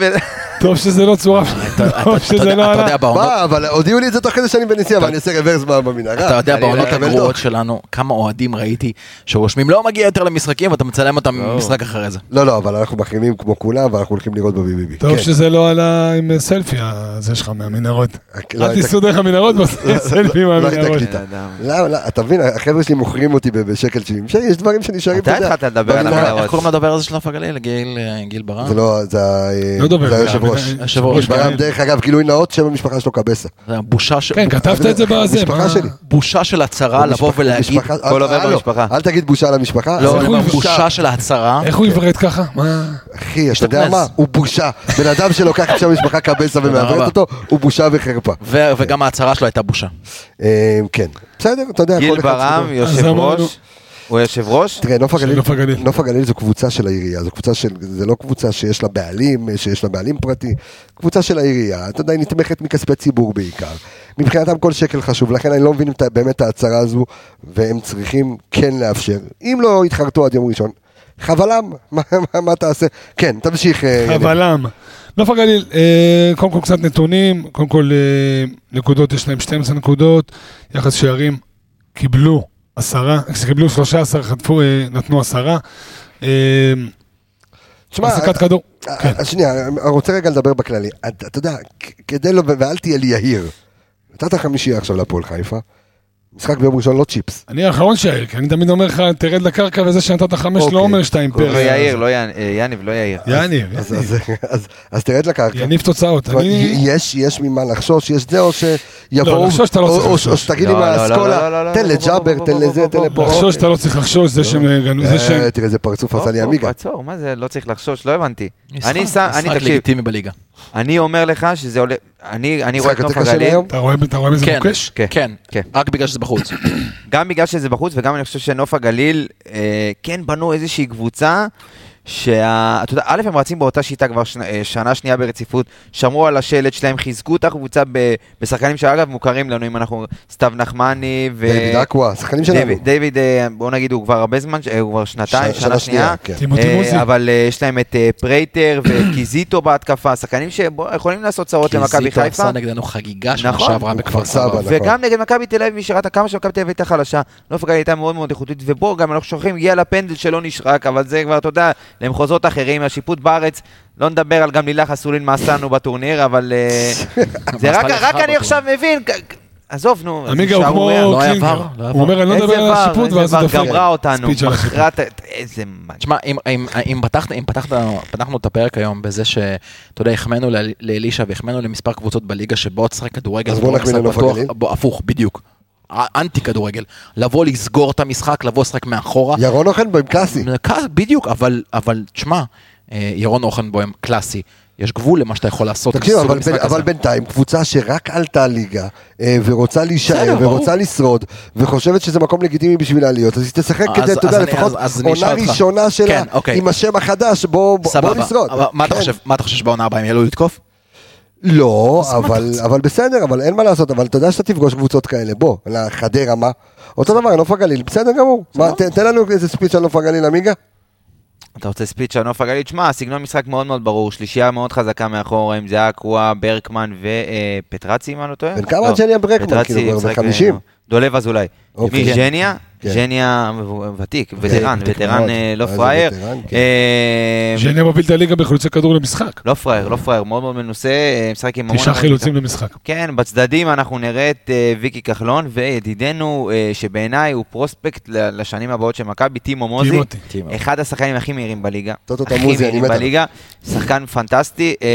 S5: טוב שזה לא צורף, טוב
S7: אתה יודע-
S5: שזה לא
S7: אתה יודע,
S5: עלה.
S7: בעונות-
S1: מה, אבל הודיעו לי את זה תוך כדי שאני בנסיעה, ואני עושה רוורס ב- במנהרה.
S7: אתה יודע,
S1: אני
S7: בעונות
S1: לא אקבל
S7: הגרועות
S1: דוח.
S7: שלנו, כמה אוהדים ראיתי שרושמים, לא מגיע יותר למשחקים, ואתה מצלם אותם במשחק אחרי זה.
S1: לא, לא, אבל אנחנו מחרימים כמו כולם, ואנחנו הולכים לראות בביביבי.
S5: טוב
S1: כן.
S5: שזה לא עלה עם סלפי, הזה שלך מהמנהרות.
S1: לא
S5: אל
S1: הייתה-
S5: תיסעו דרך המנהרות, ועושה סלפי
S1: לא הייתה
S5: מהמנהרות.
S1: קליטה.
S6: בן אדם.
S1: למה, לא, אתה מבין, החבר'ה שלי מוכרים אותי ב- בשקל 70 שקל, יש דברים שנשארים,
S6: אתה
S1: יודע,
S6: התחלת לדבר על
S1: במנהרה.
S6: המנהרות.
S7: איך קוראים לדובר הזה של נוף הגליל? גיל אה, גיל ברם?
S1: לא. זה לא, זה ה-
S5: לא דובר,
S1: זה
S5: זה
S1: היושב ראש.
S5: המנהל-
S7: היושב-ראש,
S5: היושב-ראש,
S1: ברם,
S5: כן.
S1: דרך אגב, גילוי נאות, שם המשפחה שלו קבסה.
S7: זה הבושה של...
S5: כן, כתבת את זה בזה.
S1: המשפחה
S5: מה-
S1: שלי.
S7: בושה של הצהרה לבוא
S1: משפחה-
S7: ולהגיד...
S1: משפחה-
S6: כל
S1: אל-
S6: עובר
S1: הלו,
S6: במשפחה.
S1: אל תגיד בושה למשפחה.
S7: לא,
S5: איך הוא
S7: אני אומר,
S5: יבוש-
S7: בושה של ההצהרה.
S5: איך הוא יברד ככה? מה?
S1: אחי, אתה יודע
S7: השתכנז.
S1: מה? הוא בושה. בן אדם שלוקח עכשיו משפחה קבסה ומעוורת
S7: רבה.
S1: אותו, הוא בושה וחרפה.
S7: ו- וגם ההצהרה שלו הייתה בושה.
S1: אה, כן. בסדר, אתה יודע,
S6: גיל
S1: כל אחד...
S6: ברם,
S1: שלו.
S6: יושב
S5: אמרנו.
S6: ראש. הוא יושב ראש?
S1: תראה, נוף
S5: של
S1: הגליל,
S5: נוף הגליל.
S1: נוף הגליל זו קבוצה של העירייה, זו קבוצה של, זה לא קבוצה שיש לה בעלים, שיש לה בעלים פרטי, קבוצה של העירייה, אתה יודע, היא נתמכת מכספי ציבור בעיקר. מבחינתם כל שקל חשוב, לכן אני לא מבין את ה- באמת את ההצהרה הזו, והם צריכים כן לאפשר. אם לא יתחרטו עד יום ראשון, חבלם, מה, מה, מה תעשה? כן, תמשיך. אה, יניב.
S5: חבלם. נוף הגליל, אה, קודם כל קצת נתונים, קודם כל אה, נקודות, יש להם 12 נקודות, יחס שערים קיבלו עשרה, אה, קיבלו 13, חטפו, אה, נתנו עשרה. אה,
S1: תשמע,
S5: החזקת כדור. כן.
S1: אה, שנייה, אני רוצה רגע לדבר בכללי. אתה אתה יודע, כ- כדי לא, ואל תהיה לי יהיר. נתת חמישייה עכשיו להפועל חיפה, משחק ביום ראשון לא צ'יפס.
S5: אני האחרון שיעיר, כי אני תמיד אומר לך, תרד לקרקע, וזה שנתת חמש
S1: אוקיי.
S5: לא אומר שאתה אימפריה.
S6: לא יאיר, לא יא- אה, יניב, לא יאיר.
S5: יניב,
S1: אז- אז- אז- אז תרד לקרקע.
S5: יניב תוצאות.
S1: זאת אומרת,
S5: אני...
S1: יש, יש ממה לחשוש, יש זה או שיבואו,
S5: לא, לחשוש אתה לא
S1: או-
S5: צריך
S1: או-
S5: לחשוש.
S1: או שתגיד לי
S6: לא, לא, לא, לא,
S1: מהאסכולה,
S6: לא,
S1: תן
S6: לא, בוא,
S1: לג'אבר,
S6: בוא,
S1: תן
S6: בוא,
S1: לזה,
S6: בוא,
S1: תן
S6: בוא,
S1: לפה.
S5: לחשוש שאתה לא צריך לחשוש, זה שהם גנו, זה שהם...
S1: אה, תראה איזה פרצוף עשה לי
S6: הופ,
S1: עמיגה.
S6: הופ, לא, עצור, מה זה, לא צריך לחשוש, לא הבנתי. אני שם, אני,
S7: משחק
S6: תקשיב,
S7: לגיטימי בליגה.
S6: אני אומר לך שזה עולה, אני אני רואה את
S1: משחק
S6: נוף
S1: יותר קשה
S6: הגליל,
S1: מהיום?
S5: אתה רואה אתה רואה בזה
S7: כן.
S5: מוקש?
S6: כן.
S7: כן,
S6: כן.
S7: רק בגלל שזה בחוץ.
S6: גם בגלל שזה בחוץ וגם אני חושב שנוף הגליל אה, כן בנו איזושהי קבוצה. שה... אתה יודע, א', הם רצים באותה שיטה כבר שנה, אה, שנה שנייה ברציפות, שמרו על השלט שלהם, חיזקו את הקבוצה ב... בשחקנים שאגב מוכרים לנו, אם אנחנו... סתיו נחמני ו...
S1: דיוויד אקווה, שחקנים שלנו.
S6: דיוויד, דיוויד, אה, בוא נגיד, הוא כבר הרבה זמן, ש- אה, הוא כבר שנתיים,
S1: ש-
S6: שנה שנייה.
S1: כן.
S5: טימותי
S6: אה,
S5: מוזי.
S6: אבל אה, יש להם את אה, פרייטר וקיזיטו בהתקפה, שחקנים שיכולים לעשות צרות
S7: כי
S6: למכבי
S7: זיטו
S6: חיפה.
S7: עשה נגדנו חגיגה שנה
S6: נכון.
S7: שעברה
S1: הוא
S7: בכפר
S1: כפר סבא.
S7: סבא.
S6: וגם נגד מכבי תל אביב, מי שראתה כמה שמכבי תל אביב הייתה חלשה, נוף הגליל הייתה מאוד מאוד איכותית, ובו גם אנחנו שוכחים, הגיע לפנדל שלא נשרק, אבל זה כבר, אתה יודע, למחוזות אחרים, השיפוט בארץ, לא נדבר על גם לילך אסולין מה עשינו בטורניר, אבל אה, זה רק- רק אני עכשיו מבין, כ- כ- עזוב, נו, זה
S5: עמיגה הוא כמו
S6: שערורייה.
S7: לא היה
S5: קלינגר.
S7: ור, לא היה
S5: הוא אומר, אני לא
S6: איזה
S5: מדבר על
S6: ור,
S5: השיפוט,
S6: איזה
S5: ואז הוא
S6: ור,
S5: דופק.
S6: גמרה אותנו,
S5: ספיץ' על השיפוט.
S6: מכרה את... איזה... מה-
S7: תשמע, אם, אם, אם, פתחת, אם פתחת, פתחנו את הפרק היום בזה שאתה יודע, החמאנו לאל- לאלישע והחמאנו למספר קבוצות בליגה שבאות לשחק כדורגל.
S1: אז בוא
S7: ובאות
S1: נחמיא
S7: לשחק
S1: לנוף
S7: בטוח,
S1: הגליל.
S7: בוא, הפוך, בדיוק. אנטי כדורגל. לבוא לסגור את המשחק, לבוא לשחק מאחורה.
S1: ירון אוחנבוים, קלאסי.
S7: קל, בדיוק, אבל, אבל תשמע, אה, ירון אוחנבוים קלאסי. יש גבול למה שאתה יכול לעשות.
S1: תקשיב,
S7: בסוג
S1: אבל,
S7: המשחק
S1: בין,
S7: הזה.
S1: אבל בינתיים קבוצה שרק עלתה ליגה אה, ורוצה להישאר
S7: בסדר, ברור.
S1: ורוצה לשרוד וחושבת שזה מקום לגיטימי בשבילה להיות, אז היא תשחק
S7: אז-
S1: כדי, אתה יודע,
S7: אז אני-
S1: לפחות
S7: אז- אז אני
S1: עונה
S7: אשאל אותך.
S1: ראשונה שלה
S7: כן, אוקיי.
S1: עם השם החדש, בוא, בוא, בוא
S7: סבבה.
S1: נשרוד.
S7: אבל מה אתה
S1: כן.
S7: חושב- מה אתה חושב שבעונה הבאה הם יעלו לתקוף?
S1: לא, אבל, אבל בסדר, אבל אין מה לעשות, אבל אתה יודע שאתה תפגוש קבוצות כאלה, בוא, לחדרה מה? אותו דבר, נוף הגליל, בסדר גמור.
S7: לא-
S1: מה, ת- תן לנו איזה ספיץ' על נוף הגליל, עמיגה?
S6: אתה רוצה ספיץ' על נוף הגליל? שמע, סגנון משחק מאוד מאוד ברור, שלישייה מאוד חזקה מאחורה, אם זה אקווה, ברקמן ופטרצי, אם אני לא טועה.
S1: בן כמה
S6: לא,
S1: עד שנהיה ברקמן,
S6: פטרצי
S1: כאילו, כבר בן
S6: משחק,
S1: 50?
S6: אה, דולב אזולאי.
S1: אוקיי.
S6: מי, ז'ניה?
S1: כן.
S6: ז'ניה מבו- ותיק, וטרן,
S1: ותיק
S6: וטרן
S1: מאוד.
S6: אה, לא
S1: מה זה
S6: פראייר.
S1: וטרן? כן.
S6: אה,
S5: ז'ניה מוביל את הליגה בחילוצי כדור למשחק.
S6: לא פראייר, לא פראייר, מאוד מאוד מנוסה, אה, משחק עם המון...
S5: תשעה
S6: המון
S5: חילוצים למשחק.
S6: כן, בצדדים אנחנו נראה את אה, ויקי כחלון וידידנו, אה, שבעיניי הוא פרוספקט ל- לשנים הבאות של מכבי, טימו מוזי.
S5: טימותי.
S6: אחד השחקנים הכי מהירים בליגה.
S1: טוטו
S6: הכי
S1: תמוזי, אני
S6: מהירים
S1: מת עליו.
S6: בליגה, שחקן פנטסטי. אה,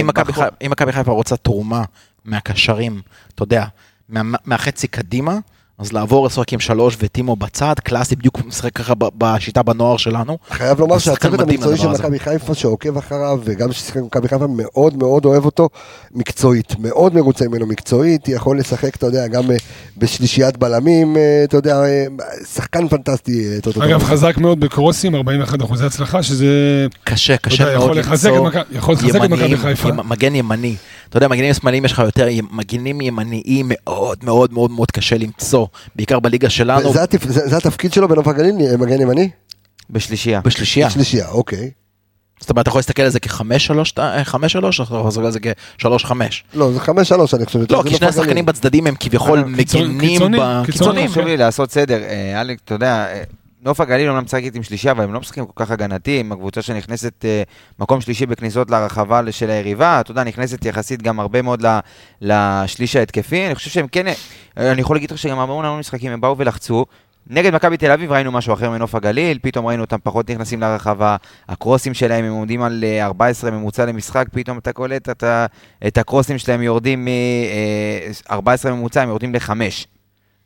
S7: אם מכבי
S6: בחור-
S1: נכון.
S7: חיפה- אם מכבי חיפה רוצה תרומה מהקשרים, אתה יודע, מה- מהחצי קדימה, אז לעבור לשחק עם שלוש וטימו בצד, קלאסי בדיוק משחק ככה ב- בשיטה בנוער שלנו.
S1: חייב לומר
S7: שחקן
S1: שהצוות
S7: מדהים,
S1: המקצועי של
S7: הדבר הזה.
S1: מכבי חיפה שעוקב אחריו וגם ששיחק במכבי חיפה מאוד מאוד אוהב אותו מקצועית, מאוד מרוצה ממנו מקצועית, יכול לשחק, אתה יודע, גם אה, בשלישיית בלמים, אה, אתה יודע, אה, שחקן פנטסטי. אה, טוטו
S5: אגב,
S1: דורף.
S5: חזק מאוד בקרוסים, 41 אחוזי הצלחה, שזה...
S7: קשה,
S5: אתה
S7: קשה
S5: יודע,
S7: מאוד
S5: יכול לחזק
S7: למצוא
S5: את מכבי- יכול לחזק את מכבי
S7: ימניים,
S5: חיפה.
S7: ימ- מגן ימני. אתה יודע, מגנים שמאליים יש לך יותר, ימ- מגנים ימניים מאוד מאוד מאוד מאוד קשה למצוא, בעיקר בליגה שלנו,
S1: זה התפ- זה זה התפקיד שלו בנוף הגליל, אה, מגן ימני?
S6: בשלישייה.
S7: בשלישייה.
S1: שלישייה, אוקיי.
S7: זאת אומרת, אתה יכול להסתכל על זה כחמש שלוש, אה, חמש שלוש, אתה יכול להסתכל על זה כשלוש חמש.
S1: לא, זה חמש שלוש אני חושב. יותר
S7: לא,
S1: זה
S7: כי שני
S1: נוף הגליל.
S7: השחקנים בצדדים הם כביכול
S6: אה,
S5: קיצוני-
S7: מגנים,
S5: קיצוני,
S7: ב-
S5: קיצוני.
S7: קיצוניים,
S6: חשוב
S5: כן.
S6: לי לעשות סדר. אה, אלק, אתה יודע, אה, נוף הגליל אומנם משחקת עם שלישייה, אבל הם לא משחקים כל כך הגנתי, עם הקבוצה שנכנסת אה, מקום שלישי בכניסות לרחבה של היריבה, אתה יודע, נכנסת יחסית גם הרבה מאוד ל- לשליש ההתקפי. אני חושב שהם כן, אה, אני יכול להגיד לך שגם המון המון משחקים הם באו ולחצו. נגד מכבי תל אביב ראינו משהו אחר מנוף הגליל, פתאום ראינו אותם פחות נכנסים לרחבה, הקרוסים שלהם הם עומדים על אה, 14 ממוצע למשחק, פתאום אתה קולט את ה- את הקרוסים שלהם יורדים מ-14 ממוצע, הם יורדים לחמש.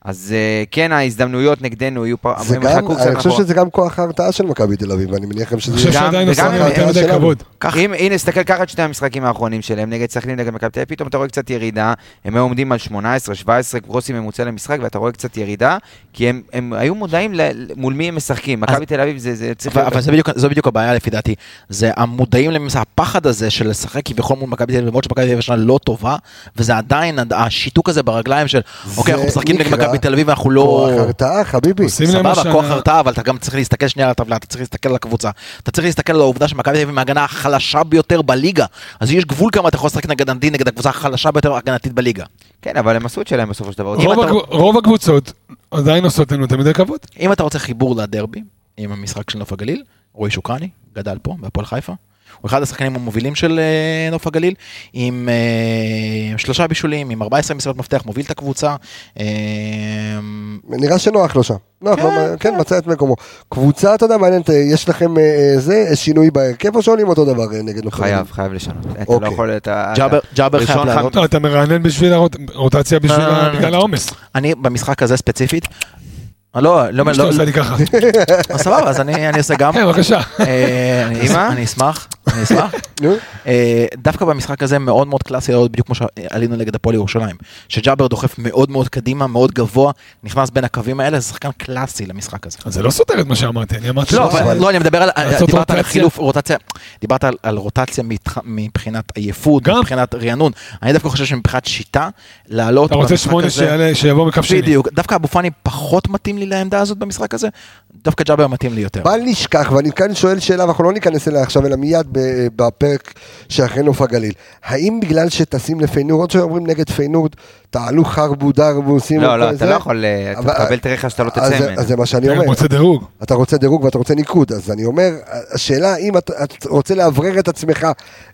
S6: אז אה, כן, ההזדמנויות נגדנו יהיו פעם,
S1: זה גם, אני חושב
S6: נכון.
S1: שזה גם כוח ההרתעה של מכבי תל אביב, ואני מניח גם
S5: אני
S1: שזה...
S5: חושב
S6: גם-
S5: שעדיין עושים
S6: וגם
S5: להם יותר
S1: הם-
S5: מדי
S1: שלנו.
S5: כבוד.
S6: אם, הנה, תסתכל ככה את שני המשחקים האחרונים שלהם, נגד סכנין, נגד מכבי תל אביב, פתאום אתה רואה קצת ירידה, הם היו עומדים על 18-17 קרוסים ממוצע למשחק, ואתה רואה קצת ירידה, כי הם, הם היו מודעים ל, מול מי הם משחקים. מכבי תל אביב זה, זה צריך...
S7: אבל אבל זה בדיוק- זו בדיוק הבעיה לפי דעתי, זה המודעים לממסע, הפחד הזה של לשחק כביכול מול מכבי תל אביב, למרות שמכבי תל אביב השנה לא טובה, וזה עדיין הד- השיתוק הזה ברגליים של, אוקיי, אנחנו משחקים נגד
S1: נקרא
S7: מכבי תל אביב, אנחנו לא...
S1: כוח הרתעה, חביבי.
S5: עושים להם
S7: סבבה,
S5: השנה-
S7: כוח הרתעה, אבל אתה גם צריך להסתכל שנייה על הטבלה, אתה צריך להסתכל על הקבוצה. אתה צריך להסתכל על העובדה שמכבי תל אביב היא ההגנה החלשה ביותר בליגה. אז יש גבול כמה אתה יכול לשחק נגד אנדין, נגד הקבוצה החלשה ביותר הגנתית בליגה.
S6: כן, אבל הם עשו את שלהם בסופו של דבר. לא-
S7: אם
S5: רוב
S7: אתה-
S5: הקב- רוב הקבוצות עדיין עושות לנו יותר מדי כבוד.
S7: אם אתה רוצה חיבור לדרבי, עם המשחק של נוף הגליל, רועי שוקרני, גדל פה, בהפועל חיפה. הוא אחד השחקנים המובילים של אה, נוף הגליל, עם אה, שלושה בישולים, עם 14 מסירות מפתח, מוביל את הקבוצה. אה,
S1: נראה שנוח לו שם. נוח לו, כן, מצא את מקומו. קבוצה, אתה יודע, מעניינת, אה, יש לכם אה, אה, זה, אה, שינוי בהרכב או שעולים אותו דבר אה, נגד נופלים?
S6: חייב, חייב לשנות. אתה לא
S1: אוקיי.
S6: יכול... אתה-
S7: ג'אבר-
S6: אתה-
S7: ג'אבר
S6: ראשון
S7: חייב
S6: חם-
S7: לעלות.
S5: לא, אתה מרענן בשביל הרוט- הרוטציה, בשביל
S7: לא, לא,
S5: ה-
S7: לא, לא.
S5: בגלל העומס.
S7: אני במשחק הזה ספציפית, אה, לא, לא,
S5: מה שאתה
S7: לא,
S5: עושה לי ככה.
S7: אה, סבבה, אז אני אני עושה גם.
S5: כן, בבקשה.
S7: אה, אני אשמח,
S6: אמא?
S7: אני אשמח, אני אשמח.
S1: נו,
S7: אה, דווקא במשחק הזה מאוד מאוד קלאסי לעלות בדיוק כמו שעלינו נגד הפועל ירושלים. שג'אבר דוחף מאוד מאוד קדימה, מאוד גבוה, נכנס בין הקווים האלה, זה שחקן קלאסי למשחק הזה.
S5: אז זה לא סותר את מה שאמרתי, אני אמרתי...
S7: לא,
S5: לך.
S7: אבל- לא, אני מדבר על,
S5: לעשות
S7: דיברת על
S5: רוטציה.
S7: חילוף רוטציה, דיברת על, על רוטציה מתח- מבחינת עייפות,
S5: גם.
S7: מבחינת רענון, אני דווקא חושב שמבחינת שיטה, לעלות
S5: אתה רוצה
S7: במשחק
S5: שמונה
S7: הזה-
S5: שיעלה- שיבוא מקו שני.
S7: בדיוק, דווקא אבו פאני פחות מתאים לי לעמדה הזאת במשחק הזה, דווקא ג'אבר מתאים לי יותר.
S1: אה,
S6: לא,
S1: את
S6: לא,
S1: זה?
S6: אתה לא יכול... אה, אתה
S1: אבל-
S6: תקבל את הרכב שאתה לא
S1: אז
S6: תצא
S1: זה-
S6: ממנו.
S1: אז זה מה שאני
S5: אתה
S1: אומר.
S5: גם רוצה דירוג.
S1: אתה רוצה דירוג ואתה רוצה ניקוד, אז אני אומר, השאלה אם אתה את רוצה לאוורר את עצמך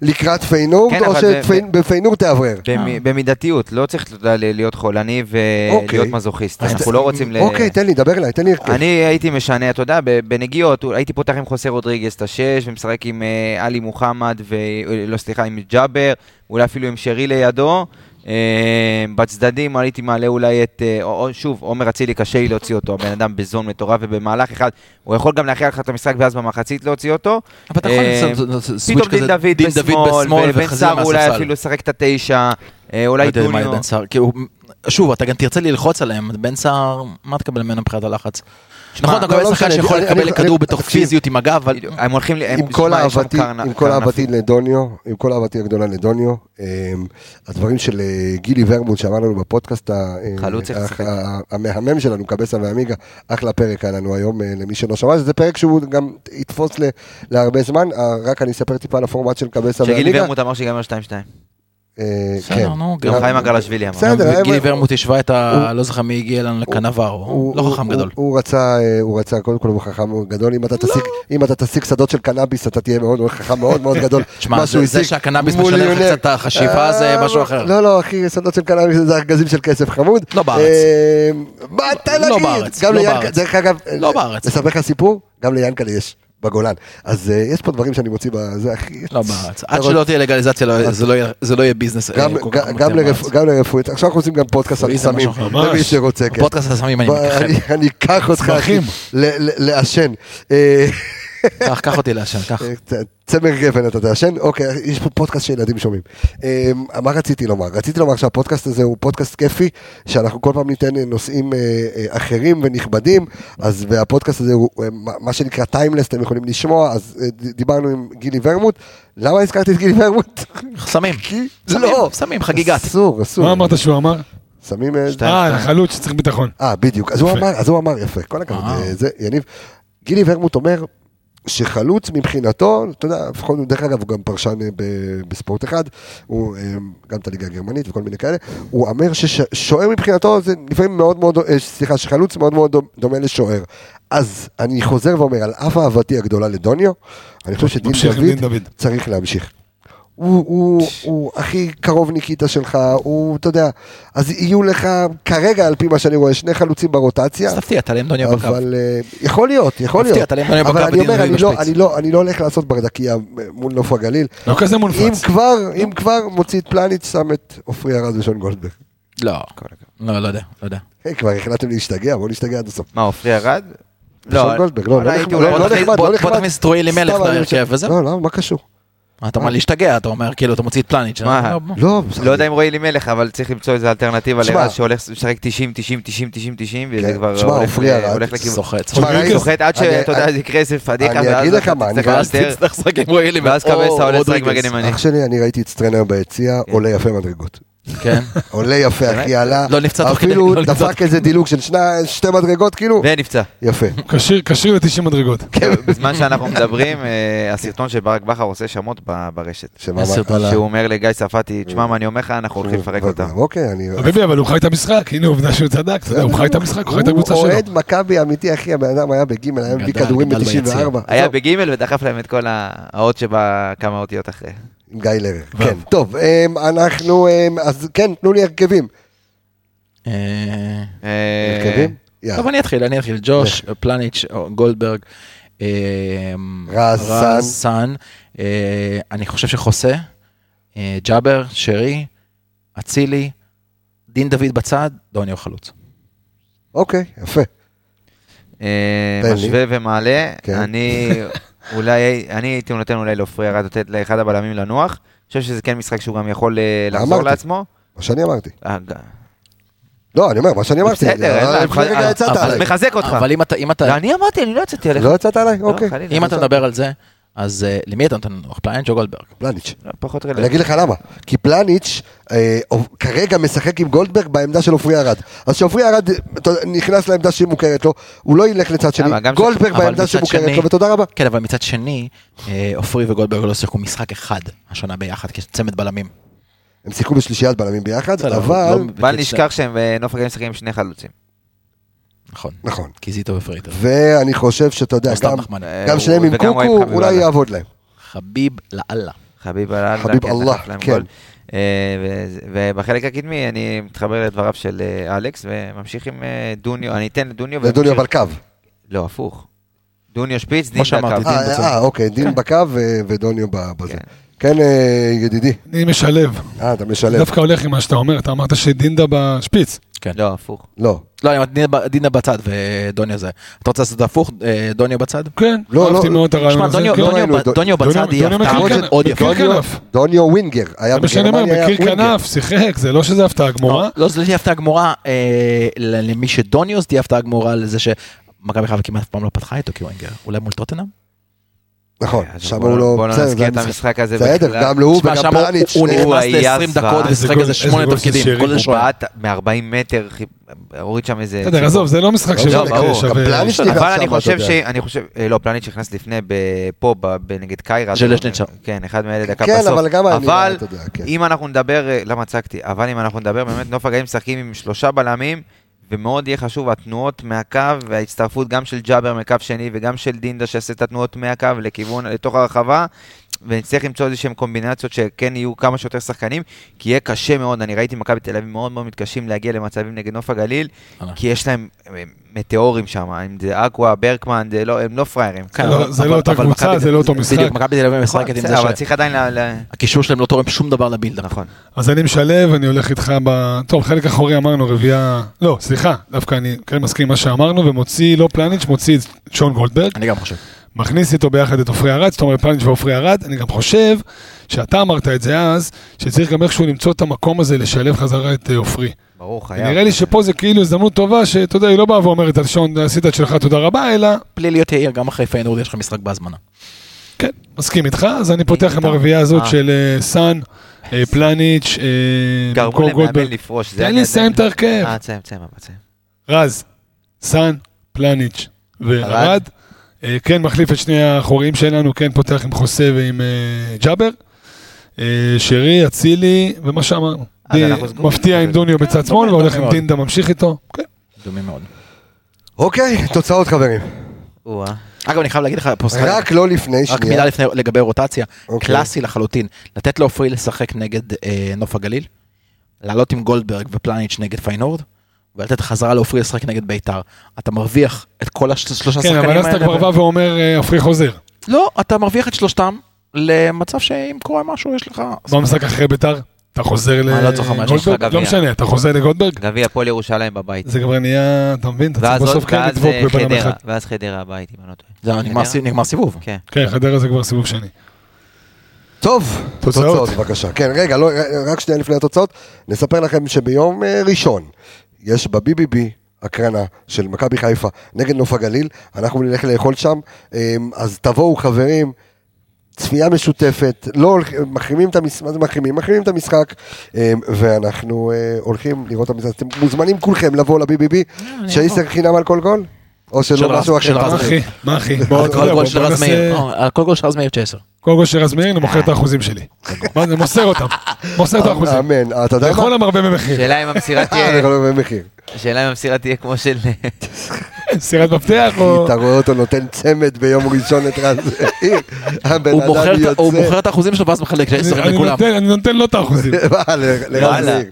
S1: לקראת פיינורד,
S6: כן,
S1: או
S6: אבל כן,
S1: שבפיינורד תאוורר.
S6: במ- במידתיות, לא צריך אתה יודע, להיות חולני ולהיות
S1: אוקיי.
S6: מזוכיסט.
S1: אז
S6: אנחנו
S1: ת-
S6: לא רוצים ל...
S1: אוקיי, תן לי, דבר אליי, תן לי
S7: כן.
S1: הרכב.
S6: אני הייתי משנה, אתה יודע, ב- בנגיעות, הייתי פותח עם חוסה רודריגז את השש, ומשחק עם אה, עלי מוחמד, ו... אה, לא, סליחה, עם ג'אבר, אולי אפילו עם שרי לידו. אה, בצדדים הייתי מעלה אולי את, אה, או- או- שוב, עומר אצילי קשה לי להוציא אותו, הבן אדם בזון מטורף ובמהלך אחד, הוא יכול גם להכריע לך את המשחק ואז במחצית להוציא אותו.
S7: אבל אתה יכול
S6: אה,
S7: לעשות סוויץ'
S6: פתאום דין
S7: כזה,
S6: דוד
S7: דין
S6: בשמאל, ובן
S7: וחזיזה
S6: סער אולי
S7: מהספסל.
S6: אפילו לשחק את התשע, אה, אולי
S7: לא יודע מה
S6: דוניו.
S7: יהיה בן סער, כאילו, שוב, אתה גם תרצה ללחוץ עליהם, בן סער, מה תקבל ממנו מבחינת הלחץ? נכון, אתה
S1: לא, לא
S7: מקבל שחקן
S1: משנה,
S7: שיכול
S1: אני-
S7: לקבל
S1: אני-
S7: כדור
S1: אני-
S7: בתוך
S1: תקשיב.
S7: פיזיות עם הגב, אבל...
S6: הם הולכים, ל- הם-
S1: עם כל
S6: שמע, יש שם
S1: אהבתי,
S6: קרנ-
S1: עם כל
S6: קרנפים.
S1: אהבתי לדוניו, עם כל אהבתי הגדולה לדוניו, אמ, הדברים של אה, גילי ורמוט שאמר לנו בפודקאסט ה- אה,
S6: חלוץ
S1: הח-
S6: יחסי.
S1: ה- המהמם שלנו, קבסה ועמיגה, אחלה פרק היה לנו היום אה, למי שלא שמע, זה פרק שהוא גם יתפוס ל- להרבה זמן, אה, רק אני אספר טיפה על הפורמט של קבסה
S6: שגילי
S1: ועמיגה.
S6: ורמוט אמר שיגמר 2-2.
S1: אה, כן.
S7: בסדר, נו,
S6: גם
S7: גם-
S6: חיים אגלשווילי אמר.
S1: בסדר, היה-
S7: גילי ורמוט השווה את ה...
S1: הוא-
S7: לא זוכר מי הגיע אלינו לקנברו,
S1: הוא-
S7: לא
S1: הוא-
S7: חכם
S1: הוא-
S7: גדול. לא.
S1: הוא רצה, אה, הוא רצה, קודם כל הוא חכם מאוד גדול, אם אתה תשיג- אם אתה תשיג שדות של קנאביס אתה תהיה מאוד חכם מאוד מאוד גדול.
S7: תשמע,
S1: מה שהוא
S7: זה זה
S1: השיג,
S7: שהקנאביס
S1: מול
S7: משנה לך
S1: יונק.
S7: קצת את החשיבה זה
S1: אה,
S7: משהו אחר.
S1: לא, לא, אחי, שדות של קנאביס זה ארגזים של כסף חמוד.
S7: לא בארץ.
S1: אה, מה אתה
S7: לא
S1: להגיד?
S7: בארץ,
S1: גם
S7: לא
S1: ליענקל'ה-
S7: בארץ.
S1: דרך אגב, אה,
S7: לא בארץ.
S1: לספר לך סיפור? גם ליענקל'ה יש, בגולן. אז אה, יש פה דברים שאני מוציא בזה, אחי.
S7: לא בארץ.
S1: אתה
S7: עד שלא תהיה לגליזציה לא- זה לא יהיה- זה לא יהיה ביזנס. אה,
S1: גם-
S7: כל כך
S1: גם-
S7: אמיתי
S1: גם
S7: בארץ.
S1: לרפ- גם לרפואית, עכשיו אנחנו עושים גם פודקאסט על
S7: רפואית זה
S1: סמים,
S7: משהו
S5: אחר.
S1: למי שרוצה, כן.
S7: פודקאסט הסמים אני
S1: בוא, אני-
S7: מתכחד.
S1: אני אקח אותך, אחי,
S5: צמחים.
S1: ל- ל- לעשן. אה,
S7: קח, קח אותי לעשן, קח.
S1: צ- צמר גפן אתה תעשן? אוקיי, יש פה פודקאסט שילדים שומעים. אה, מה רציתי לומר? רציתי לומר שהפודקאסט הזה הוא פודקאסט כיפי, שאנחנו כל פעם ניתן אה, נושאים אה, אה, אחרים ונכבדים, אז והפודקאסט הזה הוא אה, מה- מה שנקרא טיימלס, אתם יכולים לשמוע, אז אה, ד- דיברנו עם גילי ורמוט, למה הזכרתי את גילי ורמוט?
S7: סמים.
S1: כי-
S7: סמים, סמים, חגיגת.
S1: אסור, אסור.
S5: מה אמרת שהוא אמר?
S1: סמים... אה,
S5: אה, חלוץ שצריך ביטחון.
S1: אה, בדיוק. אז הוא
S5: יפה.
S1: אמר, אז הוא אמר, יפה, כל הכבוד, אה, זה יניב. גילי ורמוט אומר שחלוץ מבחינתו, אתה יודע, לפחות, דרך אגב, הוא גם פרשן אה, ב- בספורט אחד, הוא אה, גם את הליגה הגרמנית וכל מיני כאלה, הוא אומר ששוער מבחינתו זה לפעמים מאוד מאוד, אה, סליחה, שחלוץ מאוד מאוד דומ- דומה לשוער. אז אני חוזר ואומר, על אף אהבתי הגדולה לדוניו, אני חושב שדין
S5: ממשיך עם דין
S1: דוד
S5: דוד.
S1: צריך להמשיך. הוא, הוא, הוא הכי קרוב ניקיטה שלך, הוא, אתה יודע, אז יהיו לך כרגע, על פי מה שאני רואה, שני חלוצים ברוטציה,
S7: אז תפתיע, תעלה עם דוניה בקו.
S1: אבל אה, יכול להיות, יכול
S7: תפתיע,
S1: להיות.
S7: תעלה עם דוניה
S1: אבל
S7: בקו
S1: אני
S7: ודין
S1: אומר,
S7: דוד
S1: אני לא,
S7: בשפיץ.
S1: אני, לא, אני לא הולך לעשות ברדקייה מול נוף הגליל.
S5: לא כזה
S1: אם
S5: מונפץ.
S1: כבר, אם כבר, מוציא את פלניץ', שם את עופרי ארד ושון גולדברג.
S7: לא. לא, לא יודע, לא יודע.
S1: היי, כבר החלטתם להשתגע, בואו נשתגע עד הסוף.
S6: מה, עופרי ירד?
S1: שון גולדברג, לא, לא
S6: אולי
S1: נחמד,
S6: הייתי אולי-
S1: לא
S7: בוא
S1: נחמד,
S7: תכניס-
S1: לא
S7: בוא-
S1: נחמד.
S7: בוא תכניס את רועי אלימלך
S1: סתם, אני
S7: להרכב
S1: חושב-
S7: וזהו.
S1: לא, לא, מה קשור?
S7: אתה אומר להשתגע, אתה אומר, כאילו, אתה מוציא את פלניץ'.
S6: מה?
S7: אני אומר,
S1: לא,
S6: לא יודע אם רועי אלימלך, אבל צריך למצוא איזה אלטרנטיבה
S1: שמע.
S6: לרז שהולך לשחק 90, 90, 90, 90, 90, וזה
S1: כן.
S6: כבר
S1: שמע,
S6: הולך-
S1: עופרי ירד.
S6: הולך לכיוון.
S7: סוחט.
S1: תשמע,
S5: אני-
S1: ראיתי-
S6: סוחט עד
S1: אני-
S6: שאתה יודע, זה יקרה איזה פדיחה,
S1: אני
S6: ואז
S1: אגיד לך
S6: אתה
S1: מה, אני
S6: תצטרך
S7: ואז
S6: לאלתר,
S7: תצטרך לשחק עם רועי אלימלך.
S6: ואז קבסה עולה לשחק
S7: רודריגז.
S6: מגן ימני.
S1: אח שלי, אני ראיתי את סטרנר ביציע, עולה יפה מדרגות.
S7: כן.
S1: עולה יפה, אחי, עלה.
S7: לא נפצע תוך כדי,
S1: אפילו
S7: לא נפצע תוך
S1: דפק איזה דילוג של שני- שתי מדרגות, כאילו.
S6: ונפצע.
S1: יפה.
S5: כשיר- כשיר ל-90 מדרגות.
S1: אה. כן.
S6: בזמן שאנחנו מדברים, אה, הסרטון של ברק בכר עושה שמות ב- ברשת.
S1: שמה,
S7: עשר
S1: מה, עלה.
S6: שהוא אומר לגיא צרפתי, תשמע מה אני אומר לך, אנחנו הולכים לפרק אותם.
S1: אוקיי, אני...
S5: חביבי, אבל הוא חי את המשחק, הנה עובדה שהוא צדק, אתה יודע, הוא חי את המשחק, הוא חי את הקבוצה
S1: אה, הוא אוהד
S5: שלו.
S1: מכבי אמיתי, אחי, הבן אדם היה בגימל, היה מביא
S7: גדל,
S1: כדורים
S7: גדל ביציע.
S1: ב-94.
S6: היה בגימל ודחף להם את כל האות שבה כמה אותיות אחרי.
S1: עם גיא לרר. כן, טוב, אמ, אנחנו... אמ, אז כן, תנו לי הרכבים.
S7: אה,
S6: אה,
S1: הרכבים?
S7: טוב,
S1: יאללה.
S7: אני אתחיל, אני אתחיל. ג'וש, פלניץ', או, גולדברג, אה,
S1: רז, סאן.
S7: סאן. אה, אני חושב שחוסה, אה, ג'אבר, שרי, אצילי, דין דוד בצד, דוניו חלוץ.
S1: אוקיי, יפה.
S6: אה,
S1: תן לי.
S6: משווה ומעלה,
S1: כן.
S6: אני אולי, אני הייתי נותן אולי לעופרי ארד לתת לאחד הבלמים לנוח. אני חושב שזה כן משחק שהוא גם יכול אה, לחזור
S1: אמרתי.
S6: לעצמו.
S1: מה שאני אמרתי.
S6: אה, ג-
S1: לא, אני אומר, מה שאני אמרתי.
S6: בסדר, אין
S1: אה,
S6: בעיה.
S1: לפני רגע
S6: אה,
S1: יצאת
S6: אז
S1: עליי.
S6: מחזק אותך.
S7: אבל אם אתה, אם
S6: לא,
S7: אתה,
S6: אני אמרתי, אני לא יצאתי עליך.
S1: לא יצאת עליי?
S6: לא,
S1: אוקיי.
S6: חלילה.
S7: אם אתה מדבר על זה, אז אה, למי אתה נותן לנוח? פלניץ' או גולדברג?
S1: פלניץ'.
S6: לא, פחות
S1: אני
S6: רלוונטי.
S1: אגיד לך למה, כי פלניץ' אה, אוב- כרגע משחק עם גולדברג בעמדה של עופרי ארד. אז כשעופרי ארד אה, אתה יודע, נכנס לעמדה שמוכרת לו, הוא לא ילך לצד שני.
S6: למה? גם ש-
S1: גולדברג
S7: אבל
S1: בעמדה
S7: מצד
S1: שמוכרת
S7: שני-
S1: לו, ותודה רבה.
S7: כן, אבל מצד שני, אה, עופרי וגולדברג לא שיחקו משחק אחד השנה ביחד, כצמד בלמים.
S1: הם שיחקו בשלישיית בלמים ביחד,
S7: בסדר,
S1: אבל...
S7: לא-
S6: בל נשכח שהם אה, נוף הגליל משחקים עם שני חלוצים.
S7: נכון.
S1: נכון.
S7: כי זיטו ופרייטר.
S1: ואני חושב שאתה
S5: לא
S1: יודע,
S7: או סתם
S1: גם-
S7: נחמן.
S6: אה,
S1: גם
S6: הוא- כן,
S1: שניהם עם
S6: וגם
S1: קוקו,
S6: וואהד חביב
S1: אולי
S6: עליו.
S1: יעבוד להם.
S7: חביב לאללה.
S6: חביב אללה.
S1: חביב אללה, כן.
S6: אה, ובחלק הקדמי אני מתחבר לדבריו של אה, אלכס וממשיך עם אה, דוניו, אני אתן לדוניו.
S1: לדוניו
S6: וממשיך-
S1: אבל קו.
S6: לא, הפוך. דוניו שפיץ, דין
S7: כמו שאמרתי,
S6: דקה.
S7: דין
S1: אה,
S7: בצד.
S1: אה, אוקיי,
S5: כן.
S1: דין בקו ו- ודוניו ב- בזה.
S6: כן.
S1: כן, אה, ידידי.
S5: אני משלב.
S1: אה, אתה משלב.
S5: דווקא הולך עם מה שאתה אומר, אתה אמרת שדינדה בשפיץ.
S6: לא, הפוך.
S1: לא.
S7: לא, אני אומר, דינה- דינה בצד ודוניו זה. אתה רוצה לעשות הפוך, אה, דוניו בצד?
S5: כן,
S1: לא,
S5: אהבתי
S1: לא,
S5: מאוד את הרעיון
S7: שמע,
S5: הזה.
S7: דוניו-
S5: כן.
S1: ראינו,
S7: דוניו ב-
S1: דו-
S7: דוניו בצד
S5: דוניו
S7: יהיה הפתעה
S5: מכיר
S7: עוד-
S5: כנף,
S7: עוד
S5: מכיר
S7: יפה. לא,
S5: כנף. כנף.
S1: דוניו ווינגר. היה
S5: זה מה שאני אומר,
S1: בגרמניה, היה אה,
S5: בקיר
S1: ווינגר.
S5: כנף, שיחק, זה לא שזה הפתעה גמורה.
S7: לא, זו תהיה הפתעה גמורה אה, ל- למי שדוניו, זו תהיה הפתעה גמורה לזה שמכבי חיפה כמעט אף פעם לא פתחה איתו כווינגר. אולי מול טוטנאם?
S1: נכון,
S6: אז
S1: שם
S6: בוא-
S1: הוא לא...
S6: בוא לא
S1: בסדר, זה
S6: נזכיר את
S1: המשחק.
S6: המשחק הזה
S1: בסדר,
S6: בכלל.
S1: גם לו
S7: תשמע,
S1: וגם
S7: שם הוא-
S1: פלניץ'.
S6: הוא
S7: הוא נכנס
S6: היה
S7: ל-20
S6: זוועה.
S7: דקות
S5: איזה
S7: ושיחק
S5: גול-
S7: איזה
S5: איזה
S7: 8
S5: גול של
S7: תפקידים,
S5: שרי.
S7: כולל
S5: הוא
S6: הוא
S7: שוער.
S6: בעט מ-40 מטר, חי- הוריד שם איזה...
S5: בסדר, עזוב, זה לא משחק
S1: לא
S5: של...
S1: משנה,
S6: ברור,
S5: שווה-
S1: גם פלניץ' נכנס
S6: אבל
S1: שם,
S6: אני
S1: אתה
S6: חושב
S1: יודע.
S6: ש... אני חושב... אה, לא, פלניץ' נכנס לפני, ב- פה, ב- ב- נגד קיירה.
S7: ז'לז'ניץ' שם.
S6: כן, אחד מאלה דקה
S1: כן,
S6: בסוף.
S1: אבל גם היה נראה,
S6: אבל
S1: אתה יודע, כן.
S6: אם אנחנו נדבר... אה, למה צעקתי? אבל אם אנחנו נדבר, באמת, נוף הגליל משחקים עם שלושה בלמים, ומאוד יהיה חשוב התנועות מהקו וההצטרפות גם של ג'אבר מקו שני וגם של דינדה שיעשה את התנועות מהקו לכיוון, לתוך הרחבה. ונצטרך למצוא איזה שהם קומבינציות שכן יהיו כמה שיותר שחקנים, כי יהיה קשה מאוד, אני ראיתי מכבי תל אביב מאוד מאוד מתקשים להגיע למצבים נגד נוף הגליל,
S7: אהלן.
S6: כי יש להם אה, מטאורים שם, אם זה אקווה, ברקמן, זה לא, הם לא פראיירים.
S7: כן,
S5: לא,
S7: אבל-
S5: זה לא
S7: אבל-
S5: אותה
S7: אבל
S5: קבוצה,
S7: מכבי-
S5: זה לא אותו משחק.
S7: בדיוק, מכבי תל אביב משחקת עם זה
S6: בסדר, אבל צריך עדיין ל... ל-
S7: שהקישור שלהם לא תורם שום דבר לבילדה.
S6: נכון.
S5: אז אני משלב, אני הולך איתך ב... טוב, חלק אחורי אמרנו רביעייה... לא, סליחה, דווקא אני כן מסכים עם מה שאמרנו, ומוציא, לא פלניץ', מוציא את שון גולדברג,
S7: אני גם חושב.
S5: מכניס איתו ביחד את עופרי ארד, זאת אומרת פלניץ' ועופרי ארד. אני גם חושב, שאתה אמרת את זה אז, שצריך גם איכשהו למצוא את המקום הזה לשלב חזרה את אה, עופרי.
S6: ברור, חייב.
S5: נראה לי שפה זה כאילו הזדמנות טובה, שאתה יודע, היא לא באה ואומרת על שון, עשית את שלך, תודה רבה, אלא,
S7: בלי להיות יאיר, גם אחרי פיינורד יש לך משחק בהזמנה.
S5: כן, מסכים איתך, אז אני פותח עם הרביעייה הזאת
S6: אה.
S5: של אה, סאן, אה, פלניץ', אה, במקום
S6: גרמו למאמן
S5: גולדברג.
S6: לפרוש. זה
S5: תן
S6: אני
S5: לי
S6: עדיין-
S5: לסיים את ההרכב.
S6: אה, תסיים, תסיים, אבל תסיים.
S5: רז, סאן, פלניץ' וארד.
S7: ארד.
S5: אה, כן מחליף את שני האחוריים שלנו, כן פותח עם חוסה ועם אה, ג'אבר. אה, שרי, אצילי, ומה שאמרנו.
S6: אז
S5: די-
S6: אנחנו סגורים.
S5: מפתיע עם דוניו בצד שמאל, והולך עם
S7: מאוד.
S5: דינדה ממשיך איתו. כן.
S7: דומים מאוד.
S1: אוקיי, תוצאות חברים.
S6: או-אה.
S7: אגב, אני חייב להגיד לך פה שחק-
S1: רק לא לפני
S7: רק מילה
S1: שנייה.
S7: לפני, לגבי רוטציה,
S1: אוקיי.
S7: קלאסי לחלוטין, לתת לעופרי לשחק נגד אה, נוף הגליל, לעלות עם גולדברג ופלניץ' נגד פיינורד, ולתת חזרה לעופרי לשחק נגד ביתר. אתה מרוויח את כל השלושה
S5: כן,
S7: השחקנים האלה.
S5: אבל אז אתה כבר בא ואומר, אה, עפרי חוזר.
S7: לא, אתה מרוויח את שלושתם למצב שאם קורה משהו יש לך...
S5: במשחק אחרי ביתר, אתה חוזר
S7: מה, לא זוכר מה, יש לך
S5: לגולדברג?
S6: גביע.
S5: לא משנה, אתה חוזר לגולדברג?
S6: גביע הפועל ירושלים בבית.
S5: זה כבר נהיה, אתה מבין? אתה צריך
S6: ואז עוד-
S5: בסוף כן
S6: ואז,
S5: לדבוק
S6: אה,
S5: בבלם
S6: חדרה,
S5: אחד.
S6: ואז חדרה הבית, אם אני לא טועה.
S7: זהו, נגמר סי- נגמר סיבוב.
S6: כן.
S5: כן, חדרה זה כבר סיבוב שני.
S1: טוב,
S5: תוצאות.
S1: תוצאות בבקשה. כן, רגע, לא, רק שנייה לפני התוצאות. נספר לכם שביום אה, ראשון יש ב-BBB הקרנה של מכבי חיפה נגד נוף הגליל. אנחנו נלך לאכול שם. אה, אז תבואו חברים. צפייה משותפת, לא הולכים, מחרימים את המשחק, מה זה מחרימים? מחרימים את המשחק, אה, ואנחנו אה, הולכים לראות את המשחק. אתם מוזמנים כולכם לבוא לבי-בי-בי, שאיסר חינם על כל גול? או
S7: של
S1: שלא
S7: רז-
S1: משהו
S7: של
S1: אחר? אה,
S7: רז
S5: מה
S7: אז-
S5: אחי? מה אחי? בוא,
S7: על
S5: אתה יודע,
S7: כל
S5: בוא
S7: גול אה, של רז
S5: נעשה-
S7: מאיר. אה, על כל גול של רז מאיר צ'סר.
S5: קודם כל שרז מאיר, אני מוכר את האחוזים שלי.
S6: נכון.
S5: מה זה, מוסר אותם. מוסר את האחוזים.
S1: אמן, אה, אתה יודע מה?
S5: לכל המרבה במחיר.
S6: שאלה אם המסירה
S1: אה,
S6: תהיה-
S1: לכל המחיר.
S6: שאלה אם המסירה תהיה כמו של...
S5: סירת מפתח
S1: כי
S5: או...
S1: אתה רואה אותו נותן צמד ביום ראשון את רז מאיר, הבן
S7: הוא
S1: אדם
S7: בוחר את- הוא
S1: יוצא,
S7: בוחר את האחוזים שלו ואז מחלק לעשר
S5: אני
S7: לכולם.
S5: נותן- אני נותן לו את האחוזים.
S1: מה, ל- לרז
S6: וואלה.
S1: מאיר.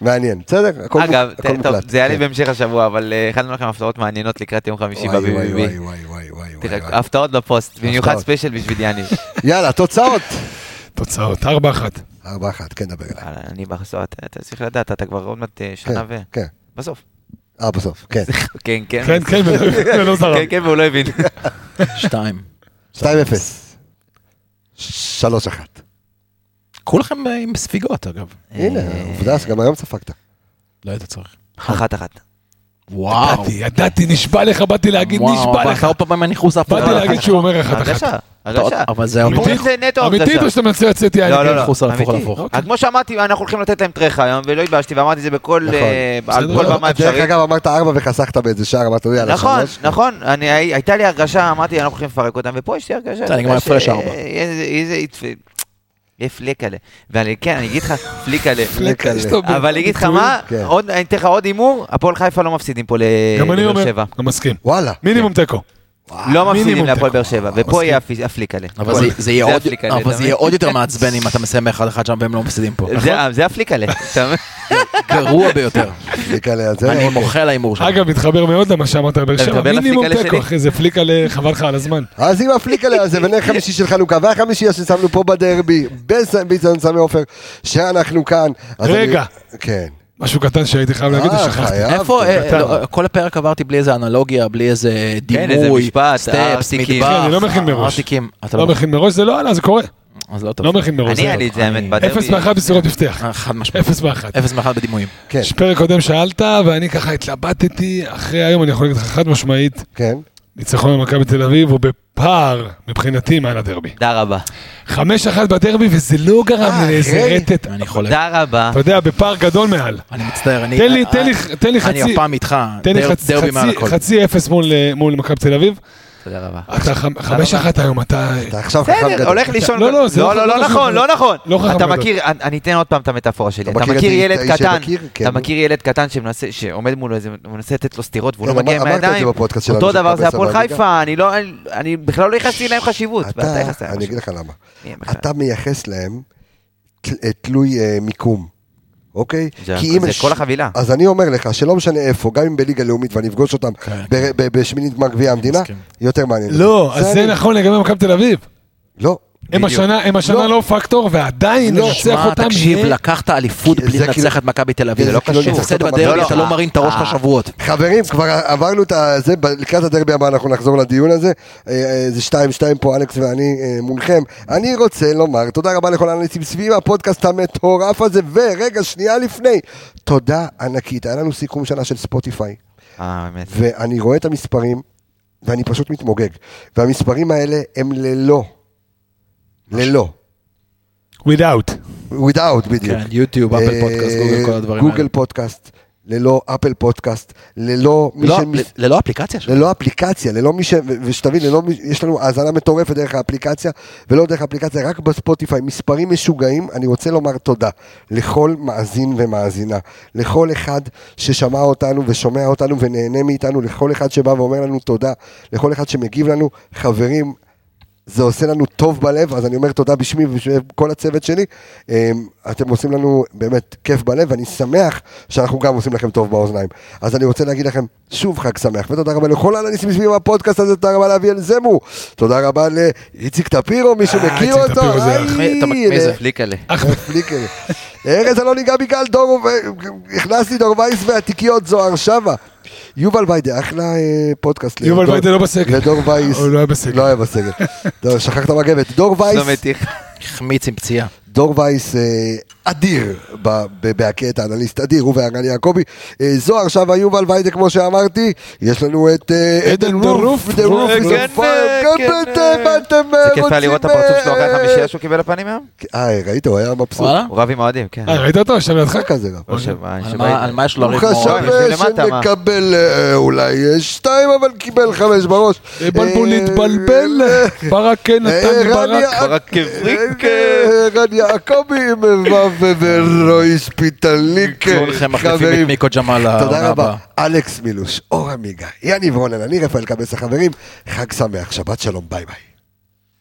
S1: מעניין, בסדר, הכל
S6: אגב,
S1: מוק- הכל
S6: ת- טוב,
S1: מוקלט.
S6: זה היה לי
S1: כן.
S6: בהמשך השבוע, אבל אה, הכנו לכם הפתעות מעניינות לקראת יום חמישי
S1: וואי, וואי,
S6: ב-BBB.
S1: וואי, וואי, וואי, וואי, וואי,
S6: תראה,
S1: וואי.
S6: הפתעות בפוסט, במיוחד
S1: הפתעות.
S6: ספיישל בשביל יאניב.
S1: יאללה, תוצאות.
S5: תוצאות, 4-1.
S1: ארבע אחת, כן, דבר אליי.
S6: וואלה, אני בחסות, אתה- אתה צריך לדעת, אתה כבר עוד מעט אה, שנה ו...
S1: כן,
S6: בסוף.
S1: אה, בסוף, כן.
S6: כן, כן.
S5: כן, כן, ולא- ולא זרם.
S6: כן, כן, והוא לא הבין.
S7: שתיים.
S1: 2-0. 3-1.
S7: כולכם אה, עם ספיגות אגב.
S1: הנה,
S6: אה.
S1: עובדה שגם היום ספגת.
S7: לא היית צריך.
S6: אחת אחת.
S7: וואו.
S5: ידעתי, ידעתי, נשבע לך, באתי להגיד, נשבע
S7: וואו,
S5: לך.
S7: אתה עוד פעם עם הניחוס ההפוך.
S5: באתי להגיד שהוא אומר
S6: אה, הרגשה,
S5: 1-1.
S6: הרגשה.
S7: אבל זה
S5: אמיתי?
S7: אמיתי.
S6: אומרים זה נטו
S5: אמיתית
S6: הרגשה.
S5: או שאתה מנסה לצאת יעני?
S6: לא, לא, לא.
S7: חוסר הפוך על
S6: אמיתי.
S7: הפוך.
S6: אז כמו שאמרתי, אנחנו הולכים לתת להם טרחה היום, ולא התביישתי, ואמרתי את זה בכל
S1: נכון.
S6: אה, על כל
S5: בסדר.
S6: במה
S1: דרך
S6: אפשרית.
S1: אגב, אמרת ארבע וחסכת באיזה שער, אמרת, יאללה,
S6: נכון,
S1: שלוש.
S6: נכון, אני- הי- הייתה לי הרגשה, אמרתי, אנחנו הולכים לפרק אותם, ופה יש לי הרגשה.
S7: בסדר, נגמר
S6: ש-
S7: הפרש ארבע.
S6: אה, איזה- איזה... יהיה פליקלה. ואני, כן, אני אגיד לך, פליקלה.
S1: פליקלה.
S6: אבל אני אגיד לך מה,
S1: כן.
S6: עוד- אני אתן לך עוד הימור, הפועל חיפה לא מפסידים פה ל-
S5: גם אני
S6: לבאר
S5: אומר,
S6: אה, שבע. כן.
S5: גם מסכים.
S1: וואלה.
S5: מינימום תיקו.
S6: לא מפסידים
S5: מינימום
S6: להפועל
S5: תיקו.
S6: באר שבע, ופה יהיה הפי- הפליקלה.
S7: אבל זה- זה יהיה עוד-
S6: הפליקלה,
S7: אבל
S6: אתה
S7: זה יהיה
S6: מבין?
S7: עוד יותר מעצבן אם אתה מסיים באחד אחד שם והם לא מפסידים פה.
S1: נכון.
S6: זה- אה, זה הפליקלה. אתה מבין?
S7: גרוע ביותר.
S1: פליקה ליד זה,
S7: אני
S1: אוקיי.
S7: מוחה להימור שלך.
S5: אגב, מתחבר מאוד למה שאמרת על באר
S6: אתה
S5: שבע.
S6: מתחבר
S5: מינימום
S6: לפליקה
S5: תיקו,
S6: לשלי?
S5: אחי, זה פליקה ל... חבל לך על הזמן.
S1: אז עם הפליקלה הזה ונר חמישי של חנוכה והחמישייה ששמנו פה בדרבי בביזיון סמי עופר שאנחנו כאן. אז
S5: רגע.
S1: אני- כן.
S5: משהו קטן שהייתי חייב להגיד,
S1: אה,
S5: ושכחתי.
S1: חייב,
S7: איפה, אה,
S1: אתה-
S7: לא, כל הפרק עברתי בלי איזה אנלוגיה, בלי איזה
S6: איזה
S7: דימוי,
S6: משפט,
S7: סטפס,
S6: ארטיקים.
S7: מטבח.
S5: כן, אני לא מכין מראש.
S7: ארטיקים. אתה
S5: לא מכין מראש, זה לא עלה, זה קורה.
S7: אז לא טוב.
S5: לא מכין מראש.
S6: אני היה לי את זה, האמת, בדרבי.
S5: אפס מאחת בסירות מפתח.
S7: אה, חד משמעית.
S5: אפס מאחת.
S7: אפס מאחד בדימויים.
S1: כן,
S5: יש פרק קודם שאלת, ואני ככה התלבטתי, אחרי היום אני יכול להגיד לך חד משמעית,
S1: כן.
S5: ניצחון על מכבי תל אביב הוא בפער מבחינתי מעל הדרבי.
S6: תודה רבה.
S5: חמש אחת בדרבי וזה לא גרם
S1: אה,
S5: לאיזה
S1: אחרי.
S5: רטט.
S7: אני חולק.
S6: תודה רבה.
S5: אתה יודע, בפער גדול מעל.
S7: אני מצטער, אני... אה,
S5: תן לי- תן לי- תן לי חצי-
S7: אני הפעם איתך,
S5: תן לי
S7: דר-
S5: חצי-
S7: דרבי מעל
S5: חצי-
S7: הכל.
S5: חצי אפס מול, אה, מול מכבי תל אביב.
S6: תודה רבה.
S5: אתה חמ- חמש אחת היום, אתה...
S1: אתה עכשיו חכם
S6: בסדר,
S1: גדול.
S6: הולך לישון.
S5: לא, לא, זה
S6: לא,
S5: לא
S6: לא,
S5: חכם
S6: לא
S5: גדול.
S6: נכון, לא נכון.
S5: לא חכם
S6: אתה
S5: גדול.
S6: מכיר, אני- אני אתן עוד פעם את המטאפורה שלי.
S1: אתה
S6: אתה
S1: מכיר את
S6: מכיר ילד
S1: האיש
S6: קטן,
S1: שבקיר? כן.
S6: אתה מכיר ילד קטן שמנסה, שעומד מולו איזה, הוא מנסה לתת לו סטירות והוא לא
S1: כן,
S6: מגיע עם
S1: אמר- אמרת את זה
S6: הידיים.
S1: בפודקאסט שלנו,
S6: אותו
S1: שזה
S6: דבר זה
S1: קבסה
S6: הפועל
S1: בליגה.
S6: חיפה, אני לא, אני- אני בכלל לא נכנסתי להם חשיבות. ואתה הכנסת
S1: אתה,
S6: להם
S1: אני אגיד
S6: חשיבות.
S1: לך למה.
S6: מי הם בכלל?
S1: אתה מייחס להם תל- אה, תלוי אה, מיקום, אוקיי?
S6: זה-
S1: כי אם אה,
S6: זה
S1: ש-
S6: כל החבילה.
S1: אז אני אומר לך, שלא משנה איפה, גם אם בליגה לאומית ואני אפגוש אותם ב- ב- בשמינית גמר גביע המדינה,
S7: מסכים.
S1: יותר מעניין.
S5: כן. לא, אז זה
S1: אני.
S5: נכון לגבי מכבי תל אביב.
S1: לא.
S5: הם השנה הם השנה לא פקטור, ועדיין לנצח
S7: שמע,
S5: לא אותם
S7: תקשיב,
S5: יהיה-
S7: לקחת אליפות
S1: זה
S7: בלי
S1: כאילו-
S7: לנצח את מכבי תל אביב.
S1: זה לא קשור.
S7: תפסד
S1: לא,
S7: בדרבי,
S1: לא.
S7: אתה לא מרים את הראש שלך שבועות.
S1: חברים, כבר עברנו את זה, ב- לקראת הדרבי הבא אנחנו נחזור לדיון הזה. אה, אה, זה 2-2 פה, אלכס ואני אה, מולכם. אני רוצה לומר תודה רבה לכל האנליסטים סביב הפודקאסט המטורף הזה, ורגע, שנייה לפני, תודה ענקית. היה לנו סיכום שנה של ספוטיפיי,
S6: אה, באמת.
S1: ואני רואה את המספרים, ואני פשוט מתמוגג. והמספרים האלה הם ללא. ללא.
S5: without.
S1: without בדיוק.
S7: כן, יוטיוב, אפל
S1: אה,
S7: פודקאסט, גוגל, כל הדברים
S1: גוגל
S7: האלה.
S1: פודקאסט, ללא אפל פודקאסט, ללא מי
S7: לא,
S1: שמס-
S7: ל- ללא אפליקציה שלך.
S1: ללא אפליקציה, ללא מי ש... ו- ושתבין, ללא מי... יש לנו האזנה מטורפת דרך האפליקציה, ולא דרך האפליקציה, רק בספוטיפיי, מספרים משוגעים. אני רוצה לומר תודה לכל מאזין ומאזינה, לכל אחד ששמע אותנו ושומע אותנו ונהנה מאיתנו, לכל אחד שבא ואומר לנו תודה, לכל אחד שמגיב לנו, חברים. זה עושה לנו טוב בלב, אז אני אומר תודה בשמי ובשם כל הצוות שלי. אמ, אתם עושים לנו באמת כיף בלב, ואני שמח שאנחנו גם עושים לכם טוב באוזניים. אז אני רוצה להגיד לכם שוב חג שמח, ותודה רבה לכל האנליסטים סביב הפודקאסט הזה, תודה רבה לאביאל זמו, תודה רבה לאיציק טפירו, מישהו
S5: אה,
S1: מכיר
S5: איציק
S1: אותו?
S5: טפירו זה
S1: היי,
S5: אחרי-
S7: אתה- מי זה?
S6: פליקלה.
S1: פליקר. ארז אלוני גבי גל, דור, ו- הכנסתי דור וייס והתיקיות זוהר שבה. יובל ויידה, אחלה אה, פודקאסט.
S5: יובל
S1: לדור-
S5: ויידה לא בסגל.
S1: לדור וייס.
S5: הוא לא היה בסגל.
S1: לא היה בסגל. טוב, שכחת מגבת. דור
S6: לא
S1: וייס,
S6: מתיך.
S7: החמיץ עם פציעה.
S1: דור וייס אה, אדיר ב- ב- בהקטע, אנליסט אדיר, הוא והרן יעקבי. אה, זוהר שבה, יובל ויידה, כמו שאמרתי. יש לנו את אה,
S5: עדן דרוף.
S1: The roof is
S6: כן,
S1: on fire.
S6: כן.
S1: גם אתם, מה אתם
S6: זה
S1: אה,
S6: כיף היה
S1: רוצים,
S6: לראות את הפרצוף שלו אחרי
S1: אה,
S6: החמישייה שהוא קיבל לפנים היום?
S1: אה, ראית, הוא היה מבסוט.
S7: וואלה?
S6: הוא רב עם האוהדים, כן.
S5: אה, ראית אותו? ישב לידך?
S1: מה כזה גם.
S6: לא שב- אה,
S7: על
S6: שב-
S7: מה- על מה יש לו
S1: הוא
S7: לריב מור?
S1: חשב אה,
S6: הם יושבים למטה, מה?
S1: שנקבל אה, אולי אה, שתיים, אבל קיבל חמש בראש.
S5: בלבול
S1: אה,
S5: להתבלבל,
S1: אה,
S5: ברק כן
S1: אה,
S5: נתן
S1: רן
S5: ברק.
S1: יעק-
S6: ברק כבריק,
S1: אה, רן יעקבי עם וו ורויס פיטליק.
S7: יקראו לכם
S1: כן,
S7: מחליפים
S1: חברים,
S7: את אה, מיקו ג'מאל לעונה
S1: תודה רבה.
S7: הבאה.
S1: אלכס מילוש, אור עמיגה, יניב רונן, אני רפאל קבס החברים, חג שמח, שבת שלום, ביי ביי.